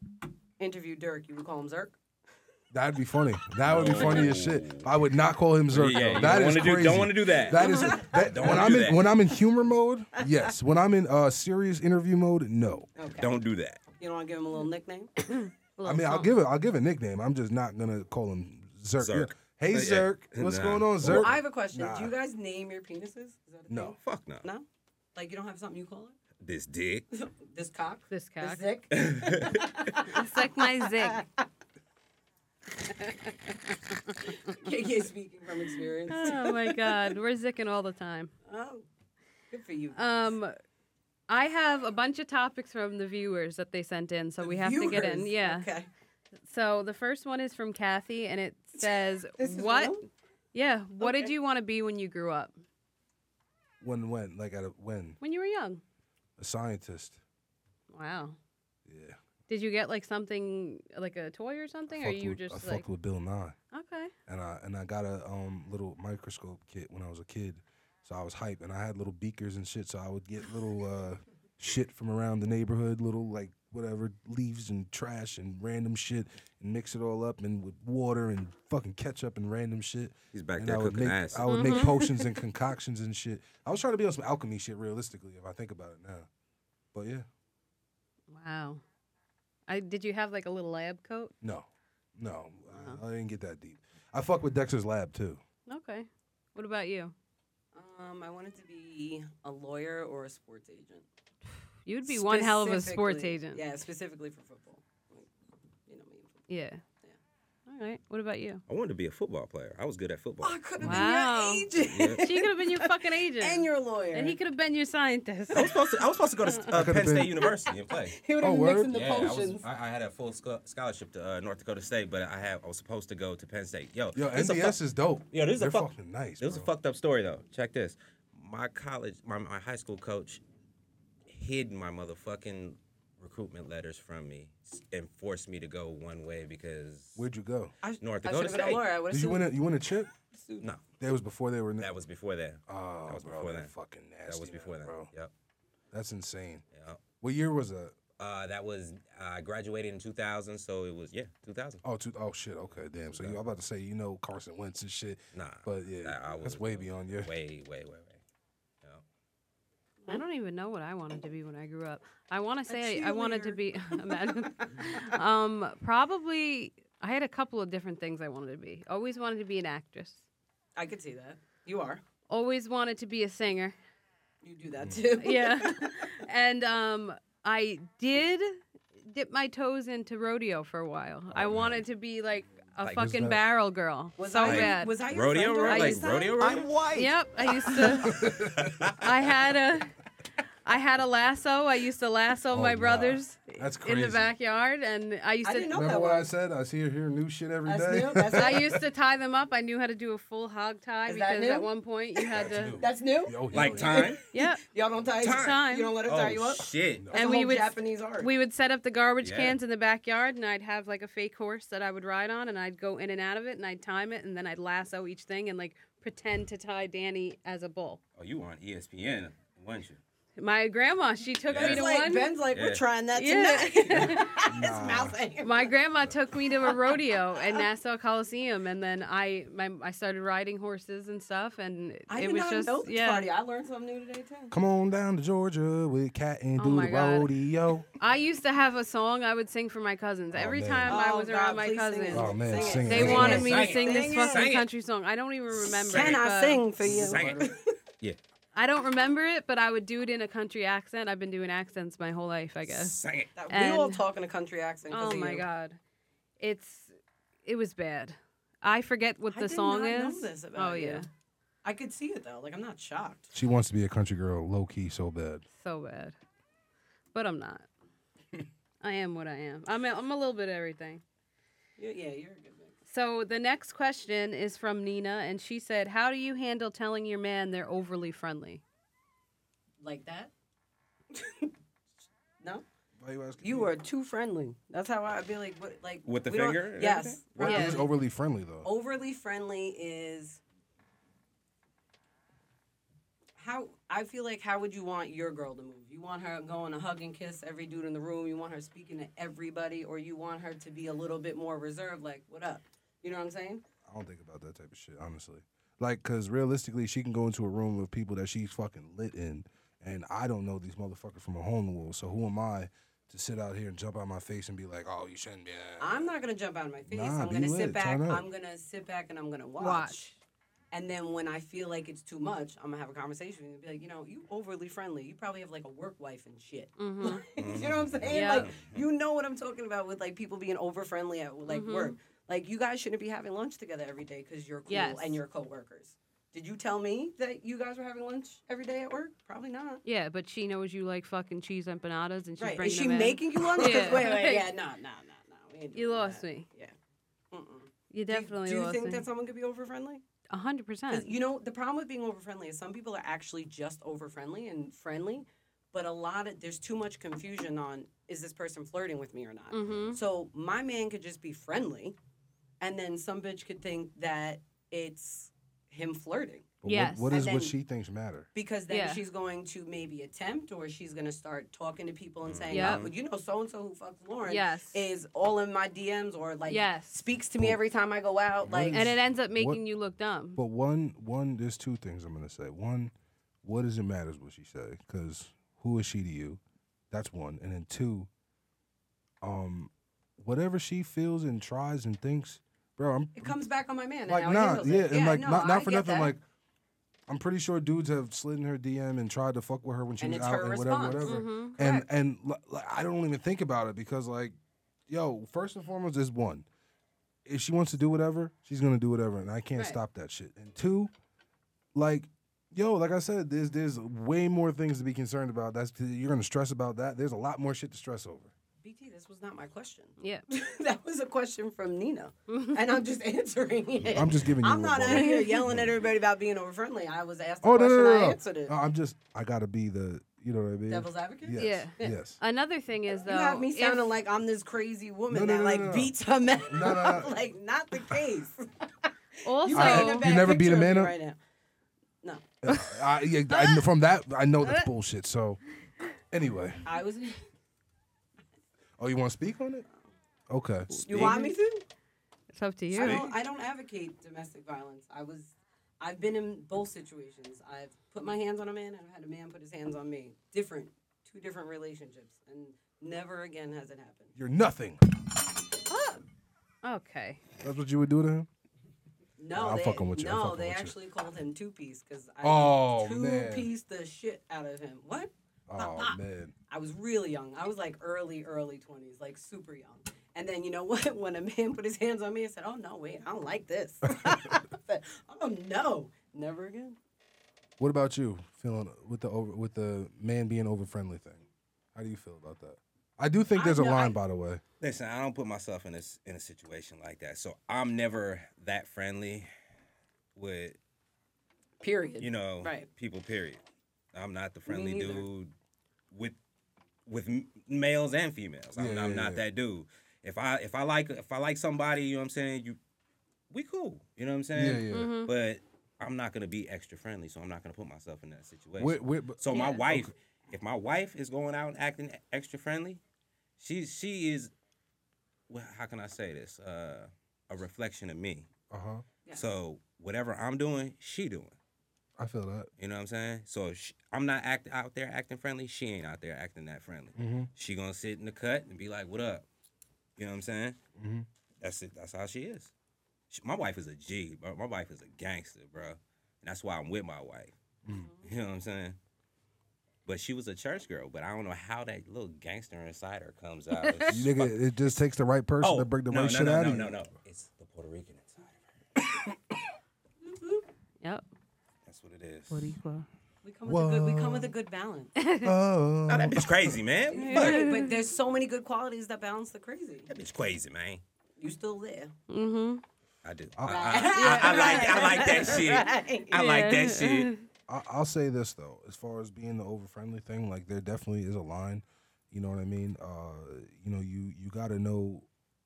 [SPEAKER 1] interview Dirk, you would call him Zerk.
[SPEAKER 2] that'd be funny that would be funny as shit I would not call him Zerk
[SPEAKER 4] Oh. Yeah,
[SPEAKER 2] though.
[SPEAKER 4] you
[SPEAKER 2] That
[SPEAKER 4] don't
[SPEAKER 2] is
[SPEAKER 4] wanna do-
[SPEAKER 2] crazy
[SPEAKER 4] don't wanna do that.
[SPEAKER 2] that is that, when
[SPEAKER 4] Don't wanna
[SPEAKER 2] I'm
[SPEAKER 4] do
[SPEAKER 2] in
[SPEAKER 4] that.
[SPEAKER 2] when I'm in humor mode yes when I'm in uh serious interview mode no
[SPEAKER 1] Okay.
[SPEAKER 4] Don't do that.
[SPEAKER 1] You don't want to give him a little nickname?
[SPEAKER 2] I mean I'll give it I'll give a nickname I'm just not gonna call him Zerk,
[SPEAKER 4] Zerk. Uh,
[SPEAKER 2] hey
[SPEAKER 4] Yeah.
[SPEAKER 2] Zerk what's
[SPEAKER 4] Nah.
[SPEAKER 2] going on Zerk
[SPEAKER 1] Well, I have a question.
[SPEAKER 2] Nah.
[SPEAKER 1] Do you guys name your penises? Is that a
[SPEAKER 2] No.
[SPEAKER 4] Fuck no.
[SPEAKER 1] thing? No. Like you don't have something you call it?
[SPEAKER 4] This dick.
[SPEAKER 1] this cock.
[SPEAKER 3] This cock.
[SPEAKER 1] This dick.
[SPEAKER 3] Suck my zig.
[SPEAKER 1] KK speaking from experience.
[SPEAKER 3] Oh my god, we're zicking all the time.
[SPEAKER 1] Oh, good for you.
[SPEAKER 3] Um, I have a bunch of topics from the viewers that they sent in, so we have to get in.
[SPEAKER 1] Viewers.
[SPEAKER 3] Yeah.
[SPEAKER 1] Okay.
[SPEAKER 3] So the first one is from Kathy, and it says,
[SPEAKER 1] This is
[SPEAKER 3] "What?
[SPEAKER 1] real?
[SPEAKER 3] Yeah, what did
[SPEAKER 1] Okay.
[SPEAKER 3] you want to be when you grew up?
[SPEAKER 2] when when like at a, when
[SPEAKER 3] When you were young?
[SPEAKER 2] a scientist
[SPEAKER 3] Wow.
[SPEAKER 2] yeah
[SPEAKER 3] Did you get like something, like a toy or
[SPEAKER 2] I
[SPEAKER 3] something, or
[SPEAKER 2] fucked
[SPEAKER 3] you
[SPEAKER 2] with-
[SPEAKER 3] just
[SPEAKER 2] I
[SPEAKER 3] like,
[SPEAKER 2] fucked with Bill Nye.
[SPEAKER 3] okay,
[SPEAKER 2] and I and I got a um, little microscope kit when I was a kid, so I was hype, and I had little beakers and shit, so I would get little uh, shit from around the neighborhood, little like whatever leaves and trash and random shit, and mix it all up and with water and fucking ketchup and random shit.
[SPEAKER 4] He's back
[SPEAKER 2] and I
[SPEAKER 4] there
[SPEAKER 2] would
[SPEAKER 4] cooking
[SPEAKER 2] make
[SPEAKER 4] ass.
[SPEAKER 2] I would make potions and concoctions and shit. I was trying to be on some alchemy shit, realistically, if I think about it now. But yeah,
[SPEAKER 3] wow." I did you have like a little lab coat?
[SPEAKER 2] no, no, I, I didn't get that deep. I fuck with Dexter's lab too.
[SPEAKER 3] Okay. What about you?
[SPEAKER 1] Um, I wanted to be a lawyer or a sports agent.
[SPEAKER 3] You'd be one hell of a sports
[SPEAKER 1] Specifically-
[SPEAKER 3] agent.
[SPEAKER 1] Yeah, specifically for football. Like, you know me. and football.
[SPEAKER 3] Yeah. All right. What about you?
[SPEAKER 4] I wanted to be a football player. I was good at football.
[SPEAKER 1] Oh, I could have
[SPEAKER 3] Wow.
[SPEAKER 1] been your agent.
[SPEAKER 3] She could have been your fucking agent.
[SPEAKER 1] and your lawyer.
[SPEAKER 3] And he could have been your scientist.
[SPEAKER 4] I was supposed to. I was supposed to go to uh,
[SPEAKER 2] could've
[SPEAKER 4] Penn
[SPEAKER 2] been-
[SPEAKER 4] State University and play.
[SPEAKER 1] he would have
[SPEAKER 2] Oh,
[SPEAKER 1] been mixing
[SPEAKER 2] word?
[SPEAKER 1] the
[SPEAKER 4] I, was,
[SPEAKER 1] potions.
[SPEAKER 4] I, I had a full scho- scholarship to uh, North Dakota State, but I have I was supposed to go to Penn State. Yo,
[SPEAKER 2] Yo,
[SPEAKER 4] this a fuck-
[SPEAKER 2] NBS is dope.
[SPEAKER 4] Yo, this is
[SPEAKER 2] They're
[SPEAKER 4] a fuck-
[SPEAKER 2] fucking nice.
[SPEAKER 4] It was a
[SPEAKER 2] bro.
[SPEAKER 4] fucked up story though. Check this. My college, my, my high school coach hid my motherfucking recruitment letters from me s- and forced me to go one way because
[SPEAKER 2] Where'd you go?
[SPEAKER 1] I,
[SPEAKER 4] North
[SPEAKER 1] I
[SPEAKER 4] Dakota
[SPEAKER 1] should've been
[SPEAKER 4] State.
[SPEAKER 1] a lawyer. I would
[SPEAKER 2] Did
[SPEAKER 1] have
[SPEAKER 2] you win a you win a chip?
[SPEAKER 4] no,
[SPEAKER 2] That was before they were. in the-
[SPEAKER 4] that was before that.
[SPEAKER 2] oh,
[SPEAKER 4] that was
[SPEAKER 2] bro,
[SPEAKER 4] before
[SPEAKER 2] they're
[SPEAKER 4] that.
[SPEAKER 2] Fucking nasty.
[SPEAKER 4] that was
[SPEAKER 2] now,
[SPEAKER 4] before that.
[SPEAKER 2] bro.
[SPEAKER 4] Yep.
[SPEAKER 2] That's insane.
[SPEAKER 4] yep.
[SPEAKER 2] What year was that?
[SPEAKER 4] Uh, that was I graduated in 2000, so it was yeah 2000.
[SPEAKER 2] Oh, two, oh shit. Okay, damn. So you, I'm about to say you know Carson Wentz and shit.
[SPEAKER 4] Nah,
[SPEAKER 2] But yeah,
[SPEAKER 4] I- I
[SPEAKER 2] that's
[SPEAKER 4] was-
[SPEAKER 2] way beyond your.
[SPEAKER 4] Way way way way. Yep.
[SPEAKER 3] I don't even know what I wanted to be when I grew up. I want to say I wanted to
[SPEAKER 1] cheerleader.
[SPEAKER 3] be. imagine. um, probably I had a couple of different things I wanted to be. Always wanted to be an actress.
[SPEAKER 1] I could see that. You are.
[SPEAKER 3] Always wanted to be a singer.
[SPEAKER 1] You do that too.
[SPEAKER 3] Yeah, and um, I did dip my toes into rodeo for a while. I wanted to be like a
[SPEAKER 4] Like,
[SPEAKER 2] was
[SPEAKER 3] fucking
[SPEAKER 2] that-
[SPEAKER 3] barrel girl.
[SPEAKER 1] Was
[SPEAKER 3] so
[SPEAKER 1] I,
[SPEAKER 3] bad.
[SPEAKER 1] Was I your
[SPEAKER 4] Rodeo,
[SPEAKER 1] friend
[SPEAKER 4] rodeo,
[SPEAKER 1] during
[SPEAKER 3] I
[SPEAKER 4] like
[SPEAKER 1] this time?
[SPEAKER 4] rodeo, rodeo.
[SPEAKER 3] Yep, I used to. I had a. I had a lasso. I used to lasso my
[SPEAKER 2] nah.
[SPEAKER 3] brothers
[SPEAKER 2] That's
[SPEAKER 3] in the
[SPEAKER 2] Oh, crazy.
[SPEAKER 3] backyard, and I used
[SPEAKER 1] I
[SPEAKER 3] to.
[SPEAKER 1] didn't know
[SPEAKER 2] Remember
[SPEAKER 1] that
[SPEAKER 2] what
[SPEAKER 1] one.
[SPEAKER 2] I said? I see her hear new shit every day.
[SPEAKER 1] That's new. That's,
[SPEAKER 3] I used to tie them up. I knew how to do a full hog tie
[SPEAKER 1] Is that
[SPEAKER 3] because
[SPEAKER 1] new?
[SPEAKER 3] at one point you had
[SPEAKER 2] That's
[SPEAKER 3] to.
[SPEAKER 2] new.
[SPEAKER 1] that's new.
[SPEAKER 2] Yo, hell
[SPEAKER 4] Like
[SPEAKER 2] yeah.
[SPEAKER 4] time.
[SPEAKER 3] Yep.
[SPEAKER 1] Y'all don't tie
[SPEAKER 4] Time.
[SPEAKER 1] You don't let it tie you
[SPEAKER 4] Oh
[SPEAKER 1] up.
[SPEAKER 4] shit.
[SPEAKER 1] That's
[SPEAKER 3] And
[SPEAKER 1] a
[SPEAKER 3] we
[SPEAKER 1] whole
[SPEAKER 3] would-
[SPEAKER 1] Japanese art.
[SPEAKER 3] We would set up the garbage
[SPEAKER 4] Yeah.
[SPEAKER 3] cans in the backyard, and I'd have like a fake horse that I would ride on, and I'd go in and out of it, and I'd time it, and then I'd lasso each thing and like pretend to tie Danny as a bull.
[SPEAKER 4] Oh, you on ESPN, weren't you?
[SPEAKER 3] My grandma, she took
[SPEAKER 4] Yeah.
[SPEAKER 3] me
[SPEAKER 1] It's
[SPEAKER 3] to
[SPEAKER 1] like,
[SPEAKER 3] one.
[SPEAKER 1] Ben's like,
[SPEAKER 4] Yeah.
[SPEAKER 1] we're trying that
[SPEAKER 3] Yeah.
[SPEAKER 1] tonight. His mouth ain't.
[SPEAKER 3] My grandma took me to a rodeo at Nassau Coliseum, and then I my, I started riding horses and stuff, and
[SPEAKER 1] I
[SPEAKER 3] it
[SPEAKER 1] did
[SPEAKER 3] was
[SPEAKER 1] not
[SPEAKER 3] just
[SPEAKER 1] know this
[SPEAKER 3] yeah.
[SPEAKER 1] party. I learned something new today too.
[SPEAKER 2] Come on down to Georgia with Cat and
[SPEAKER 3] Oh
[SPEAKER 2] do
[SPEAKER 3] my
[SPEAKER 2] the
[SPEAKER 3] God.
[SPEAKER 2] rodeo.
[SPEAKER 3] I used to have a song I would sing for my cousins every
[SPEAKER 2] man.
[SPEAKER 3] time I
[SPEAKER 1] Oh,
[SPEAKER 3] was
[SPEAKER 1] God,
[SPEAKER 3] around my
[SPEAKER 1] please sing
[SPEAKER 3] cousins.
[SPEAKER 1] it.
[SPEAKER 2] Oh, man,
[SPEAKER 1] Sing it.
[SPEAKER 2] sing it.
[SPEAKER 3] They
[SPEAKER 2] Sing
[SPEAKER 3] wanted
[SPEAKER 4] it.
[SPEAKER 3] me to
[SPEAKER 4] Sing
[SPEAKER 3] sing
[SPEAKER 4] it.
[SPEAKER 3] this
[SPEAKER 1] Sing it.
[SPEAKER 3] fucking
[SPEAKER 4] Sing it.
[SPEAKER 3] country song. I don't even remember.
[SPEAKER 4] Sing
[SPEAKER 3] it,
[SPEAKER 4] it.
[SPEAKER 1] Can I
[SPEAKER 3] but-
[SPEAKER 1] sing for you?
[SPEAKER 4] Sing it. Yeah.
[SPEAKER 3] I don't remember it, but I would do it in a country accent. I've been doing accents my whole life, I guess.
[SPEAKER 4] Sing it.
[SPEAKER 1] That- we all
[SPEAKER 3] And-
[SPEAKER 1] talk in a country accent. 'cause
[SPEAKER 3] Oh
[SPEAKER 1] of
[SPEAKER 3] my
[SPEAKER 1] you.
[SPEAKER 3] god, it's it was bad. I forget what
[SPEAKER 1] I
[SPEAKER 3] the
[SPEAKER 1] did
[SPEAKER 3] song
[SPEAKER 1] not know
[SPEAKER 3] is.
[SPEAKER 1] this
[SPEAKER 3] oh
[SPEAKER 1] about you.
[SPEAKER 3] yeah,
[SPEAKER 1] I could see it though. Like I'm not shocked.
[SPEAKER 2] She wants to be a country girl, low key, so bad.
[SPEAKER 3] so bad. But I'm not. I am what I am. I'm a, I'm a little bit of everything.
[SPEAKER 1] You- yeah, you're a good man.
[SPEAKER 3] So the next question is from Nina, and she said, "How do you handle telling your man they're overly friendly?"
[SPEAKER 1] Like that? no.
[SPEAKER 2] Why you asking?
[SPEAKER 1] You are too friendly. That's how I'd be like. What, like
[SPEAKER 4] With the
[SPEAKER 1] we don't-
[SPEAKER 4] finger and
[SPEAKER 1] Yes.
[SPEAKER 4] everything?
[SPEAKER 2] What,
[SPEAKER 1] We're
[SPEAKER 3] Yeah.
[SPEAKER 2] Who's overly friendly though?
[SPEAKER 1] overly friendly is how I feel like how would you want your girl to move? You want her going to hug and kiss every dude in the room, you want her speaking to everybody, or you want her to be a little bit more reserved, like, what up? You know what I'm saying?
[SPEAKER 2] I don't think about that type of shit, honestly. Like, cause realistically, she can go into a room with people that she's fucking lit in, and I don't know these motherfuckers from a hole in the wall. So who am I to sit out here and jump out my face and be like, "Oh, you shouldn't be."
[SPEAKER 1] I'm not gonna jump out of my face.
[SPEAKER 2] Nah,
[SPEAKER 1] I'm
[SPEAKER 2] be
[SPEAKER 1] gonna
[SPEAKER 2] lit,
[SPEAKER 1] sit back.
[SPEAKER 2] turn up.
[SPEAKER 1] I'm gonna sit back and I'm gonna watch.
[SPEAKER 3] Watch.
[SPEAKER 1] And then when I feel like it's too much, I'm gonna have a conversation with you and be like, you know, you overly friendly. You probably have like a work wife and shit.
[SPEAKER 3] Mm-hmm.
[SPEAKER 1] you know what I'm saying?
[SPEAKER 3] Yeah.
[SPEAKER 1] Like you know what I'm talking about with like people being over friendly at like
[SPEAKER 3] Mm-hmm.
[SPEAKER 1] work. Like you guys shouldn't be having lunch together every day because you're cool
[SPEAKER 3] Yes.
[SPEAKER 1] and you're coworkers. Did you tell me that you guys were having lunch every day at work? Probably not.
[SPEAKER 3] yeah, but she knows you like fucking cheese empanadas, and she's
[SPEAKER 1] Right?
[SPEAKER 3] bringing
[SPEAKER 1] Is she
[SPEAKER 3] them in.
[SPEAKER 1] making you lunch? 'Cause-
[SPEAKER 3] Yeah.
[SPEAKER 1] Wait, wait, yeah, no, no, no, no. We ain't
[SPEAKER 3] You
[SPEAKER 1] doing
[SPEAKER 3] lost
[SPEAKER 1] that.
[SPEAKER 3] me.
[SPEAKER 1] Yeah. Mm-mm.
[SPEAKER 3] You
[SPEAKER 1] Do you-
[SPEAKER 3] definitely
[SPEAKER 1] Do you
[SPEAKER 3] lost
[SPEAKER 1] think
[SPEAKER 3] me.
[SPEAKER 1] that someone could be over friendly?
[SPEAKER 3] A hundred
[SPEAKER 1] Because
[SPEAKER 3] percent.
[SPEAKER 1] you know the problem with being over friendly is some people are actually just over friendly and friendly, but a lot of there's too much confusion on is this person flirting with me or not.
[SPEAKER 3] Mm-hmm.
[SPEAKER 1] So my man could just be friendly, and then some bitch could think that it's him flirting
[SPEAKER 2] But
[SPEAKER 3] Yes.
[SPEAKER 2] What, what
[SPEAKER 1] And
[SPEAKER 2] is
[SPEAKER 1] then-
[SPEAKER 2] what she thinks matter?
[SPEAKER 1] because then
[SPEAKER 3] Yeah.
[SPEAKER 1] she's going to maybe attempt or she's going to start talking to people and saying,
[SPEAKER 3] Mm-hmm. Yep.
[SPEAKER 1] oh, well, you know, so and so who fucks Lauren
[SPEAKER 3] Yes.
[SPEAKER 1] is all in my DMs or like
[SPEAKER 3] Yes.
[SPEAKER 1] speaks to me every time I go out. Like,
[SPEAKER 3] and it ends up making
[SPEAKER 2] What-
[SPEAKER 3] you look dumb.
[SPEAKER 2] But one, one, there's two things I'm gonna say. One, what does it matter what she say? Because who is she to you? That's one. And then two, um, whatever she feels and tries and thinks, bro, I'm
[SPEAKER 1] it comes back on my man. and
[SPEAKER 2] like
[SPEAKER 1] how he
[SPEAKER 2] nah,
[SPEAKER 1] handles it.
[SPEAKER 2] yeah, and like
[SPEAKER 1] no,
[SPEAKER 2] not,
[SPEAKER 1] I
[SPEAKER 2] not for
[SPEAKER 1] get
[SPEAKER 2] nothing.
[SPEAKER 1] that.
[SPEAKER 2] Like, I'm pretty sure dudes have slid in her DM and tried to fuck with her when she
[SPEAKER 1] And
[SPEAKER 2] was
[SPEAKER 1] it's
[SPEAKER 2] out
[SPEAKER 1] her
[SPEAKER 2] and whatever,
[SPEAKER 1] response. Mm-hmm.
[SPEAKER 2] whatever.
[SPEAKER 3] Mhm.
[SPEAKER 2] And and li- like, I don't even think about it because like, yo, first and foremost is one, if she wants to do whatever, she's gonna do whatever, and I can't
[SPEAKER 3] Right.
[SPEAKER 2] stop that shit. And two, like. Yo, like I said, there's there's way more things to be concerned about. That's you're gonna stress about that. There's a lot more shit to stress over.
[SPEAKER 1] BT, this was not my question.
[SPEAKER 3] yeah.
[SPEAKER 1] that was a question from Nina, and I'm just answering it.
[SPEAKER 2] I'm just giving you.
[SPEAKER 1] I'm
[SPEAKER 2] what
[SPEAKER 1] not
[SPEAKER 2] bothers
[SPEAKER 1] out here yelling at everybody about being over friendly. I was asked a
[SPEAKER 2] Oh no,
[SPEAKER 1] question,
[SPEAKER 2] no, no,
[SPEAKER 1] I
[SPEAKER 2] no.
[SPEAKER 1] answered it.
[SPEAKER 2] No, I'm just I gotta be the you know what I mean.
[SPEAKER 1] Devil's advocate?
[SPEAKER 2] Yes.
[SPEAKER 3] Yeah.
[SPEAKER 2] Yes.
[SPEAKER 3] Another thing is though,
[SPEAKER 1] You have me
[SPEAKER 3] if-
[SPEAKER 1] sounding like I'm this crazy woman
[SPEAKER 2] No, no,
[SPEAKER 1] that
[SPEAKER 2] no,
[SPEAKER 1] like
[SPEAKER 2] no, no.
[SPEAKER 1] beats her man.
[SPEAKER 2] no,
[SPEAKER 1] up.
[SPEAKER 2] no.
[SPEAKER 1] like not the case.
[SPEAKER 3] also
[SPEAKER 1] You painted a
[SPEAKER 2] You
[SPEAKER 1] bad
[SPEAKER 2] never beat
[SPEAKER 1] picture
[SPEAKER 2] a
[SPEAKER 1] of
[SPEAKER 2] man
[SPEAKER 1] me
[SPEAKER 2] up?
[SPEAKER 1] right now. No,
[SPEAKER 2] Uh, I, yeah, I kn- from that I know that's bullshit. So anyway,
[SPEAKER 1] I was.
[SPEAKER 2] oh, you want to speak on it? Okay.
[SPEAKER 1] You want me to?
[SPEAKER 3] it's up to
[SPEAKER 1] I
[SPEAKER 3] you.
[SPEAKER 1] don't, I don't advocate domestic violence. I was, I've been in both situations. I've put my hands on a man and I've had a man put his hands on me. Different, two different relationships, and never again has it happened.
[SPEAKER 2] You're nothing.
[SPEAKER 3] Okay.
[SPEAKER 2] That's what you would do to him.
[SPEAKER 1] No,
[SPEAKER 2] I'm
[SPEAKER 1] they,
[SPEAKER 2] fucking with you. I'm
[SPEAKER 1] No,
[SPEAKER 2] fucking
[SPEAKER 1] they
[SPEAKER 2] with you.
[SPEAKER 1] actually called him two piece because I
[SPEAKER 2] Oh,
[SPEAKER 1] two
[SPEAKER 2] man.
[SPEAKER 1] piece the shit out of him. What?
[SPEAKER 2] Oh man.
[SPEAKER 1] I was really young. I was like early, early twenties, like super young. And then you know what? When a man put his hands on me, I said, "Oh no, wait, I don't like this." I said, oh no, never again.
[SPEAKER 2] What about you feeling with the over with the man being over friendly thing? How do you feel about that? I do think
[SPEAKER 1] I
[SPEAKER 2] there's a
[SPEAKER 1] know-
[SPEAKER 2] line,
[SPEAKER 1] I-
[SPEAKER 2] by the way.
[SPEAKER 4] Listen, I don't put myself in this in a situation like that, so I'm never that friendly with
[SPEAKER 1] Period.
[SPEAKER 4] you know
[SPEAKER 1] Right.
[SPEAKER 4] people. Period. I'm not the friendly
[SPEAKER 1] neither.
[SPEAKER 4] dude with with m- males and females. I'm,
[SPEAKER 2] Yeah,
[SPEAKER 4] I'm
[SPEAKER 2] yeah,
[SPEAKER 4] not
[SPEAKER 2] yeah.
[SPEAKER 4] that dude. If I if I like if I like somebody, you know what I'm saying. You, we cool. You know what I'm
[SPEAKER 2] Yeah,
[SPEAKER 4] saying.
[SPEAKER 2] yeah.
[SPEAKER 3] Mm-hmm.
[SPEAKER 4] But I'm not gonna be extra friendly, so I'm not gonna put myself in that situation.
[SPEAKER 2] Wait, wait, but-
[SPEAKER 4] So my
[SPEAKER 3] Yeah.
[SPEAKER 4] wife, if my wife is going out and acting extra friendly, she she is, well, how can I say this? Uh, a reflection of me.
[SPEAKER 2] uh-huh.
[SPEAKER 1] Yeah.
[SPEAKER 4] So whatever I'm doing, she doing.
[SPEAKER 2] I feel that.
[SPEAKER 4] You know what I'm saying? So if she, I'm not act out there acting friendly. She ain't out there acting that friendly.
[SPEAKER 2] Mhm.
[SPEAKER 4] She gonna sit in the cut and be like, "What up?" You know what I'm saying?
[SPEAKER 2] Mhm.
[SPEAKER 4] That's it. That's how she is. She, my wife is a G, bro. My wife is a gangster, bro. And that's why I'm with my wife.
[SPEAKER 2] Mm.
[SPEAKER 4] You know what I'm saying? But she was a church girl. But I don't know how that little gangster inside her comes out. It's just fuck-
[SPEAKER 2] Nigga, it just takes the right person to break the
[SPEAKER 4] Oh, no,
[SPEAKER 2] right
[SPEAKER 4] no,
[SPEAKER 2] shit
[SPEAKER 4] no,
[SPEAKER 2] out
[SPEAKER 4] no,
[SPEAKER 2] of
[SPEAKER 4] no,
[SPEAKER 2] you.
[SPEAKER 4] no, It's the Puerto Rican inside of her.
[SPEAKER 3] Yep.
[SPEAKER 4] That's what it is.
[SPEAKER 3] Boricua.
[SPEAKER 1] We come with a good. We come with a good balance.
[SPEAKER 2] Oh,
[SPEAKER 4] Nah, that bitch crazy, man. Fuck,
[SPEAKER 1] Right, but there's so many good qualities that balance the crazy.
[SPEAKER 4] That bitch crazy, man.
[SPEAKER 1] You still there?
[SPEAKER 3] Mm-hmm.
[SPEAKER 4] I do. I, I, I, I like I like that shit.
[SPEAKER 1] Right.
[SPEAKER 4] I like that shit.
[SPEAKER 2] I, I'll say this though, as far as being the over friendly thing, like there definitely is a line. You know what I mean? Uh, you know, you you got to know.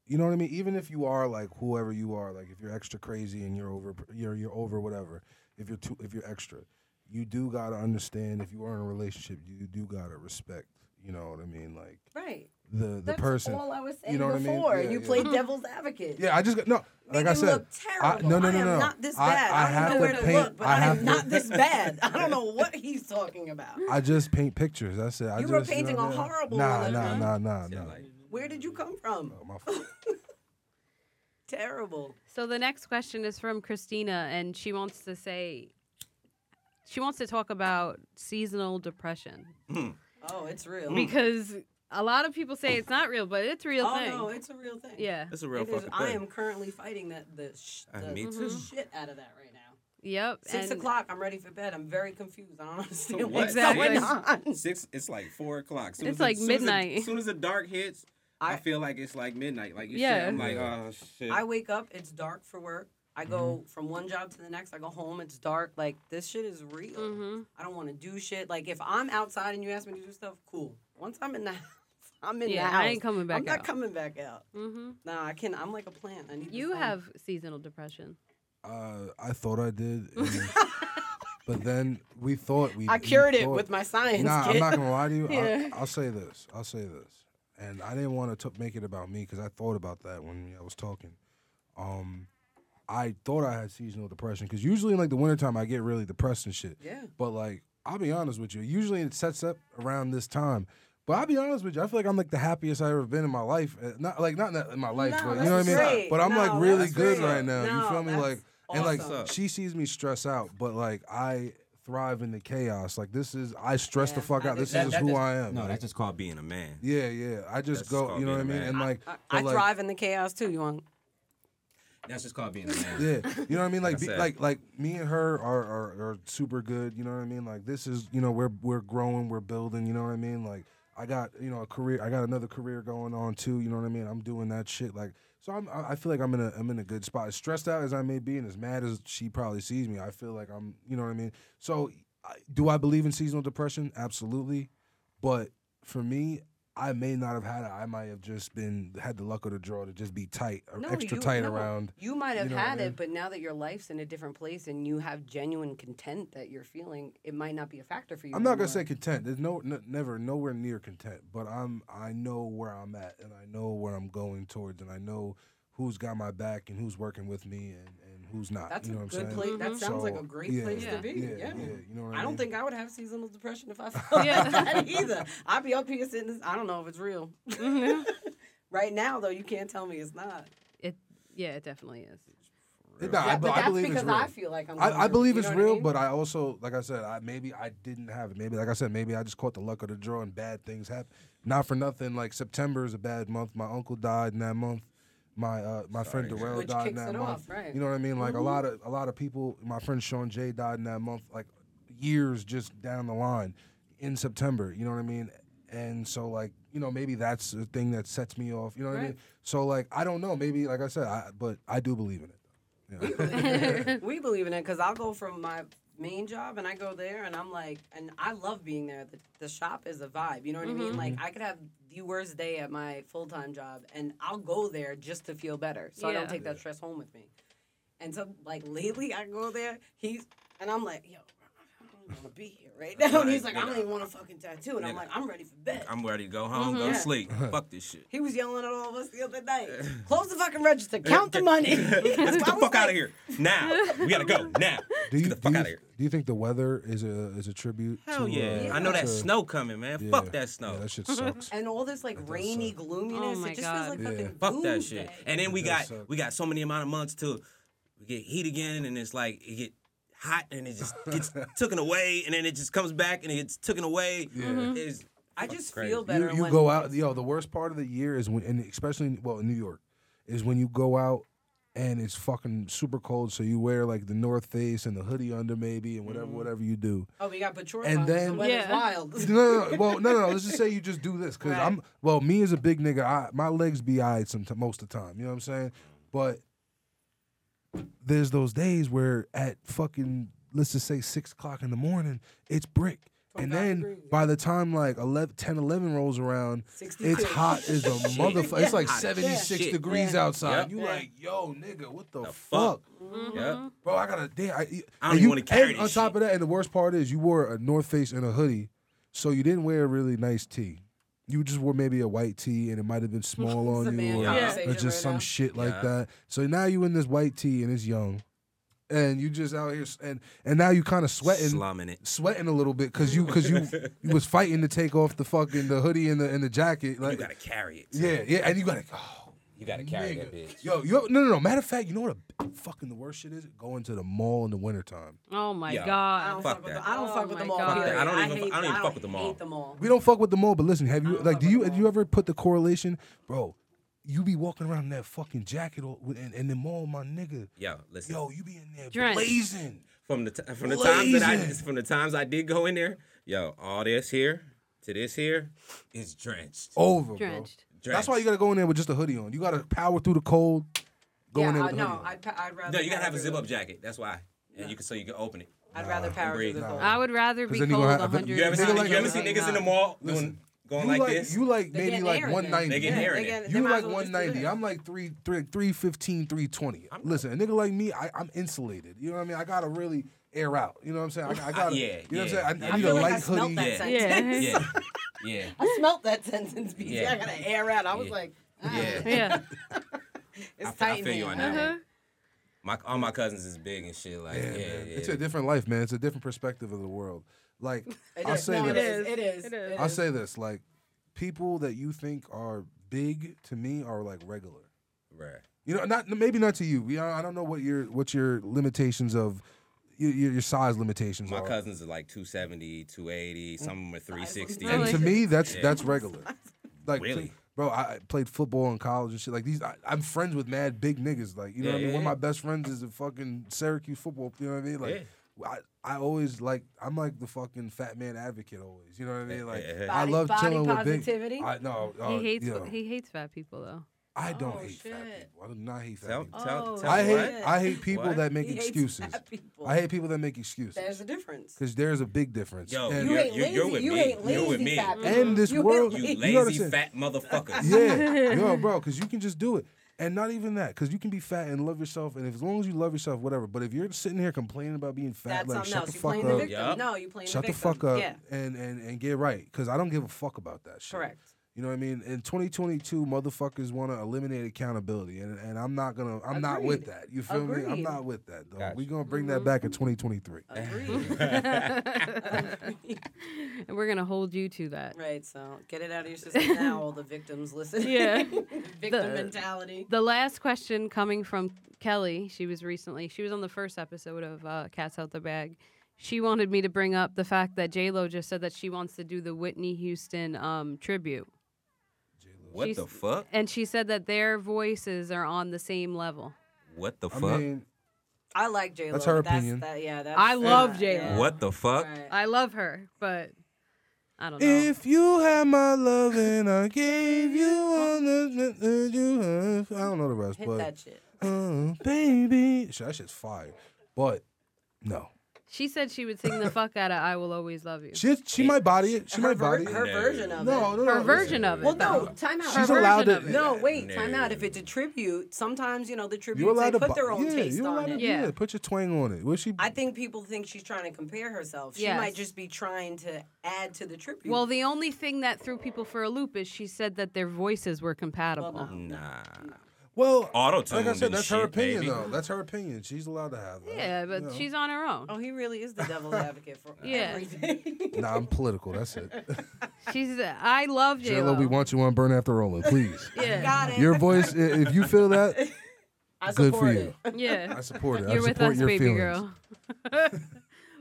[SPEAKER 2] You know what I mean? Even if you are like whoever you are, like if you're extra crazy and you're over, you're you're over whatever. If you're too, if you're extra, you do gotta understand. If you are in a relationship, you do gotta respect. You know what I mean? Like
[SPEAKER 1] Right.
[SPEAKER 2] the the
[SPEAKER 1] That's
[SPEAKER 2] person.
[SPEAKER 1] all I was saying
[SPEAKER 2] you know what I mean?
[SPEAKER 1] before.
[SPEAKER 2] Yeah,
[SPEAKER 1] you
[SPEAKER 2] yeah.
[SPEAKER 1] played devil's advocate.
[SPEAKER 2] Yeah, I just got no. Like I
[SPEAKER 1] you
[SPEAKER 2] said,
[SPEAKER 1] look
[SPEAKER 2] I,
[SPEAKER 1] terrible.
[SPEAKER 2] no, no, no,
[SPEAKER 1] I am
[SPEAKER 2] no.
[SPEAKER 1] not this
[SPEAKER 2] I-
[SPEAKER 1] bad. I,
[SPEAKER 2] I have
[SPEAKER 1] don't
[SPEAKER 2] to
[SPEAKER 1] know where to
[SPEAKER 2] paint-
[SPEAKER 1] look, but
[SPEAKER 2] I
[SPEAKER 1] I,
[SPEAKER 2] have
[SPEAKER 1] am
[SPEAKER 2] to-
[SPEAKER 1] not this bad. I don't know what he's talking about.
[SPEAKER 2] I just paint pictures. That's it. I
[SPEAKER 1] You
[SPEAKER 2] just,
[SPEAKER 1] were painting
[SPEAKER 2] know,
[SPEAKER 1] a
[SPEAKER 2] yeah.
[SPEAKER 1] horrible
[SPEAKER 2] Nah,
[SPEAKER 1] one,
[SPEAKER 2] nah,
[SPEAKER 1] huh?
[SPEAKER 2] nah, nah,
[SPEAKER 4] Yeah,
[SPEAKER 2] nah.
[SPEAKER 4] like,
[SPEAKER 1] Where did you come from?
[SPEAKER 2] Oh, my fault.
[SPEAKER 1] Terrible.
[SPEAKER 3] So the next question is from Christina, and she wants to say, she wants to talk about seasonal depression
[SPEAKER 1] Oh, it's real.
[SPEAKER 3] because a lot of people say it's not real, but it's a real
[SPEAKER 1] oh
[SPEAKER 3] thing.
[SPEAKER 1] no, it's a real thing.
[SPEAKER 3] yeah.
[SPEAKER 4] That's a real
[SPEAKER 1] It is-
[SPEAKER 4] fucking
[SPEAKER 1] I
[SPEAKER 4] thing.
[SPEAKER 1] am currently fighting that the, sh-
[SPEAKER 4] Uh,
[SPEAKER 1] the
[SPEAKER 4] me too.
[SPEAKER 1] shit out of that right now.
[SPEAKER 3] Yep.
[SPEAKER 1] Six
[SPEAKER 3] and-
[SPEAKER 1] o'clock. I'm ready for bed. I'm very confused. I don't understand
[SPEAKER 4] So what?
[SPEAKER 1] what's
[SPEAKER 3] Exactly.
[SPEAKER 1] going on.
[SPEAKER 4] Six. It's like four o'clock. Soon
[SPEAKER 3] It's
[SPEAKER 4] as it-
[SPEAKER 3] like
[SPEAKER 4] soon as it-
[SPEAKER 3] midnight.
[SPEAKER 4] As soon as the dark hits, I,
[SPEAKER 1] I-
[SPEAKER 4] feel like it's like midnight. Like yeah.
[SPEAKER 3] Yeah.
[SPEAKER 4] I'm like,
[SPEAKER 2] Yeah. Mm-hmm.
[SPEAKER 4] oh shit.
[SPEAKER 1] I wake up. It's dark for work. I go from one job to the next. I go home. It's dark. Like this shit is real.
[SPEAKER 3] Mhm.
[SPEAKER 1] I don't want to do shit. Like if I'm outside and you ask me to do stuff, cool. Once I'm in the, I'm in
[SPEAKER 3] Yeah,
[SPEAKER 1] the house.
[SPEAKER 3] I ain't coming back
[SPEAKER 1] I'm not
[SPEAKER 3] out.
[SPEAKER 1] coming back out.
[SPEAKER 3] hmm
[SPEAKER 1] Nah, I can. I'm like a plant. I need. the
[SPEAKER 3] You
[SPEAKER 1] sun.
[SPEAKER 3] have seasonal depression.
[SPEAKER 2] Uh, I thought I did, and- but then we thought we.
[SPEAKER 1] I
[SPEAKER 2] we
[SPEAKER 1] cured it
[SPEAKER 2] thought-
[SPEAKER 1] with my science.
[SPEAKER 2] Nah,
[SPEAKER 1] kid.
[SPEAKER 2] I'm not gonna lie to you.
[SPEAKER 1] Yeah.
[SPEAKER 2] I, I'll say this. I'll say this, and I didn't want to make it about me because I thought about that when I was talking. Um, I thought I had seasonal depression because usually in like the wintertime I get really depressed and shit.
[SPEAKER 1] Yeah.
[SPEAKER 2] But like, I'll be honest with you. Usually it sets up around this time. But I'll be honest with you. I feel like I'm like the happiest I've ever been in my life. Uh, Not like not in that- in my life,
[SPEAKER 1] No,
[SPEAKER 2] but you
[SPEAKER 1] that's
[SPEAKER 2] know what I mean.
[SPEAKER 1] great.
[SPEAKER 2] But I'm like
[SPEAKER 1] No,
[SPEAKER 2] really
[SPEAKER 1] that's
[SPEAKER 2] good
[SPEAKER 1] great.
[SPEAKER 2] right now. you
[SPEAKER 1] No,
[SPEAKER 2] feel me?
[SPEAKER 1] that's
[SPEAKER 2] Like and
[SPEAKER 1] awesome.
[SPEAKER 2] like she sees me stress out, but like I thrive in the chaos. Like this is I stress the
[SPEAKER 1] Yeah,
[SPEAKER 2] fuck
[SPEAKER 1] I
[SPEAKER 2] out.
[SPEAKER 1] do
[SPEAKER 2] This
[SPEAKER 1] that.
[SPEAKER 2] is
[SPEAKER 4] That-
[SPEAKER 2] who
[SPEAKER 4] that
[SPEAKER 2] I am.
[SPEAKER 4] No,
[SPEAKER 2] like,
[SPEAKER 4] that's just called being a man.
[SPEAKER 2] yeah, yeah. I just
[SPEAKER 4] That's
[SPEAKER 2] go.
[SPEAKER 4] called
[SPEAKER 2] You know what I
[SPEAKER 4] being
[SPEAKER 2] mean?
[SPEAKER 4] a man.
[SPEAKER 2] And like
[SPEAKER 1] I,
[SPEAKER 2] but,
[SPEAKER 1] I
[SPEAKER 2] like,
[SPEAKER 1] thrive in the chaos too. You want?
[SPEAKER 4] That's just called being a man.
[SPEAKER 2] Yeah, you know what I mean. Like,
[SPEAKER 4] Like I
[SPEAKER 2] be,
[SPEAKER 4] said.
[SPEAKER 2] like, like me and her are, are are super good. You know what I mean. Like, this is you know we're we're growing, we're building. You know what I mean. Like, I got you know a career, I got another career going on too. You know what I mean. I'm doing that shit. Like, so I'm I I feel like I'm in a I'm in a good spot. As stressed out as I may be, and as mad as she probably sees me, I feel like I'm. You know what I mean. So, I, do I believe in seasonal depression? Absolutely, but for me. I may not have had it. I might have just been had the luck of the draw to just be tight, or extra
[SPEAKER 1] you,
[SPEAKER 2] tight
[SPEAKER 1] no,
[SPEAKER 2] around.
[SPEAKER 1] You might have
[SPEAKER 2] know what I
[SPEAKER 1] had
[SPEAKER 2] mean?
[SPEAKER 1] it, but now that your life's in a different place and you have genuine content that you're feeling, it might not be a factor for you.
[SPEAKER 2] I'm not gonna say
[SPEAKER 1] anymore.
[SPEAKER 2] content. There's no, n- never, nowhere near content. But I'm, I know where I'm at, and I know where I'm going towards, and I know who's got my back and who's working with me and, and who's not.
[SPEAKER 1] That's
[SPEAKER 2] you know
[SPEAKER 1] a
[SPEAKER 2] what I'm
[SPEAKER 1] good
[SPEAKER 2] saying?
[SPEAKER 1] place. That
[SPEAKER 2] Mhm.
[SPEAKER 1] sounds like
[SPEAKER 2] So,
[SPEAKER 1] a great
[SPEAKER 2] yeah,
[SPEAKER 1] place
[SPEAKER 3] yeah,
[SPEAKER 1] to be.
[SPEAKER 2] Yeah,
[SPEAKER 1] Yeah.
[SPEAKER 2] you know what I mean.
[SPEAKER 1] I don't think I would have seasonal depression if I felt
[SPEAKER 3] Yeah.
[SPEAKER 1] like that either. I'd be up here sitting. I don't know if it's real.
[SPEAKER 3] Mm-hmm.
[SPEAKER 1] right now, though, you can't tell me it's not.
[SPEAKER 3] It, yeah, it definitely is.
[SPEAKER 2] It- nah, I,
[SPEAKER 1] That-
[SPEAKER 2] be-
[SPEAKER 1] but
[SPEAKER 2] I
[SPEAKER 1] that's
[SPEAKER 2] believe
[SPEAKER 1] because
[SPEAKER 2] it's real.
[SPEAKER 1] I feel like I'm. going
[SPEAKER 2] I, I
[SPEAKER 1] through it,
[SPEAKER 2] believe
[SPEAKER 1] you
[SPEAKER 2] it's
[SPEAKER 1] know what I
[SPEAKER 2] real,
[SPEAKER 1] mean?
[SPEAKER 2] but I also, like I said, I maybe I didn't have it. Maybe, like I said, maybe I just caught the luck of the draw and bad things happen. Not for nothing. Like September is a bad month. My uncle died in that month. My uh, my friend
[SPEAKER 4] Sorry.
[SPEAKER 2] Darrell
[SPEAKER 1] Which
[SPEAKER 2] died in
[SPEAKER 1] kicks
[SPEAKER 2] that
[SPEAKER 1] it
[SPEAKER 2] month.
[SPEAKER 1] off, right.
[SPEAKER 2] You know what I mean? Like a lot of a lot of people. My friend Sean Jay died in that month. Like years just down the line in September. You know what I mean? And so like you know maybe that's the thing that sets me off. You know what I
[SPEAKER 1] Right.
[SPEAKER 2] mean? So like I don't know. Maybe like I said, I, but I do believe in it. though. Yeah.
[SPEAKER 1] we believe in it because I'll go from my main job and I go there and I'm like, and I love being there. The, the shop is a vibe. You know what I mean? Like, I could have the worst day at my full time job and I'll go there just to feel better. So I
[SPEAKER 3] Yeah.
[SPEAKER 1] don't take that stress home with me. And so, like, lately I go there, he's, and I'm like, yo, I don't even want to be here right now. And he's like, I don't even want a fucking tattoo. And I'm like, I'm ready for bed.
[SPEAKER 4] I'm ready to go home, go
[SPEAKER 1] Yeah.
[SPEAKER 4] to sleep. Fuck this shit.
[SPEAKER 1] He was yelling at all of us the other night. Close the fucking register. Count the money.
[SPEAKER 4] Let's get the
[SPEAKER 1] I was
[SPEAKER 4] fuck out
[SPEAKER 1] like,
[SPEAKER 4] of here now. We gotta go now.
[SPEAKER 2] do
[SPEAKER 4] Let's
[SPEAKER 2] you
[SPEAKER 4] get the fuck
[SPEAKER 2] do
[SPEAKER 4] out
[SPEAKER 2] you,
[SPEAKER 4] of here.
[SPEAKER 2] do you think the weather is a is a tribute?
[SPEAKER 4] Hell
[SPEAKER 2] to,
[SPEAKER 4] yeah!
[SPEAKER 2] uh,
[SPEAKER 4] I know that
[SPEAKER 2] to-
[SPEAKER 4] snow coming, man.
[SPEAKER 2] yeah.
[SPEAKER 4] Fuck that snow.
[SPEAKER 2] Yeah, that shit sucks.
[SPEAKER 1] and all this like
[SPEAKER 2] That does
[SPEAKER 1] rainy
[SPEAKER 2] suck.
[SPEAKER 1] gloominess.
[SPEAKER 3] Oh my
[SPEAKER 1] it just
[SPEAKER 3] God.
[SPEAKER 1] feels like
[SPEAKER 2] Yeah.
[SPEAKER 1] fucking
[SPEAKER 4] Fuck that shit.
[SPEAKER 1] doomsday.
[SPEAKER 4] And then we
[SPEAKER 2] It does
[SPEAKER 4] got
[SPEAKER 2] suck.
[SPEAKER 4] we got so many amount of months to we get heat again, and it's like it get hot, and it just gets taken away, and then it just comes back, and it gets taken away. It's-
[SPEAKER 1] Mm-hmm. I
[SPEAKER 4] fuck
[SPEAKER 1] just
[SPEAKER 4] crazy.
[SPEAKER 1] feel better.
[SPEAKER 2] you, you
[SPEAKER 1] when,
[SPEAKER 2] go out yo the worst part of the year is when and especially in- well in new york is when you go out and it's fucking super cold so you wear like the north face and the hoodie under maybe and
[SPEAKER 4] Mm-hmm.
[SPEAKER 2] whatever whatever you do
[SPEAKER 1] Oh, we got Patron.
[SPEAKER 2] And
[SPEAKER 1] And
[SPEAKER 2] then-
[SPEAKER 1] then the
[SPEAKER 3] Yeah.
[SPEAKER 1] yeah. wild.
[SPEAKER 2] no, no, no. Well, no, no, no. Let's just say you just do this because
[SPEAKER 1] Right.
[SPEAKER 2] I'm well. Me as a big nigga, I, my legs be eyed some most of the time. You know what I'm saying? But there's those days where at fucking let's just say six o'clock in the morning, it's brick. And
[SPEAKER 1] 25
[SPEAKER 2] then
[SPEAKER 1] degrees.
[SPEAKER 2] by the time like 11, 10, 11 rolls around,
[SPEAKER 1] 62.
[SPEAKER 2] it's hot as a motherfucker. It's like
[SPEAKER 4] Hot as
[SPEAKER 2] 76
[SPEAKER 4] shit.
[SPEAKER 2] degrees
[SPEAKER 1] Yeah.
[SPEAKER 2] outside.
[SPEAKER 4] Yep.
[SPEAKER 2] You like, yo, nigga, what the,
[SPEAKER 4] The
[SPEAKER 2] fuck?
[SPEAKER 4] fuck?
[SPEAKER 3] Mhm.
[SPEAKER 2] Bro, I got a damn. I,
[SPEAKER 4] don't
[SPEAKER 2] and
[SPEAKER 4] even
[SPEAKER 2] you-
[SPEAKER 4] wanna carry
[SPEAKER 2] and
[SPEAKER 4] this
[SPEAKER 2] On top
[SPEAKER 4] shit.
[SPEAKER 2] of that, and the worst part is you wore a North Face and a hoodie, so you didn't wear a really nice tee. You just wore maybe a white tee, and it might have been small
[SPEAKER 1] It's a
[SPEAKER 2] on you,
[SPEAKER 1] man
[SPEAKER 2] or,
[SPEAKER 1] conversation
[SPEAKER 2] or just
[SPEAKER 1] right
[SPEAKER 2] some
[SPEAKER 1] now.
[SPEAKER 2] shit like
[SPEAKER 4] Yeah.
[SPEAKER 2] that. So now you in this white tee, and it's young, and you just out here, s- and and now you kind of sweating.
[SPEAKER 4] slumming it.
[SPEAKER 2] Sweating a little bit because you because you you was fighting to take off the fucking the hoodie and the and the jacket
[SPEAKER 4] You
[SPEAKER 2] like
[SPEAKER 4] gotta carry it.
[SPEAKER 2] yeah yeah and you gotta oh
[SPEAKER 4] You gotta carry that
[SPEAKER 2] Nigga.
[SPEAKER 4] bitch.
[SPEAKER 2] Yo, yo, no, no, no. Matter of fact, you know what? A b- fucking the worst shit is going to the mall in the wintertime.
[SPEAKER 3] Oh my
[SPEAKER 4] Yeah.
[SPEAKER 1] I don't
[SPEAKER 3] god.
[SPEAKER 4] Fuck
[SPEAKER 1] fuck with
[SPEAKER 4] that.
[SPEAKER 1] them. I don't
[SPEAKER 3] Oh
[SPEAKER 1] fuck with
[SPEAKER 3] my
[SPEAKER 1] them all.
[SPEAKER 3] God. Fuck
[SPEAKER 4] that. I don't
[SPEAKER 1] period.
[SPEAKER 4] even-
[SPEAKER 1] hate-
[SPEAKER 4] I don't even
[SPEAKER 1] I
[SPEAKER 4] fuck with them all.
[SPEAKER 1] Hate them all.
[SPEAKER 2] We don't fuck with the mall, but listen, have you
[SPEAKER 1] don't
[SPEAKER 2] like?
[SPEAKER 1] fuck
[SPEAKER 2] Do
[SPEAKER 1] with
[SPEAKER 2] you
[SPEAKER 1] the
[SPEAKER 2] do you ever put the correlation, bro? You be walking around in that fucking jacket or, with- in, in the mall, my nigga.
[SPEAKER 4] Yo, listen.
[SPEAKER 2] Yo, you be in there
[SPEAKER 3] Drenched.
[SPEAKER 2] blazing.
[SPEAKER 4] From the t- from the times that I
[SPEAKER 2] Blazing.
[SPEAKER 4] from the times I did go in there, yo, all this here to this here is drenched.
[SPEAKER 2] Over,
[SPEAKER 3] Drenched.
[SPEAKER 2] bro. That's why you gotta go in there with just a hoodie on. You gotta power through the cold. Go
[SPEAKER 1] yeah,
[SPEAKER 2] in there
[SPEAKER 1] I,
[SPEAKER 2] with a hoodie.
[SPEAKER 1] no,
[SPEAKER 2] on.
[SPEAKER 1] I'd, pa- I'd rather.
[SPEAKER 4] No, you gotta have a
[SPEAKER 1] power
[SPEAKER 4] zip
[SPEAKER 1] through
[SPEAKER 4] up jacket. That's why. And you can so you can open it.
[SPEAKER 1] it. I'd rather power through
[SPEAKER 4] breathe.
[SPEAKER 1] the
[SPEAKER 4] Nah.
[SPEAKER 1] cold.
[SPEAKER 3] I would rather be
[SPEAKER 2] then you
[SPEAKER 3] cold
[SPEAKER 2] gonna have-
[SPEAKER 3] 100
[SPEAKER 4] You ever
[SPEAKER 2] Nigga
[SPEAKER 4] seen,
[SPEAKER 2] like-
[SPEAKER 4] you ever seen niggas in the mall doing, going
[SPEAKER 2] you
[SPEAKER 4] like, this?
[SPEAKER 2] You like
[SPEAKER 1] They
[SPEAKER 2] maybe
[SPEAKER 1] getting
[SPEAKER 2] like
[SPEAKER 1] air again.
[SPEAKER 2] 190.
[SPEAKER 4] They getting air
[SPEAKER 1] They
[SPEAKER 4] again.
[SPEAKER 1] getting- they
[SPEAKER 2] You
[SPEAKER 1] might
[SPEAKER 2] like
[SPEAKER 1] as well just do
[SPEAKER 2] 190.
[SPEAKER 1] that.
[SPEAKER 2] I'm like 3, 3, 315, 320. Listen, a nigga like me, I, I'm insulated. You know what I mean? I gotta really air out. You know what I'm saying? I, I gotta,
[SPEAKER 4] yeah,
[SPEAKER 2] you know what
[SPEAKER 4] yeah,
[SPEAKER 2] I'm saying? I, I
[SPEAKER 4] yeah.
[SPEAKER 2] need
[SPEAKER 1] I
[SPEAKER 2] a
[SPEAKER 1] feel like I
[SPEAKER 2] light
[SPEAKER 1] smelt
[SPEAKER 2] hoodie.
[SPEAKER 1] that
[SPEAKER 4] Yeah.
[SPEAKER 1] sentence.
[SPEAKER 4] yeah, yeah.
[SPEAKER 1] I smelt that sentence, BC.
[SPEAKER 4] Yeah.
[SPEAKER 1] I got to air out. I was
[SPEAKER 4] Yeah.
[SPEAKER 1] like,
[SPEAKER 4] Yeah.
[SPEAKER 3] Yeah.
[SPEAKER 1] it's
[SPEAKER 4] I feel- I
[SPEAKER 1] tight in
[SPEAKER 4] feel you
[SPEAKER 1] here.
[SPEAKER 4] on that
[SPEAKER 3] Uh-huh.
[SPEAKER 4] My all my cousins is big and shit. Like, yeah,
[SPEAKER 2] Yeah,
[SPEAKER 4] yeah.
[SPEAKER 2] man. It's a different life, man. It's a different perspective of the world. Like,
[SPEAKER 1] It
[SPEAKER 2] I'll
[SPEAKER 1] is.
[SPEAKER 2] say
[SPEAKER 1] No, It is.
[SPEAKER 2] this.
[SPEAKER 1] It is.
[SPEAKER 3] It is.
[SPEAKER 1] It
[SPEAKER 2] I'll
[SPEAKER 1] is.
[SPEAKER 2] say this. Like, people that you think are big to me are like regular.
[SPEAKER 4] Right.
[SPEAKER 2] You know, not maybe not to you. You know, I don't know what your what your limitations of your, your, your size limitations
[SPEAKER 4] My
[SPEAKER 2] are.
[SPEAKER 4] cousins are like 270, 280, some of them are 360.
[SPEAKER 2] And
[SPEAKER 3] Really?
[SPEAKER 2] to me, that's
[SPEAKER 4] Yeah.
[SPEAKER 2] that's regular. Like,
[SPEAKER 4] Really?
[SPEAKER 2] to- bro, I I played football in college and shit. Like these, I, I'm friends with mad big niggas. Like, you know
[SPEAKER 4] Yeah,
[SPEAKER 2] what I mean?
[SPEAKER 4] yeah,
[SPEAKER 2] One of my
[SPEAKER 4] yeah.
[SPEAKER 2] best friends is a fucking Syracuse football. You know what I mean? Like, I, I always like I'm like the fucking fat man advocate always. You know what I mean? Like,
[SPEAKER 4] Yeah.
[SPEAKER 2] I
[SPEAKER 1] Body-
[SPEAKER 2] love
[SPEAKER 1] body
[SPEAKER 2] chilling with
[SPEAKER 1] positivity?
[SPEAKER 2] big. I no,
[SPEAKER 4] Oh,
[SPEAKER 2] uh,
[SPEAKER 3] he hates
[SPEAKER 2] yo,
[SPEAKER 3] he hates fat people though.
[SPEAKER 2] I don't
[SPEAKER 1] Oh,
[SPEAKER 2] hate fat
[SPEAKER 1] shit.
[SPEAKER 2] people. I do not hate fat
[SPEAKER 4] Tell,
[SPEAKER 2] people.
[SPEAKER 4] tell,
[SPEAKER 3] Oh.
[SPEAKER 4] tell
[SPEAKER 2] I hate
[SPEAKER 4] what?
[SPEAKER 2] I hate people
[SPEAKER 4] What?
[SPEAKER 2] that make
[SPEAKER 1] He hates
[SPEAKER 2] excuses.
[SPEAKER 1] fat people.
[SPEAKER 2] I hate people that make excuses.
[SPEAKER 1] There's a difference.
[SPEAKER 2] Cause there's a big difference.
[SPEAKER 4] Yo,
[SPEAKER 2] and,
[SPEAKER 4] you're,
[SPEAKER 1] hate
[SPEAKER 4] you're, you're
[SPEAKER 1] lazy-
[SPEAKER 4] with
[SPEAKER 1] you
[SPEAKER 4] me.
[SPEAKER 1] hate
[SPEAKER 4] you're with
[SPEAKER 1] lazy
[SPEAKER 4] me.
[SPEAKER 1] fat people.
[SPEAKER 2] and this
[SPEAKER 1] You hate
[SPEAKER 2] world,
[SPEAKER 4] You
[SPEAKER 2] you know what I'm
[SPEAKER 4] lazy
[SPEAKER 2] saying?
[SPEAKER 4] fat motherfuckers.
[SPEAKER 2] Yeah, yo, bro, because you can just do it, and not even that, because you can be fat and love yourself, and if, as long as you love yourself, whatever. But if you're sitting here complaining about being fat,
[SPEAKER 1] That's
[SPEAKER 2] like
[SPEAKER 1] something
[SPEAKER 2] shut
[SPEAKER 1] else.
[SPEAKER 2] the
[SPEAKER 1] you
[SPEAKER 2] fuck
[SPEAKER 1] playing
[SPEAKER 2] up,
[SPEAKER 1] the victim.
[SPEAKER 4] Yup.
[SPEAKER 1] No, you playing
[SPEAKER 2] shut
[SPEAKER 1] the
[SPEAKER 2] the
[SPEAKER 1] victim.
[SPEAKER 2] fuck up,
[SPEAKER 1] Yeah,
[SPEAKER 2] and and and get right, because I don't give a fuck about that shit.
[SPEAKER 1] correct.
[SPEAKER 2] You know what I mean? In 2022, motherfuckers want to eliminate accountability, and, and I'm not gonna, I'm not with
[SPEAKER 1] Agreed.
[SPEAKER 2] that. You feel me? I'm
[SPEAKER 1] Agreed. Uh,
[SPEAKER 2] not with that. Though.
[SPEAKER 4] Gotcha.
[SPEAKER 2] We're gonna bring that back in 2023.
[SPEAKER 1] Agreed.
[SPEAKER 3] And we're gonna hold you to that.
[SPEAKER 1] right. So get it out of your system now. All the victims listening.
[SPEAKER 3] Yeah.
[SPEAKER 1] Victim
[SPEAKER 3] The-
[SPEAKER 1] mentality.
[SPEAKER 3] The last question coming from Kelly, she was recently, she was on the first episode of uh, Cats Out the Bag. She wanted me to bring up the fact that J Lo just said that she wants to do the Whitney Houston um, tribute,
[SPEAKER 4] What
[SPEAKER 3] She's-
[SPEAKER 4] the fuck?
[SPEAKER 3] and she said that their voices are on the same level.
[SPEAKER 4] What the
[SPEAKER 2] I
[SPEAKER 4] fuck?
[SPEAKER 2] mean,
[SPEAKER 1] I like J Lo.
[SPEAKER 2] That's her opinion.
[SPEAKER 1] That, yeah, that's,
[SPEAKER 3] I love
[SPEAKER 1] yeah,
[SPEAKER 3] J.Lo.
[SPEAKER 1] yeah.
[SPEAKER 4] What the fuck?
[SPEAKER 1] Right.
[SPEAKER 3] I love her, but I don't know.
[SPEAKER 2] If you had my love and I gave you all the that you have, I don't know the rest,
[SPEAKER 1] Hit
[SPEAKER 2] but
[SPEAKER 1] that shit.
[SPEAKER 2] uh, baby, shit, that shit's fire. But no,
[SPEAKER 3] she said she would sing the fuck out of "I Will Always Love You."
[SPEAKER 2] she she might body it. She
[SPEAKER 1] her
[SPEAKER 2] might body
[SPEAKER 1] ver-
[SPEAKER 2] it.
[SPEAKER 1] her
[SPEAKER 4] No.
[SPEAKER 1] version
[SPEAKER 2] No,
[SPEAKER 1] of
[SPEAKER 2] no,
[SPEAKER 1] it.
[SPEAKER 2] no.
[SPEAKER 3] Her
[SPEAKER 2] listen.
[SPEAKER 3] version of it.
[SPEAKER 1] Well,
[SPEAKER 3] though.
[SPEAKER 1] no, time out.
[SPEAKER 2] She's
[SPEAKER 1] Her
[SPEAKER 2] allowed
[SPEAKER 1] version
[SPEAKER 2] to-
[SPEAKER 1] of it. No, wait,
[SPEAKER 4] No.
[SPEAKER 1] time out. If it's a tribute, sometimes you know the
[SPEAKER 2] You're
[SPEAKER 1] tributes
[SPEAKER 2] allowed
[SPEAKER 1] they
[SPEAKER 2] to
[SPEAKER 1] put
[SPEAKER 2] bo-
[SPEAKER 1] their own
[SPEAKER 2] yeah,
[SPEAKER 1] taste
[SPEAKER 2] you're allowed
[SPEAKER 1] on
[SPEAKER 2] to-
[SPEAKER 1] it.
[SPEAKER 3] Yeah.
[SPEAKER 2] yeah, put your twang on it. What she?
[SPEAKER 1] I think people think she's trying to compare herself. She
[SPEAKER 3] Yes.
[SPEAKER 1] might just be trying to add to the tribute.
[SPEAKER 3] Well, the only thing that threw people for a loop is she said that their voices were compatible.
[SPEAKER 1] Well, no.
[SPEAKER 4] Nah.
[SPEAKER 2] well,
[SPEAKER 4] Auto-tuned
[SPEAKER 2] Like I said,
[SPEAKER 4] and
[SPEAKER 2] that's her
[SPEAKER 4] shit,
[SPEAKER 2] opinion
[SPEAKER 4] baby.
[SPEAKER 2] though. That's her opinion. She's allowed to have that.
[SPEAKER 3] Yeah, but
[SPEAKER 2] you know.
[SPEAKER 3] she's on her own.
[SPEAKER 1] oh, he really is the devil's advocate for
[SPEAKER 3] Yeah.
[SPEAKER 1] everything.
[SPEAKER 2] Nah, I'm political. That's it.
[SPEAKER 3] She's. I love J
[SPEAKER 2] J
[SPEAKER 3] Lo.
[SPEAKER 2] Lo, we want you on Burn After Rolling, please.
[SPEAKER 3] Yeah.
[SPEAKER 1] Got it.
[SPEAKER 2] Your voice, i- if you feel that,
[SPEAKER 1] I
[SPEAKER 2] good for
[SPEAKER 1] support
[SPEAKER 2] you.
[SPEAKER 1] it.
[SPEAKER 3] Yeah.
[SPEAKER 2] I support it. I
[SPEAKER 3] You're
[SPEAKER 2] support
[SPEAKER 3] with us,
[SPEAKER 2] your
[SPEAKER 3] baby
[SPEAKER 2] feelings.
[SPEAKER 3] girl.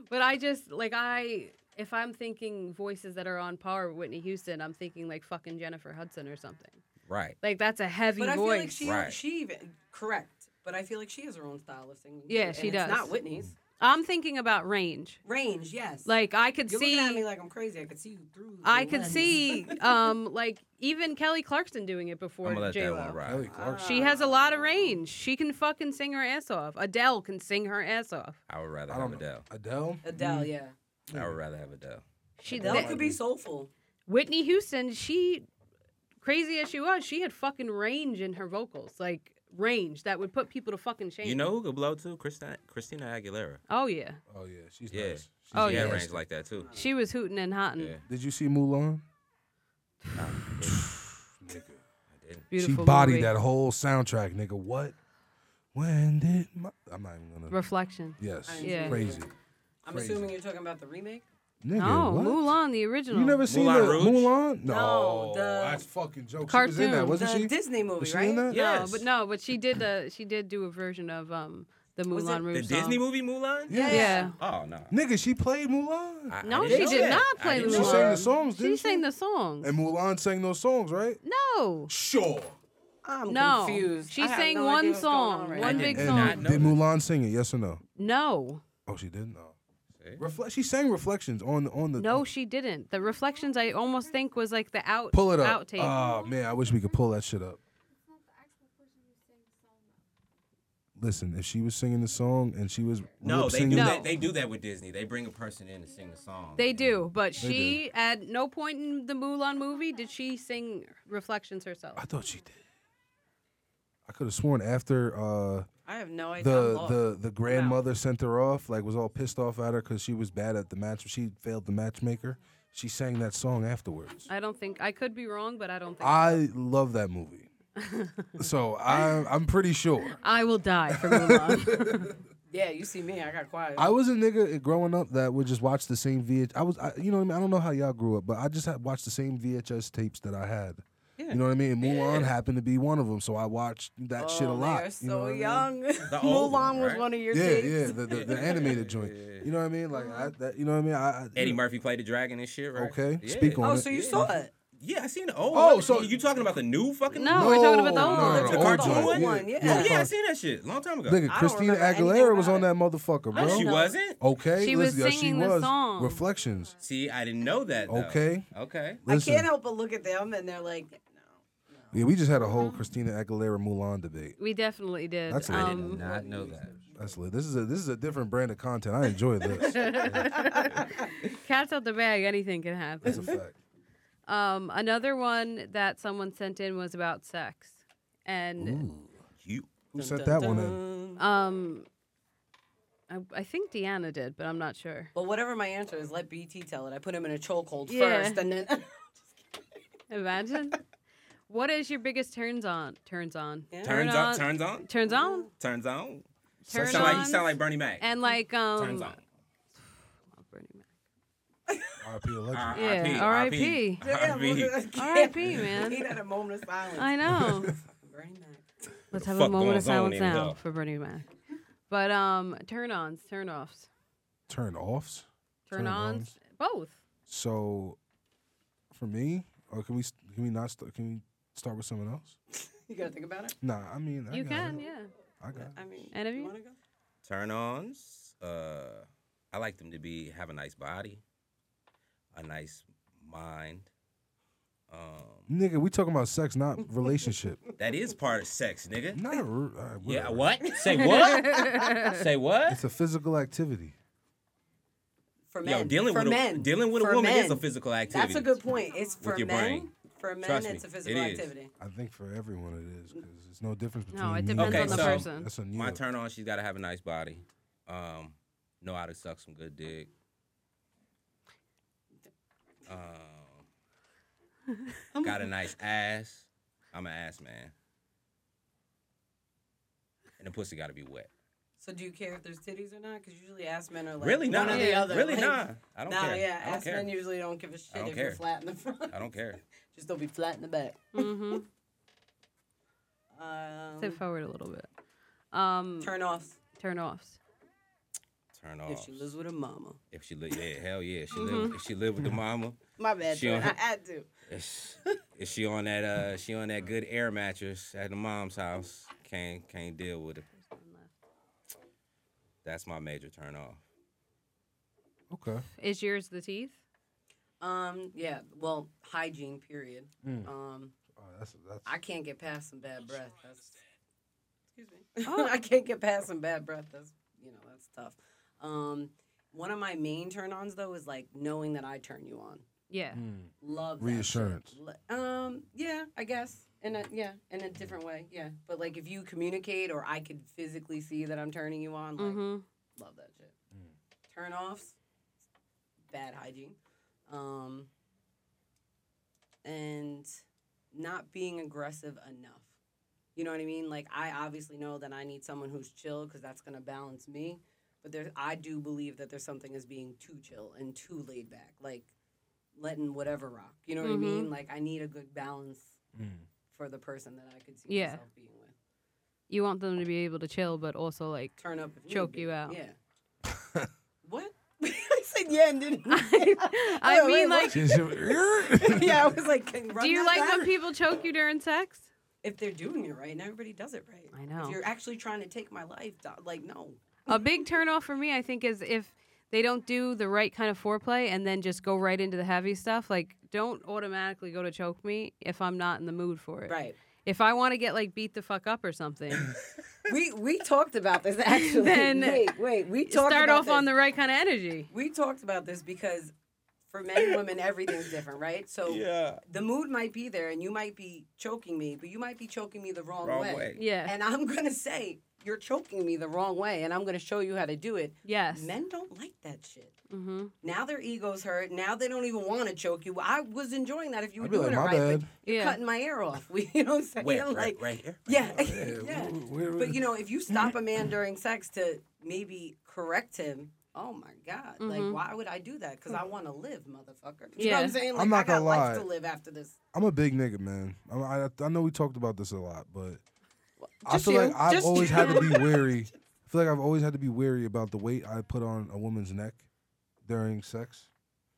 [SPEAKER 3] but I just like I if I'm thinking voices that are on par with Whitney Houston, I'm thinking like fucking Jennifer Hudson or something.
[SPEAKER 4] Right.
[SPEAKER 3] Like that's a heavy
[SPEAKER 1] But I feel
[SPEAKER 3] voice.
[SPEAKER 1] like she,
[SPEAKER 4] Right.
[SPEAKER 1] she even, correct. But I feel like she has her own style of singing.
[SPEAKER 3] Yeah,
[SPEAKER 1] and
[SPEAKER 3] she
[SPEAKER 1] it's
[SPEAKER 3] does.
[SPEAKER 1] not Whitney's
[SPEAKER 3] I'm thinking about range.
[SPEAKER 1] range. Yes,
[SPEAKER 3] Like I could
[SPEAKER 1] you're
[SPEAKER 3] see
[SPEAKER 1] looking at me like I'm crazy. I could see you through.
[SPEAKER 3] I
[SPEAKER 1] the
[SPEAKER 3] could
[SPEAKER 1] lens.
[SPEAKER 3] see um like even Kelly Clarkson doing it
[SPEAKER 4] I'm
[SPEAKER 3] before
[SPEAKER 4] gonna let
[SPEAKER 3] J
[SPEAKER 4] that one
[SPEAKER 3] Lo.
[SPEAKER 4] ride.
[SPEAKER 2] Kelly Clarkson.
[SPEAKER 3] She has a lot of range. She can fucking sing her ass off. Adele can sing her ass off.
[SPEAKER 4] I would rather
[SPEAKER 2] I
[SPEAKER 4] have
[SPEAKER 2] don't know.
[SPEAKER 4] Adele.
[SPEAKER 2] Adele.
[SPEAKER 1] Adele. Yeah,
[SPEAKER 3] Mm-hmm.
[SPEAKER 4] I would rather have Adele.
[SPEAKER 3] She
[SPEAKER 1] Adele
[SPEAKER 3] that-
[SPEAKER 1] could be soulful.
[SPEAKER 3] Whitney Houston, she crazy as she was, she had fucking range in her vocals, like range that would put people to fucking shame.
[SPEAKER 4] You know who could blow too? Christina, Christina Aguilera.
[SPEAKER 3] Oh yeah,
[SPEAKER 2] Oh yeah, she's
[SPEAKER 4] Yeah.
[SPEAKER 2] nice. She's
[SPEAKER 3] Oh,
[SPEAKER 4] she had
[SPEAKER 3] yeah.
[SPEAKER 4] range like that too.
[SPEAKER 3] she was hooting and hotting.
[SPEAKER 4] Yeah.
[SPEAKER 2] Did you see Mulan?
[SPEAKER 3] Beautiful.
[SPEAKER 2] she bodied
[SPEAKER 3] movie.
[SPEAKER 2] that whole soundtrack, nigga. What? When did my... I'm not even gonna.
[SPEAKER 3] reflection.
[SPEAKER 2] yes.
[SPEAKER 3] Yeah.
[SPEAKER 2] Crazy.
[SPEAKER 1] I'm
[SPEAKER 2] Crazy.
[SPEAKER 1] assuming you're talking about the remake.
[SPEAKER 2] Nigga,
[SPEAKER 3] No,
[SPEAKER 2] what?
[SPEAKER 3] Mulan, the original.
[SPEAKER 2] You never seen
[SPEAKER 4] Moulin
[SPEAKER 2] the
[SPEAKER 4] Rouge?
[SPEAKER 2] Mulan?
[SPEAKER 1] No, the-
[SPEAKER 2] that's fucking joke. She was
[SPEAKER 3] Cartoon.
[SPEAKER 2] in that,
[SPEAKER 1] The
[SPEAKER 2] wasn't she?
[SPEAKER 1] Disney movie,
[SPEAKER 2] Was she
[SPEAKER 1] right?
[SPEAKER 2] in that?
[SPEAKER 3] No,
[SPEAKER 4] Yes.
[SPEAKER 3] Uh, but no, but she did the she did do a version of um the
[SPEAKER 1] Was it
[SPEAKER 3] Mulan
[SPEAKER 4] The
[SPEAKER 3] Rouge song.
[SPEAKER 4] Disney movie Mulan?
[SPEAKER 2] Yeah.
[SPEAKER 3] Yeah.
[SPEAKER 4] Oh no.
[SPEAKER 2] Nigga, she played Mulan.
[SPEAKER 4] I- I
[SPEAKER 3] No,
[SPEAKER 4] didn't
[SPEAKER 3] she
[SPEAKER 4] know
[SPEAKER 3] did
[SPEAKER 4] that.
[SPEAKER 3] not
[SPEAKER 4] I
[SPEAKER 3] play
[SPEAKER 4] didn't
[SPEAKER 2] she
[SPEAKER 4] know
[SPEAKER 3] Mulan.
[SPEAKER 2] sang the songs, didn't
[SPEAKER 3] She
[SPEAKER 2] she?
[SPEAKER 3] sang the songs.
[SPEAKER 2] And Mulan sang those songs, right?
[SPEAKER 3] No,
[SPEAKER 2] Sure.
[SPEAKER 1] I'm
[SPEAKER 3] no.
[SPEAKER 1] confused.
[SPEAKER 3] She
[SPEAKER 1] I have
[SPEAKER 3] sang
[SPEAKER 1] no idea
[SPEAKER 3] one
[SPEAKER 1] what's going on
[SPEAKER 3] song,
[SPEAKER 1] right
[SPEAKER 3] one
[SPEAKER 1] now.
[SPEAKER 3] big
[SPEAKER 4] did
[SPEAKER 3] song.
[SPEAKER 4] not
[SPEAKER 2] And
[SPEAKER 4] know
[SPEAKER 2] did
[SPEAKER 4] that.
[SPEAKER 2] Mulan sing it? Yes or no?
[SPEAKER 3] No,
[SPEAKER 2] Oh, she didn't. know.
[SPEAKER 4] See?
[SPEAKER 2] Refle- she sang reflections on the on the.
[SPEAKER 3] no, she didn't. The reflections I almost think was like the out
[SPEAKER 2] pull it up.
[SPEAKER 3] outtake.
[SPEAKER 2] Oh man, I wish we could pull that shit up. Listen, if she was singing the song and she was
[SPEAKER 4] No,
[SPEAKER 2] lip
[SPEAKER 4] they do
[SPEAKER 2] singing-
[SPEAKER 4] that. They do that with Disney. They bring a person in to sing the song.
[SPEAKER 3] They do, but she at no point in the Mulan movie did she sing Reflections herself.
[SPEAKER 2] I thought she did. I could have sworn after uh,
[SPEAKER 1] I have no idea. I'm
[SPEAKER 2] the
[SPEAKER 1] lost.
[SPEAKER 2] the the grandmother sent her off, like was all pissed off at her because she was bad at the match. She failed the matchmaker. She sang that song afterwards.
[SPEAKER 3] I don't think I could be wrong, but I don't think I,
[SPEAKER 2] I love that movie, so I'm I'm pretty sure.
[SPEAKER 3] will die for Mulan.
[SPEAKER 1] yeah, you see me. I got quiet.
[SPEAKER 2] I was a nigga growing up that would just watch the same VH. I was, I, you know what I mean. I don't know how y'all grew up, but I just had watched the same VHS tapes that I had. You know what I mean. And Mulan happened to be one of them, so I watched that shit a
[SPEAKER 1] Oh,
[SPEAKER 2] lot.
[SPEAKER 1] They are
[SPEAKER 2] you
[SPEAKER 1] so
[SPEAKER 2] know what I mean?
[SPEAKER 1] young. Mulan
[SPEAKER 4] old one,
[SPEAKER 1] was
[SPEAKER 4] right?
[SPEAKER 1] one of your
[SPEAKER 2] Yeah,
[SPEAKER 1] kids.
[SPEAKER 2] yeah, the, the, the animated joint. You know what I mean? Like I, that, you know what I mean? I, I,
[SPEAKER 4] Eddie Murphy played the dragon and shit, right?
[SPEAKER 2] Okay,
[SPEAKER 4] Yeah.
[SPEAKER 2] speak on
[SPEAKER 1] Oh,
[SPEAKER 2] it.
[SPEAKER 1] so you
[SPEAKER 4] Yeah.
[SPEAKER 1] saw it?
[SPEAKER 4] Yeah, I seen the old.
[SPEAKER 2] Oh,
[SPEAKER 4] one.
[SPEAKER 2] so-
[SPEAKER 4] you talking about the new fucking?
[SPEAKER 3] No, we're talking about the
[SPEAKER 2] No,
[SPEAKER 3] old
[SPEAKER 2] no,
[SPEAKER 3] one.
[SPEAKER 2] no,
[SPEAKER 4] the
[SPEAKER 2] old
[SPEAKER 4] cartoon
[SPEAKER 2] joint.
[SPEAKER 4] one.
[SPEAKER 1] One, yeah.
[SPEAKER 4] Oh, yeah, I
[SPEAKER 2] fuck.
[SPEAKER 4] seen that shit a long time ago.
[SPEAKER 2] Nigga,
[SPEAKER 1] don't
[SPEAKER 2] Christina
[SPEAKER 1] remember anything
[SPEAKER 2] Aguilera was
[SPEAKER 1] about
[SPEAKER 2] on
[SPEAKER 1] it.
[SPEAKER 2] that motherfucker,
[SPEAKER 4] No,
[SPEAKER 2] bro.
[SPEAKER 4] she wasn't.
[SPEAKER 2] Okay,
[SPEAKER 3] She was
[SPEAKER 2] listen, yeah,
[SPEAKER 3] singing
[SPEAKER 2] she
[SPEAKER 3] the
[SPEAKER 2] was.
[SPEAKER 3] song.
[SPEAKER 2] Reflections.
[SPEAKER 4] See, I didn't know that. though.
[SPEAKER 2] Okay.
[SPEAKER 4] Okay.
[SPEAKER 1] I
[SPEAKER 2] Listen,
[SPEAKER 1] can't help but look at them, and they're like, no.
[SPEAKER 2] yeah, we just had a whole Christina Aguilera Mulan debate.
[SPEAKER 3] we definitely did.
[SPEAKER 2] That's a- I
[SPEAKER 4] Did
[SPEAKER 3] um,
[SPEAKER 4] not know that.
[SPEAKER 2] That's lit. This is a this is a different brand of content. I enjoy this.
[SPEAKER 3] cats out the bag. Anything can
[SPEAKER 2] That's a
[SPEAKER 3] happen.
[SPEAKER 2] fact.
[SPEAKER 3] Um, another one that someone sent in was about sex, and
[SPEAKER 4] You.
[SPEAKER 2] Who sent that one in?
[SPEAKER 3] um, I, I think Deanna did, but I'm not sure.
[SPEAKER 1] But whatever my answer is, let BT tell it. I put him in a chokehold
[SPEAKER 3] Yeah.
[SPEAKER 1] first, and then
[SPEAKER 3] Imagine. What is your biggest turns on? Turns on.
[SPEAKER 1] Yeah.
[SPEAKER 3] Turn
[SPEAKER 4] Turns on. Turns on.
[SPEAKER 3] Turns on.
[SPEAKER 4] Turns on.
[SPEAKER 3] Turn
[SPEAKER 4] sound like, you
[SPEAKER 3] ons.
[SPEAKER 4] sound like Bernie Mac.
[SPEAKER 3] And like um.
[SPEAKER 4] Turns on.
[SPEAKER 3] oh, Bernie Mac.
[SPEAKER 2] R.P.
[SPEAKER 4] R-
[SPEAKER 2] Electric.
[SPEAKER 3] Yeah,
[SPEAKER 4] R.I.P.
[SPEAKER 3] R.I.P..
[SPEAKER 4] R.I.P.
[SPEAKER 3] R.I.P. man.
[SPEAKER 1] He had a moment of silence.
[SPEAKER 3] I know.
[SPEAKER 1] Very nice.
[SPEAKER 3] Let's
[SPEAKER 4] The
[SPEAKER 3] have a
[SPEAKER 4] fuck
[SPEAKER 3] moment of
[SPEAKER 4] goes on
[SPEAKER 3] silence
[SPEAKER 4] in hell?
[SPEAKER 3] now for Bernie Mac. But um, turn ons, turn offs,
[SPEAKER 2] Turn offs.
[SPEAKER 3] turn ons,
[SPEAKER 2] Turn-ons.
[SPEAKER 3] both.
[SPEAKER 2] So, for me, or can we s- can we not start? Can we start with someone else?
[SPEAKER 1] You gotta think about it.
[SPEAKER 2] Nah, I mean I
[SPEAKER 3] you
[SPEAKER 2] got
[SPEAKER 3] can,
[SPEAKER 2] it.
[SPEAKER 3] yeah.
[SPEAKER 2] I got. It.
[SPEAKER 1] I mean,
[SPEAKER 3] And if
[SPEAKER 1] you
[SPEAKER 3] you-
[SPEAKER 1] wanna go?
[SPEAKER 4] Turn ons. Uh, I like them to be have a nice body, a nice mind. Um,
[SPEAKER 2] Nigga, we talking about sex, not relationship.
[SPEAKER 4] that is part of sex, nigga.
[SPEAKER 2] not a, re- uh,
[SPEAKER 4] yeah.
[SPEAKER 2] whatever.
[SPEAKER 4] What? Say what? Say what?
[SPEAKER 2] It's a physical activity.
[SPEAKER 1] for men.
[SPEAKER 4] Yo, dealing
[SPEAKER 1] for
[SPEAKER 4] with a,
[SPEAKER 1] men.
[SPEAKER 4] dealing with a
[SPEAKER 1] For
[SPEAKER 4] woman
[SPEAKER 1] men.
[SPEAKER 4] is a physical activity.
[SPEAKER 1] That's a good point. It's for
[SPEAKER 4] your
[SPEAKER 1] men.
[SPEAKER 4] brain.
[SPEAKER 1] For men,
[SPEAKER 4] Trust me,
[SPEAKER 1] it's a physical
[SPEAKER 4] it is.
[SPEAKER 1] activity.
[SPEAKER 2] I think for everyone it is because there's no difference between.
[SPEAKER 3] No, it
[SPEAKER 2] me
[SPEAKER 3] depends
[SPEAKER 4] Okay,
[SPEAKER 3] on the
[SPEAKER 4] so-
[SPEAKER 3] person.
[SPEAKER 2] That's on you.
[SPEAKER 4] My turn on. She's got to have a nice body. Um, know how to suck some good dick. Um, got a nice ass. I'm an ass man. And the pussy got to be wet.
[SPEAKER 1] So do you care if there's titties or not? Because usually ass men are like
[SPEAKER 4] Really
[SPEAKER 1] one
[SPEAKER 4] not.
[SPEAKER 1] or the
[SPEAKER 3] Yeah.
[SPEAKER 1] other.
[SPEAKER 4] Really
[SPEAKER 1] like,
[SPEAKER 4] not. I don't
[SPEAKER 1] nah,
[SPEAKER 4] care.
[SPEAKER 1] yeah,
[SPEAKER 4] I don't
[SPEAKER 1] ass
[SPEAKER 4] care.
[SPEAKER 1] men usually don't give a shit
[SPEAKER 4] don't
[SPEAKER 1] if
[SPEAKER 4] care.
[SPEAKER 1] you're flat in the front.
[SPEAKER 4] I don't care.
[SPEAKER 1] Just don't be flat in the back.
[SPEAKER 3] Mm-hmm. Sit
[SPEAKER 1] Um,
[SPEAKER 3] forward a little bit. Um,
[SPEAKER 1] turn offs.
[SPEAKER 3] turn offs.
[SPEAKER 4] Turn off.
[SPEAKER 1] If she Mm-hmm. lives with a mama.
[SPEAKER 4] If she live, yeah, hell yeah. She live. If she live with the mama.
[SPEAKER 1] My bad.
[SPEAKER 4] She
[SPEAKER 1] Jordan.
[SPEAKER 4] on-
[SPEAKER 1] I had to.
[SPEAKER 4] Is she, is she on that? Uh, she on that good air mattress at the mom's house. Can't can't deal with it. That's my major turn off.
[SPEAKER 2] Okay.
[SPEAKER 3] Is yours the teeth?
[SPEAKER 1] Um, yeah. Well, hygiene. Period.
[SPEAKER 2] Mm.
[SPEAKER 1] Um,
[SPEAKER 2] Oh, that's that's.
[SPEAKER 1] I can't get past some bad breath. That's, excuse me.
[SPEAKER 3] Oh.
[SPEAKER 1] I can't get past some bad breath. That's you know that's tough. Um, one of my main turn ons though is like knowing that I turn you on.
[SPEAKER 3] Yeah.
[SPEAKER 2] Mm.
[SPEAKER 1] Love that shit.
[SPEAKER 2] Reassurance.
[SPEAKER 1] Le- Um, yeah, I guess. In a yeah, in a different way, yeah. But like if you communicate or I could physically see that I'm turning you on, like
[SPEAKER 3] Mm-hmm.
[SPEAKER 1] love that shit.
[SPEAKER 2] Mm.
[SPEAKER 1] Turn offs, bad hygiene. Um and not being aggressive enough. You know what I mean? Like I obviously know that I need someone who's chill because that's gonna balance me. But there I do believe that there's something as being too chill and too laid back. Like letting whatever rock. You know what
[SPEAKER 3] Mhm.
[SPEAKER 1] I mean? Like I need a good balance
[SPEAKER 2] Mm.
[SPEAKER 1] for the person that I could see
[SPEAKER 3] Yeah.
[SPEAKER 1] myself being with.
[SPEAKER 3] You want them to be able to chill, but also like.
[SPEAKER 1] Turn up if need
[SPEAKER 3] Choke
[SPEAKER 1] be.
[SPEAKER 3] you out.
[SPEAKER 1] Yeah. what? I said yeah and didn't
[SPEAKER 3] I, I
[SPEAKER 1] Wait, wait,
[SPEAKER 3] mean,
[SPEAKER 1] what?
[SPEAKER 3] like,
[SPEAKER 2] She's- Mm.
[SPEAKER 1] yeah, I was like, can run
[SPEAKER 3] do you
[SPEAKER 1] that
[SPEAKER 3] like
[SPEAKER 1] back?
[SPEAKER 3] when people choke you during sex?
[SPEAKER 1] if they're doing it right and everybody does it right?
[SPEAKER 3] I
[SPEAKER 1] If
[SPEAKER 3] know.
[SPEAKER 1] you're actually trying to take my life, do- like no.
[SPEAKER 3] A big turnoff for me, I think, is if they don't do the right kind of foreplay and then just go right into the heavy stuff. Like, don't automatically go to choke me if I'm not in the mood for it.
[SPEAKER 1] Right.
[SPEAKER 3] If I want to get like beat the fuck up or something,
[SPEAKER 1] We we talked about this actually.
[SPEAKER 3] Then-
[SPEAKER 1] wait, wait. We talked
[SPEAKER 3] start
[SPEAKER 1] about
[SPEAKER 3] off on
[SPEAKER 1] this.
[SPEAKER 3] the right kind of energy.
[SPEAKER 1] We talked about this because for men and women everything's different, right? So
[SPEAKER 4] Yeah.
[SPEAKER 1] the mood might be there and you might be choking me, but you might be choking me the wrong,
[SPEAKER 4] Wrong way.
[SPEAKER 3] Yeah.
[SPEAKER 1] And I'm gonna say you're choking me the wrong way, and I'm gonna show you how to do it.
[SPEAKER 3] yes.
[SPEAKER 1] Men don't like that shit.
[SPEAKER 3] Mm-hmm.
[SPEAKER 1] Now their ego's hurt. Now they don't even want to choke you. I was enjoying that if you were
[SPEAKER 2] I'd be
[SPEAKER 1] doing
[SPEAKER 2] like,
[SPEAKER 1] it
[SPEAKER 2] my
[SPEAKER 1] right. but
[SPEAKER 2] bad.
[SPEAKER 1] You're
[SPEAKER 3] Yeah.
[SPEAKER 1] cutting my ear off. you know what I'm saying?
[SPEAKER 4] Wet, right,
[SPEAKER 1] like,
[SPEAKER 4] right, here.
[SPEAKER 1] Yeah.
[SPEAKER 2] Yeah,
[SPEAKER 1] yeah.
[SPEAKER 2] wh- where-
[SPEAKER 1] But you know, if you stop a man during sex to maybe correct him, oh my God.
[SPEAKER 3] Mhm.
[SPEAKER 1] Like, why would I do that? Because I want to live, motherfucker.
[SPEAKER 3] Mm.
[SPEAKER 1] You know
[SPEAKER 3] Yeah.
[SPEAKER 1] what I'm saying? Like,
[SPEAKER 2] I'm not
[SPEAKER 1] I got
[SPEAKER 2] gonna
[SPEAKER 1] life
[SPEAKER 2] lie.
[SPEAKER 1] to live after this.
[SPEAKER 2] I'm a big nigga, man. I, I, I know we talked about this a lot, but I
[SPEAKER 1] Just
[SPEAKER 2] feel
[SPEAKER 1] you.
[SPEAKER 2] like I've
[SPEAKER 1] Just
[SPEAKER 2] always
[SPEAKER 1] you.
[SPEAKER 2] had to be wary. I feel like I've always had to be wary about the weight I put on a woman's neck during sex.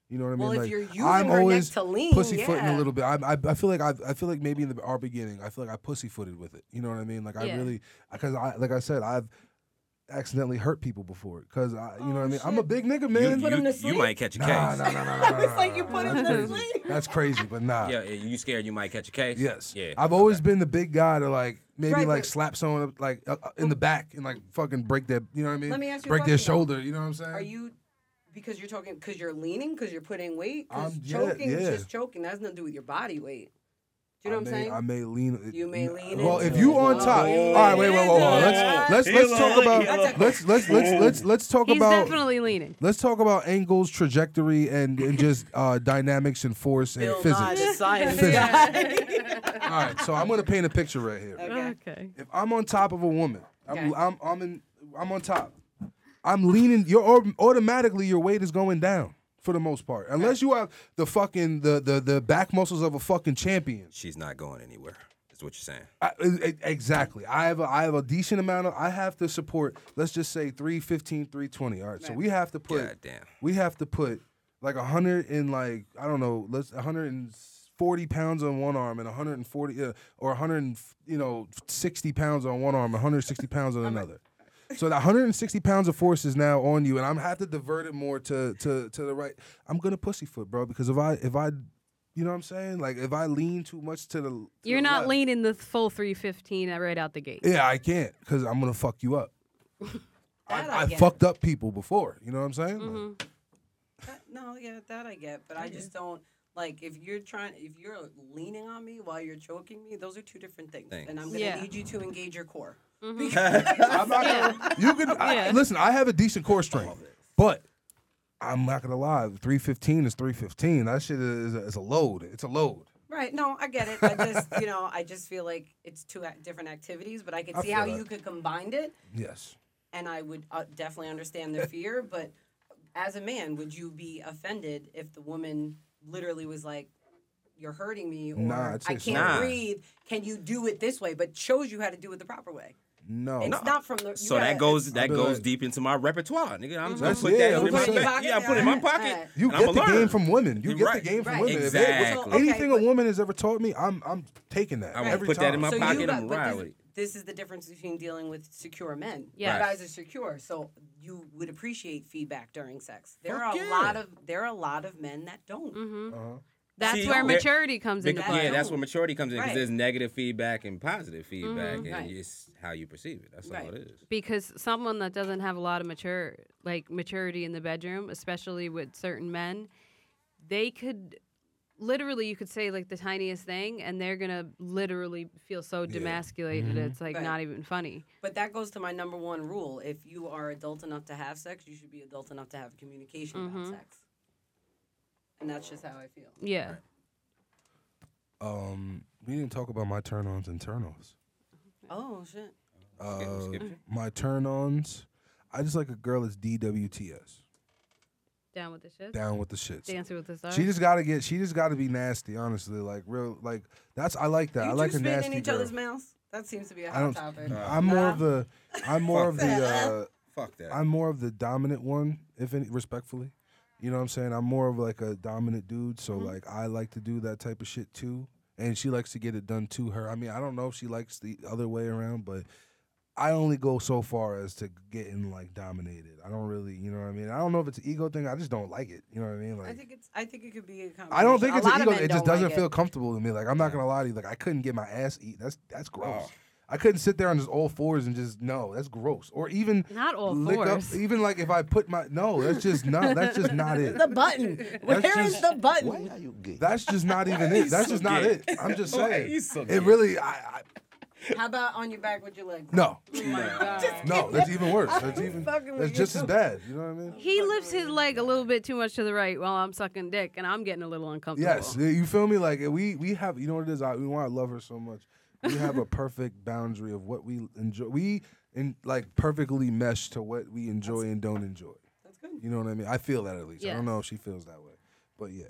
[SPEAKER 2] You know what I mean?
[SPEAKER 1] well,
[SPEAKER 2] like,
[SPEAKER 1] if you're using
[SPEAKER 2] I'm
[SPEAKER 1] her
[SPEAKER 2] always
[SPEAKER 1] neck to lean,
[SPEAKER 2] pussyfooting
[SPEAKER 1] yeah.
[SPEAKER 2] a little bit. I, I, I feel like I, I feel like maybe in the our beginning, I feel like I pussyfooted with it. You know what I mean? Like I
[SPEAKER 3] Yeah.
[SPEAKER 2] really, because I like I said, I've accidentally hurt people before. Because I, you know
[SPEAKER 1] Oh,
[SPEAKER 2] what I mean? I'm a big nigga,
[SPEAKER 4] You,
[SPEAKER 2] man.
[SPEAKER 1] put him to
[SPEAKER 4] you, you
[SPEAKER 1] sleep?
[SPEAKER 4] might catch a case.
[SPEAKER 2] nah, nah, nah, nah, nah,
[SPEAKER 1] I was like,
[SPEAKER 2] nah,
[SPEAKER 1] you
[SPEAKER 2] nah,
[SPEAKER 1] put
[SPEAKER 2] nah,
[SPEAKER 1] him
[SPEAKER 2] that's
[SPEAKER 1] to
[SPEAKER 2] crazy.
[SPEAKER 1] sleep?
[SPEAKER 2] That's crazy, but nah.
[SPEAKER 4] Yeah, yeah, you scared you might catch a case?
[SPEAKER 2] Yes.
[SPEAKER 4] Yeah.
[SPEAKER 2] I've always been the big guy to like maybe
[SPEAKER 1] Right,
[SPEAKER 2] like
[SPEAKER 1] but-
[SPEAKER 2] slap someone up, like uh, uh, in the back and like fucking break their you know what I mean?
[SPEAKER 1] Let me ask you a
[SPEAKER 2] break their
[SPEAKER 1] question, though.
[SPEAKER 2] shoulder. You know what I'm saying?
[SPEAKER 1] Are you because you're talking because you're leaning because you're putting weight? 'Cause
[SPEAKER 2] I'm- yeah,
[SPEAKER 1] choking is
[SPEAKER 2] yeah.
[SPEAKER 1] just choking. That has nothing to do with your body weight. Do you know
[SPEAKER 2] I
[SPEAKER 1] what
[SPEAKER 2] may,
[SPEAKER 1] I'm saying?
[SPEAKER 2] I may lean.
[SPEAKER 1] You may lean
[SPEAKER 2] Well,
[SPEAKER 1] into
[SPEAKER 2] if
[SPEAKER 1] it.
[SPEAKER 2] you on top.
[SPEAKER 1] Oh,
[SPEAKER 2] all right, wait, wait, whoa, whoa.
[SPEAKER 1] yeah.
[SPEAKER 2] Let's let's let's
[SPEAKER 4] Feel
[SPEAKER 2] talk
[SPEAKER 4] it.
[SPEAKER 2] about let's let's let's let's let's talk
[SPEAKER 3] He's
[SPEAKER 2] about
[SPEAKER 3] definitely leaning.
[SPEAKER 2] let's talk about angles, trajectory, and and just uh, dynamics and force and
[SPEAKER 1] Bill Nye, the
[SPEAKER 2] physics.
[SPEAKER 1] science
[SPEAKER 2] Physics.
[SPEAKER 1] guy.
[SPEAKER 2] All right, so I'm gonna paint a picture right here.
[SPEAKER 1] okay.
[SPEAKER 2] If I'm on top of a woman, I'm
[SPEAKER 1] Okay.
[SPEAKER 2] I'm, I'm in I'm on top. I'm leaning. You're au- automatically your weight is going down for the most part, unless you have the fucking the the the back muscles of a fucking champion.
[SPEAKER 4] She's not going anywhere. Is what you're saying.
[SPEAKER 2] I, e- exactly. I have a, I have a decent amount of I have to support. Let's just say 315, 320. All right. So we have to put
[SPEAKER 4] God damn.
[SPEAKER 2] we have to put like a hundred and like I don't know. Let's a hundred and forty pounds on one arm and a hundred and forty uh, or a hundred and you know sixty pounds on one arm, a hundred and sixty pounds on another. So the 160 pounds of force is now on you, and I'm have to divert it more to to to the right. I'm gonna pussyfoot, bro, because if I if I, you know what I'm saying, like if I lean too much to the to
[SPEAKER 3] You're
[SPEAKER 2] the
[SPEAKER 3] not
[SPEAKER 2] left-
[SPEAKER 3] leaning the full 315 right out the gate.
[SPEAKER 2] Yeah, I can't because I'm gonna fuck you up.
[SPEAKER 1] That
[SPEAKER 2] I,
[SPEAKER 1] I
[SPEAKER 2] I
[SPEAKER 1] get.
[SPEAKER 2] fucked up people before. You know what I'm saying? Like,
[SPEAKER 1] That- no, yeah, that I get, but I just don't like if you're trying if you're leaning on me while you're choking me. Those are two different things, and I'm gonna
[SPEAKER 3] Thanks. Yeah.
[SPEAKER 1] need you to engage your core.
[SPEAKER 2] I'm not gonna. You can I-
[SPEAKER 3] Yeah.
[SPEAKER 2] listen. I have a decent core strength, but I'm not gonna lie. 315 is 315. That shit is a, is a load. It's a load.
[SPEAKER 1] Right? No, I get it. I just you know I just feel like it's two ac- different activities, but I could
[SPEAKER 2] I
[SPEAKER 1] see how
[SPEAKER 2] feel
[SPEAKER 1] you
[SPEAKER 2] that.
[SPEAKER 1] could combine it,
[SPEAKER 2] Yes.
[SPEAKER 1] and I would uh, definitely understand the fear. But as a man, would you be offended if the woman literally was like? You're hurting me, or
[SPEAKER 2] Nah, I'd say
[SPEAKER 1] I can't
[SPEAKER 4] so. Nah.
[SPEAKER 1] breathe. Can you do it this way? But shows you how to do it the proper way.
[SPEAKER 2] No.
[SPEAKER 1] It's not from the. you
[SPEAKER 4] So
[SPEAKER 1] gotta-
[SPEAKER 4] that goes that
[SPEAKER 2] be
[SPEAKER 4] goes
[SPEAKER 2] like-
[SPEAKER 4] deep into my repertoire, nigga. I'm gonna
[SPEAKER 2] That's-
[SPEAKER 4] put
[SPEAKER 2] yeah,
[SPEAKER 4] that
[SPEAKER 2] I'm
[SPEAKER 4] in my
[SPEAKER 2] gonna say-
[SPEAKER 4] pocket. Yeah, I put it in my pocket.
[SPEAKER 1] Alright.
[SPEAKER 2] You
[SPEAKER 4] and
[SPEAKER 2] get
[SPEAKER 4] I'ma
[SPEAKER 2] the
[SPEAKER 4] learn.
[SPEAKER 2] game from women. You
[SPEAKER 4] You're
[SPEAKER 2] get
[SPEAKER 4] right.
[SPEAKER 2] the game from
[SPEAKER 1] Right.
[SPEAKER 2] women. If it-
[SPEAKER 4] Exactly.
[SPEAKER 2] anything
[SPEAKER 1] Okay,
[SPEAKER 2] a woman has ever taught me, I'm I'm taking that.
[SPEAKER 4] I'm gonna
[SPEAKER 2] every
[SPEAKER 4] put that
[SPEAKER 2] time.
[SPEAKER 4] in my
[SPEAKER 1] So
[SPEAKER 4] pocket
[SPEAKER 1] you
[SPEAKER 4] and
[SPEAKER 1] got,
[SPEAKER 4] ride
[SPEAKER 1] but
[SPEAKER 4] with
[SPEAKER 1] this,
[SPEAKER 4] it.
[SPEAKER 1] this is the difference between dealing with secure men.
[SPEAKER 3] Yes.
[SPEAKER 1] You guys are secure, so you would appreciate feedback during sex. There are
[SPEAKER 4] Fuck
[SPEAKER 1] a
[SPEAKER 4] yeah.
[SPEAKER 1] lot of there are a lot of men that don't.
[SPEAKER 3] hmm
[SPEAKER 2] Uh-huh.
[SPEAKER 3] That's
[SPEAKER 4] See,
[SPEAKER 3] where
[SPEAKER 4] there-
[SPEAKER 3] maturity comes into
[SPEAKER 4] Because,
[SPEAKER 3] play.
[SPEAKER 4] yeah, that's where maturity comes in because
[SPEAKER 1] Right. Mm-hmm.
[SPEAKER 4] there's negative feedback and positive feedback, and
[SPEAKER 1] Right.
[SPEAKER 4] it's how you perceive it. That's all
[SPEAKER 1] Right.
[SPEAKER 4] it is.
[SPEAKER 3] because someone that doesn't have a lot of mature like maturity in the bedroom especially with certain men they could literally you could say like the tiniest thing and they're gonna literally feel so demasculated
[SPEAKER 2] Mm-hmm.
[SPEAKER 3] it's like
[SPEAKER 1] Right.
[SPEAKER 3] not even funny
[SPEAKER 1] But that goes to my number one rule: if you are adult enough to have sex, you should be adult enough to have communication about sex. And that's just how I feel.
[SPEAKER 3] yeah
[SPEAKER 2] Um, we didn't talk about my turn ons and turn offs.
[SPEAKER 1] Oh shit!
[SPEAKER 4] Skip-
[SPEAKER 2] Uh,
[SPEAKER 4] skip it.
[SPEAKER 2] my turn ons. I just like a girl that's DWTS,
[SPEAKER 3] down with the shit
[SPEAKER 2] down with the shits.
[SPEAKER 3] dancing with the stars
[SPEAKER 2] She just gotta get. She just gotta be nasty. Honestly, like real. Like that's. I like that.
[SPEAKER 1] you
[SPEAKER 2] I like
[SPEAKER 1] two
[SPEAKER 2] a
[SPEAKER 1] spitting
[SPEAKER 2] nasty
[SPEAKER 1] in each
[SPEAKER 2] girl.
[SPEAKER 1] other's mouths. That seems to be a
[SPEAKER 2] I
[SPEAKER 1] hot
[SPEAKER 2] don't.
[SPEAKER 1] topic.
[SPEAKER 2] I'm more of the. I'm more of the. Uh,
[SPEAKER 4] Fuck that.
[SPEAKER 2] I'm more of the dominant one, if any, respectfully. You know what I'm saying? I'm more of like a dominant dude, so
[SPEAKER 1] Mm-hmm.
[SPEAKER 2] like I like to do that type of shit too, and she likes to get it done to her. I mean, I don't know if she likes the other way around, but I only go so far as to getting like dominated. I don't really, you know what I mean? I don't know if it's an ego thing. I just don't like it. You know what I mean? Like
[SPEAKER 1] I think it's. I think it could be a combination.
[SPEAKER 2] I don't think
[SPEAKER 1] A
[SPEAKER 2] it's an
[SPEAKER 1] lot of
[SPEAKER 2] ego.
[SPEAKER 1] men
[SPEAKER 2] It just
[SPEAKER 1] don't like
[SPEAKER 2] doesn't
[SPEAKER 1] it.
[SPEAKER 2] feel comfortable to me. Like I'm not gonna lie to you. Like I couldn't get my ass eat. That's that's gross.
[SPEAKER 4] Oh.
[SPEAKER 2] I couldn't sit there on just all fours and just no. That's gross. Or even
[SPEAKER 3] Not all
[SPEAKER 2] lick
[SPEAKER 3] fours.
[SPEAKER 2] Up, even like if I put my no. That's just not. That's just not it.
[SPEAKER 1] the button. Where is
[SPEAKER 2] just-
[SPEAKER 1] the button?
[SPEAKER 6] are you gay?
[SPEAKER 2] That's just not even it. That's
[SPEAKER 4] so
[SPEAKER 2] just not
[SPEAKER 4] gay?
[SPEAKER 2] it. I'm just
[SPEAKER 4] Why
[SPEAKER 2] saying.
[SPEAKER 4] you so gay?
[SPEAKER 2] It really. I, I
[SPEAKER 1] How about on your back with your legs? Oh
[SPEAKER 2] no.
[SPEAKER 1] God.
[SPEAKER 2] No, that's even worse. That's even.
[SPEAKER 1] fucking
[SPEAKER 2] That's
[SPEAKER 1] with
[SPEAKER 2] just
[SPEAKER 1] you.
[SPEAKER 2] as bad. You know what I mean?
[SPEAKER 3] he lifts his leg a little bit too much to the right while i'm sucking dick and i'm getting a little uncomfortable
[SPEAKER 2] Yes, you feel me? Like we we have you know what it is. I, we want to love her so much. We have a perfect boundary of what we enjoy. We in like perfectly mesh to what we enjoy and don't enjoy.
[SPEAKER 1] That's good.
[SPEAKER 2] You know what I mean? I feel that at least. I don't know
[SPEAKER 3] Yes.
[SPEAKER 2] if she feels that way, but yeah.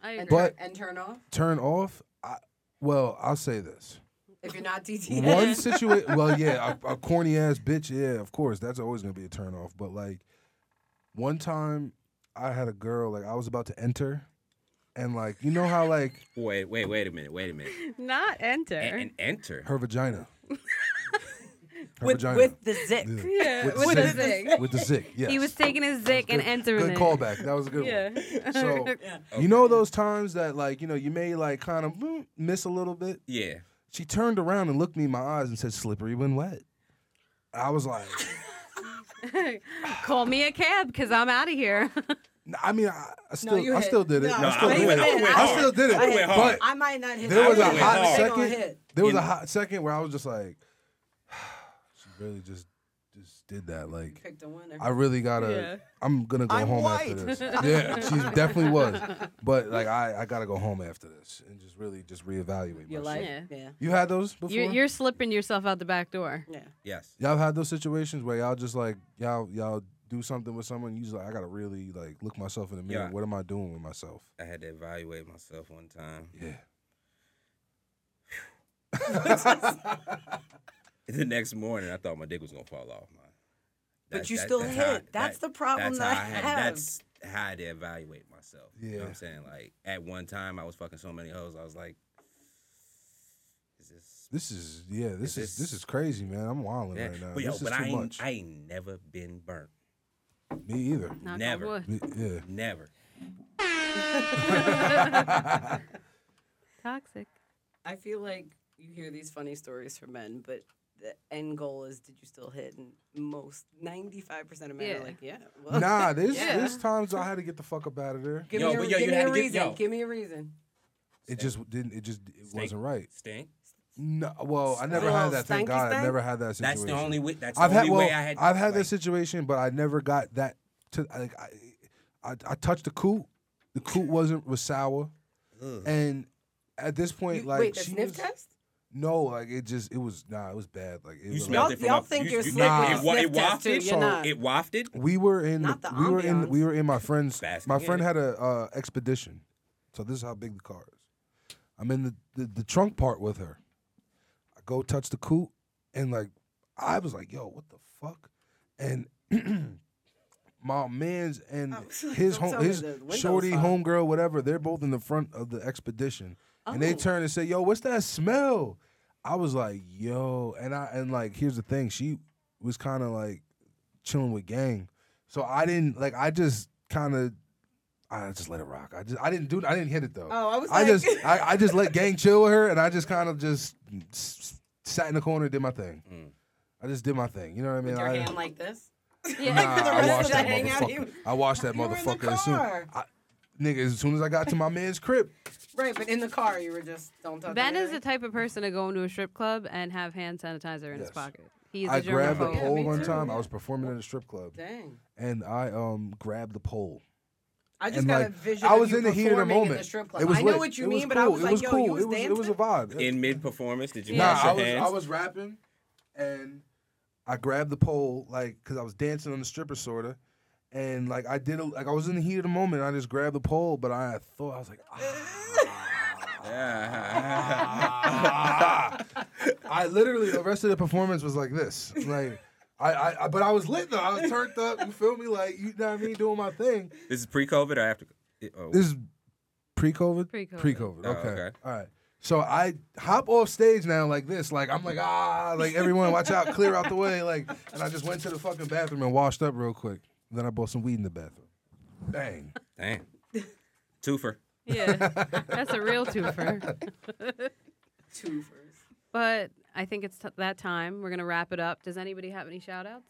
[SPEAKER 3] I
[SPEAKER 1] And,
[SPEAKER 3] agree.
[SPEAKER 2] But-
[SPEAKER 1] and turn off
[SPEAKER 2] Turn off. I, well, I'll say this.
[SPEAKER 1] if you're not DTS.
[SPEAKER 2] One situation. Well, yeah, a, a corny ass bitch. Yeah, of course. That's always gonna be a turn off. But like, one time, I had a girl. Like, I was about to enter, and like, you know how like
[SPEAKER 4] Wait, wait, wait a minute. Wait a minute.
[SPEAKER 3] not enter
[SPEAKER 4] A- and enter.
[SPEAKER 2] her vagina. Her
[SPEAKER 1] with,
[SPEAKER 2] vagina.
[SPEAKER 1] with the zit.
[SPEAKER 2] Yeah.
[SPEAKER 3] yeah,
[SPEAKER 2] with
[SPEAKER 3] with,
[SPEAKER 2] the
[SPEAKER 3] the
[SPEAKER 2] zig.
[SPEAKER 3] zig.
[SPEAKER 2] With the zick, yes.
[SPEAKER 3] he was taking his dick and entering
[SPEAKER 2] Good
[SPEAKER 3] it
[SPEAKER 2] callback. That was a good
[SPEAKER 3] yeah
[SPEAKER 2] one. So, you know those times that, like, you know, you may, like, kind of mm, miss a little bit?
[SPEAKER 4] Yeah.
[SPEAKER 2] She turned around and looked me in my eyes and said, slippery when wet. I was like,
[SPEAKER 3] Call me a cab because I'm out of here.
[SPEAKER 2] n- I mean, I, I still,
[SPEAKER 1] you
[SPEAKER 2] I
[SPEAKER 1] hit.
[SPEAKER 2] still did it.
[SPEAKER 1] No,
[SPEAKER 2] I
[SPEAKER 4] No,
[SPEAKER 2] still
[SPEAKER 4] I
[SPEAKER 2] did
[SPEAKER 4] went- I
[SPEAKER 2] it.
[SPEAKER 4] went
[SPEAKER 2] I still
[SPEAKER 4] hard.
[SPEAKER 2] did it.
[SPEAKER 4] I went
[SPEAKER 2] But
[SPEAKER 4] hard.
[SPEAKER 1] I might not hit.
[SPEAKER 2] there was
[SPEAKER 1] that.
[SPEAKER 2] a
[SPEAKER 4] went
[SPEAKER 2] hot
[SPEAKER 4] hard.
[SPEAKER 1] They gonna
[SPEAKER 2] second.
[SPEAKER 1] hit.
[SPEAKER 2] There was a
[SPEAKER 4] In-
[SPEAKER 2] hot second where I was just like, she really just, just did that. Like,
[SPEAKER 1] Picked a winner.
[SPEAKER 2] I really gotta.
[SPEAKER 3] Yeah.
[SPEAKER 2] I'm gonna go
[SPEAKER 6] I'm
[SPEAKER 2] home
[SPEAKER 6] white.
[SPEAKER 2] after this. Yeah, she definitely was. But like, I, I gotta go home after this and just really just reevaluate
[SPEAKER 1] your
[SPEAKER 2] myself.
[SPEAKER 1] life.
[SPEAKER 3] Yeah.
[SPEAKER 1] Yeah.
[SPEAKER 2] You had those before.
[SPEAKER 3] you're, you're slipping yourself out the back door.
[SPEAKER 1] Yeah.
[SPEAKER 4] Yes.
[SPEAKER 2] all had those situations where y'all just like y'all y'all do something with someone. You just like I gotta really like look myself in the mirror.
[SPEAKER 4] Yeah.
[SPEAKER 2] What am I doing with myself?
[SPEAKER 4] I had to evaluate myself one time.
[SPEAKER 2] Yeah.
[SPEAKER 4] The next morning, I thought my dick was gonna fall off. Man.
[SPEAKER 1] But you still
[SPEAKER 4] how-
[SPEAKER 1] hit. That's the problem
[SPEAKER 4] that's
[SPEAKER 1] that
[SPEAKER 4] how
[SPEAKER 1] I
[SPEAKER 4] had-
[SPEAKER 1] have.
[SPEAKER 4] That's how I had to evaluate myself. You know what
[SPEAKER 2] Yeah.
[SPEAKER 4] I'm saying? Like at one time, I was fucking so many hoes. I was like, is this
[SPEAKER 2] This is yeah. This is
[SPEAKER 4] Is
[SPEAKER 2] this
[SPEAKER 4] this-
[SPEAKER 2] is crazy, man. I'm wilding
[SPEAKER 4] Yeah,
[SPEAKER 2] right now.
[SPEAKER 4] But yo,
[SPEAKER 2] this
[SPEAKER 4] but
[SPEAKER 2] is
[SPEAKER 4] I
[SPEAKER 2] too
[SPEAKER 4] ain't,
[SPEAKER 2] much.
[SPEAKER 4] I ain't never been burnt.
[SPEAKER 2] Me either.
[SPEAKER 3] Knock on
[SPEAKER 4] Never.
[SPEAKER 3] wood.
[SPEAKER 2] Me- yeah.
[SPEAKER 4] Never.
[SPEAKER 3] Toxic.
[SPEAKER 1] I feel like you hear these funny stories from men, but the end goal is did you still hit? And most 95% of men
[SPEAKER 3] Yeah.
[SPEAKER 1] are like, yeah. Well,
[SPEAKER 2] Nah, there's
[SPEAKER 1] Yeah.
[SPEAKER 2] there's times I had to get the fuck up out of there.
[SPEAKER 1] Give
[SPEAKER 4] Yo,
[SPEAKER 1] me a,
[SPEAKER 4] but yo,
[SPEAKER 1] give
[SPEAKER 4] you
[SPEAKER 1] me
[SPEAKER 4] had
[SPEAKER 1] a
[SPEAKER 4] to get-
[SPEAKER 1] reason.
[SPEAKER 4] yo.
[SPEAKER 1] give me a reason.
[SPEAKER 2] It just didn't. It just it
[SPEAKER 4] Stank.
[SPEAKER 2] wasn't right.
[SPEAKER 4] Stink.
[SPEAKER 2] No, well, I never
[SPEAKER 1] Little
[SPEAKER 2] had that. Thank
[SPEAKER 1] stanky
[SPEAKER 2] God, I
[SPEAKER 1] stank?
[SPEAKER 2] never had that
[SPEAKER 4] That's
[SPEAKER 2] situation.
[SPEAKER 4] the only way. That's
[SPEAKER 2] I've
[SPEAKER 4] the
[SPEAKER 2] had
[SPEAKER 4] only
[SPEAKER 2] well,
[SPEAKER 4] way I had.
[SPEAKER 2] I've had
[SPEAKER 4] like,
[SPEAKER 2] that situation, but I never got that to like I, I, I touched the coot. The coot wasn't was sour,
[SPEAKER 4] ugh.
[SPEAKER 2] and at this point,
[SPEAKER 1] You-
[SPEAKER 2] like
[SPEAKER 1] wait, the
[SPEAKER 2] she
[SPEAKER 1] sniff
[SPEAKER 2] was,
[SPEAKER 1] test?
[SPEAKER 2] no, like it just it was nah, it was bad. Like it
[SPEAKER 4] You
[SPEAKER 2] was
[SPEAKER 1] Y'all,
[SPEAKER 4] smelled
[SPEAKER 2] like,
[SPEAKER 4] it from
[SPEAKER 1] y'all
[SPEAKER 4] up-
[SPEAKER 1] think
[SPEAKER 4] you-
[SPEAKER 1] you're
[SPEAKER 4] you-
[SPEAKER 1] slick
[SPEAKER 2] nah,
[SPEAKER 1] with
[SPEAKER 4] it wa-
[SPEAKER 1] sniff
[SPEAKER 4] it
[SPEAKER 1] test too.
[SPEAKER 4] wafted,
[SPEAKER 1] You're
[SPEAKER 2] so
[SPEAKER 1] not.
[SPEAKER 4] It wafted.
[SPEAKER 2] We were in
[SPEAKER 1] Not
[SPEAKER 2] the,
[SPEAKER 1] the
[SPEAKER 2] we were in
[SPEAKER 1] ambiance.
[SPEAKER 2] we were in my friend's
[SPEAKER 4] Basket.
[SPEAKER 2] my friend had a uh, expedition. So this is how big the car is. I'm in the, the, the trunk part with her. I go touch the coupe and like I was like, yo, what the fuck? And my man's and
[SPEAKER 1] I was like,
[SPEAKER 2] his
[SPEAKER 1] don't
[SPEAKER 2] home
[SPEAKER 1] tell me
[SPEAKER 2] his
[SPEAKER 1] the window's
[SPEAKER 2] shorty
[SPEAKER 1] hot.
[SPEAKER 2] homegirl, whatever, they're both in the front of the expedition. And they
[SPEAKER 1] Oh.
[SPEAKER 2] turn and say, Yo, what's that smell? I was like, yo, and I and like here's the thing, she was kinda like chilling with gang. So I didn't like I just kinda I just let it rock. I just I didn't do I didn't hit it though.
[SPEAKER 1] Oh, I was
[SPEAKER 2] I
[SPEAKER 1] like,
[SPEAKER 2] just I, I just let gang chill with her and I just kind of just s- sat in the corner did my thing.
[SPEAKER 4] Mm.
[SPEAKER 2] I just did my thing. You know what I mean?
[SPEAKER 1] with your
[SPEAKER 2] I,
[SPEAKER 1] hand like this.
[SPEAKER 3] Yeah.
[SPEAKER 2] Nah,
[SPEAKER 1] for the
[SPEAKER 2] I
[SPEAKER 1] rest
[SPEAKER 2] watched
[SPEAKER 1] of
[SPEAKER 2] that
[SPEAKER 1] the hangout, he
[SPEAKER 2] motherfucker.
[SPEAKER 1] was-
[SPEAKER 2] I watched that
[SPEAKER 1] You were in the
[SPEAKER 2] motherfucker as soon.
[SPEAKER 1] car.
[SPEAKER 2] I, nigga, as soon as I got to my man's crib,
[SPEAKER 1] Right, but in the car, you were just, don't touch
[SPEAKER 3] Ben is the
[SPEAKER 1] anything.
[SPEAKER 3] type of person to go into a strip club and have hand sanitizer in
[SPEAKER 2] Yes.
[SPEAKER 3] his pocket. He's a
[SPEAKER 2] I grabbed the
[SPEAKER 3] germaphobe.
[SPEAKER 1] Yeah,
[SPEAKER 2] pole
[SPEAKER 1] me
[SPEAKER 2] one
[SPEAKER 1] too,
[SPEAKER 2] time. I
[SPEAKER 1] yeah.
[SPEAKER 2] was performing at a strip club,
[SPEAKER 1] Dang.
[SPEAKER 2] and I um grabbed the pole.
[SPEAKER 1] I just
[SPEAKER 2] and
[SPEAKER 1] got
[SPEAKER 2] like
[SPEAKER 1] a vision
[SPEAKER 2] I was
[SPEAKER 1] of you
[SPEAKER 2] in the heat of the
[SPEAKER 1] performing in
[SPEAKER 2] moment.
[SPEAKER 1] the strip club.
[SPEAKER 2] It was
[SPEAKER 1] I know
[SPEAKER 2] lit.
[SPEAKER 1] what you
[SPEAKER 2] It
[SPEAKER 1] mean, but I
[SPEAKER 2] cool.
[SPEAKER 1] was
[SPEAKER 2] it
[SPEAKER 1] like,
[SPEAKER 2] was
[SPEAKER 1] yo, you
[SPEAKER 2] cool.
[SPEAKER 1] was
[SPEAKER 2] it was
[SPEAKER 1] dancing?
[SPEAKER 2] it was a vibe.
[SPEAKER 4] in mid performance. Did you
[SPEAKER 3] Yeah.
[SPEAKER 4] wash
[SPEAKER 2] Nah, I
[SPEAKER 4] your
[SPEAKER 2] was
[SPEAKER 4] hands?
[SPEAKER 2] I was rapping, and I grabbed the pole like because I was dancing on the stripper sorta, and like I did a, like I was in the heat of the moment. I just grabbed the pole, but I thought I was like, ah. I literally the rest of the performance was like this, like. I, I, I, but I was lit though. I was turned up. You feel me? Like you know what I mean? Doing my thing.
[SPEAKER 4] this is pre-COVID or after? it- Oh,
[SPEAKER 2] This is pre-COVID.
[SPEAKER 3] Pre-COVID.
[SPEAKER 2] Pre-COVID.
[SPEAKER 4] Oh,
[SPEAKER 2] Okay.
[SPEAKER 4] okay.
[SPEAKER 2] All right. So I hop off stage now like this, like I'm like ah, like everyone watch out, clear out the way, like, and I just went to the fucking bathroom and washed up real quick. Then I bought some weed in the bathroom. Bang.
[SPEAKER 4] damn. Twofer.
[SPEAKER 3] Yeah, that's a real twofer.
[SPEAKER 1] Two first.
[SPEAKER 3] But I think it's t- that time. We're gonna wrap it up. Does anybody have any shout outs?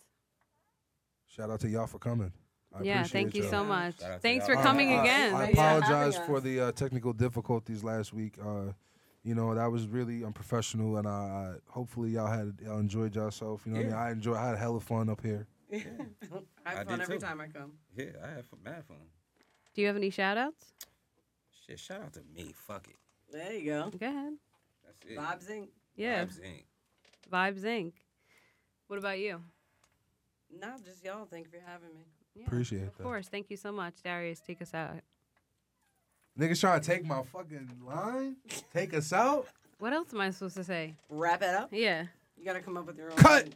[SPEAKER 2] Shout out to y'all for coming. I
[SPEAKER 3] yeah,
[SPEAKER 2] appreciate
[SPEAKER 3] thank you
[SPEAKER 2] y'all.
[SPEAKER 3] so much.
[SPEAKER 4] Shout out to
[SPEAKER 3] Thanks
[SPEAKER 4] y'all.
[SPEAKER 3] for coming
[SPEAKER 2] Uh, I- I-
[SPEAKER 3] again.
[SPEAKER 2] I,
[SPEAKER 1] Thanks for having
[SPEAKER 2] apologize for
[SPEAKER 1] us.
[SPEAKER 2] the uh, technical difficulties last week. Uh, you know that was really unprofessional, and I, I hopefully y'all had y'all enjoyed yourself. You know, what I
[SPEAKER 4] Yeah.
[SPEAKER 2] mean, I enjoy. I had hella fun up here.
[SPEAKER 1] I have
[SPEAKER 4] I
[SPEAKER 1] fun
[SPEAKER 4] did
[SPEAKER 1] every
[SPEAKER 4] too.
[SPEAKER 1] time I come.
[SPEAKER 4] Yeah, I have f- mad fun.
[SPEAKER 3] Do you have any shout outs?
[SPEAKER 4] Shit, shout out to me. Fuck it.
[SPEAKER 1] There you go.
[SPEAKER 3] Go ahead.
[SPEAKER 4] That's it.
[SPEAKER 1] Bob Zink.
[SPEAKER 3] Yeah,
[SPEAKER 4] Vibes Inc.
[SPEAKER 3] Vibes Inc. What about you?
[SPEAKER 1] Nah, just y'all. Thank you for having me.
[SPEAKER 3] Yeah,
[SPEAKER 2] Appreciate
[SPEAKER 3] Of
[SPEAKER 2] that.
[SPEAKER 3] course. Thank you so much, Darius. Take us out.
[SPEAKER 2] Niggas trying to take my fucking line, take us out.
[SPEAKER 3] What else am I supposed to say?
[SPEAKER 1] Wrap it up.
[SPEAKER 3] Yeah.
[SPEAKER 1] You gotta come up with your own.
[SPEAKER 2] Cut.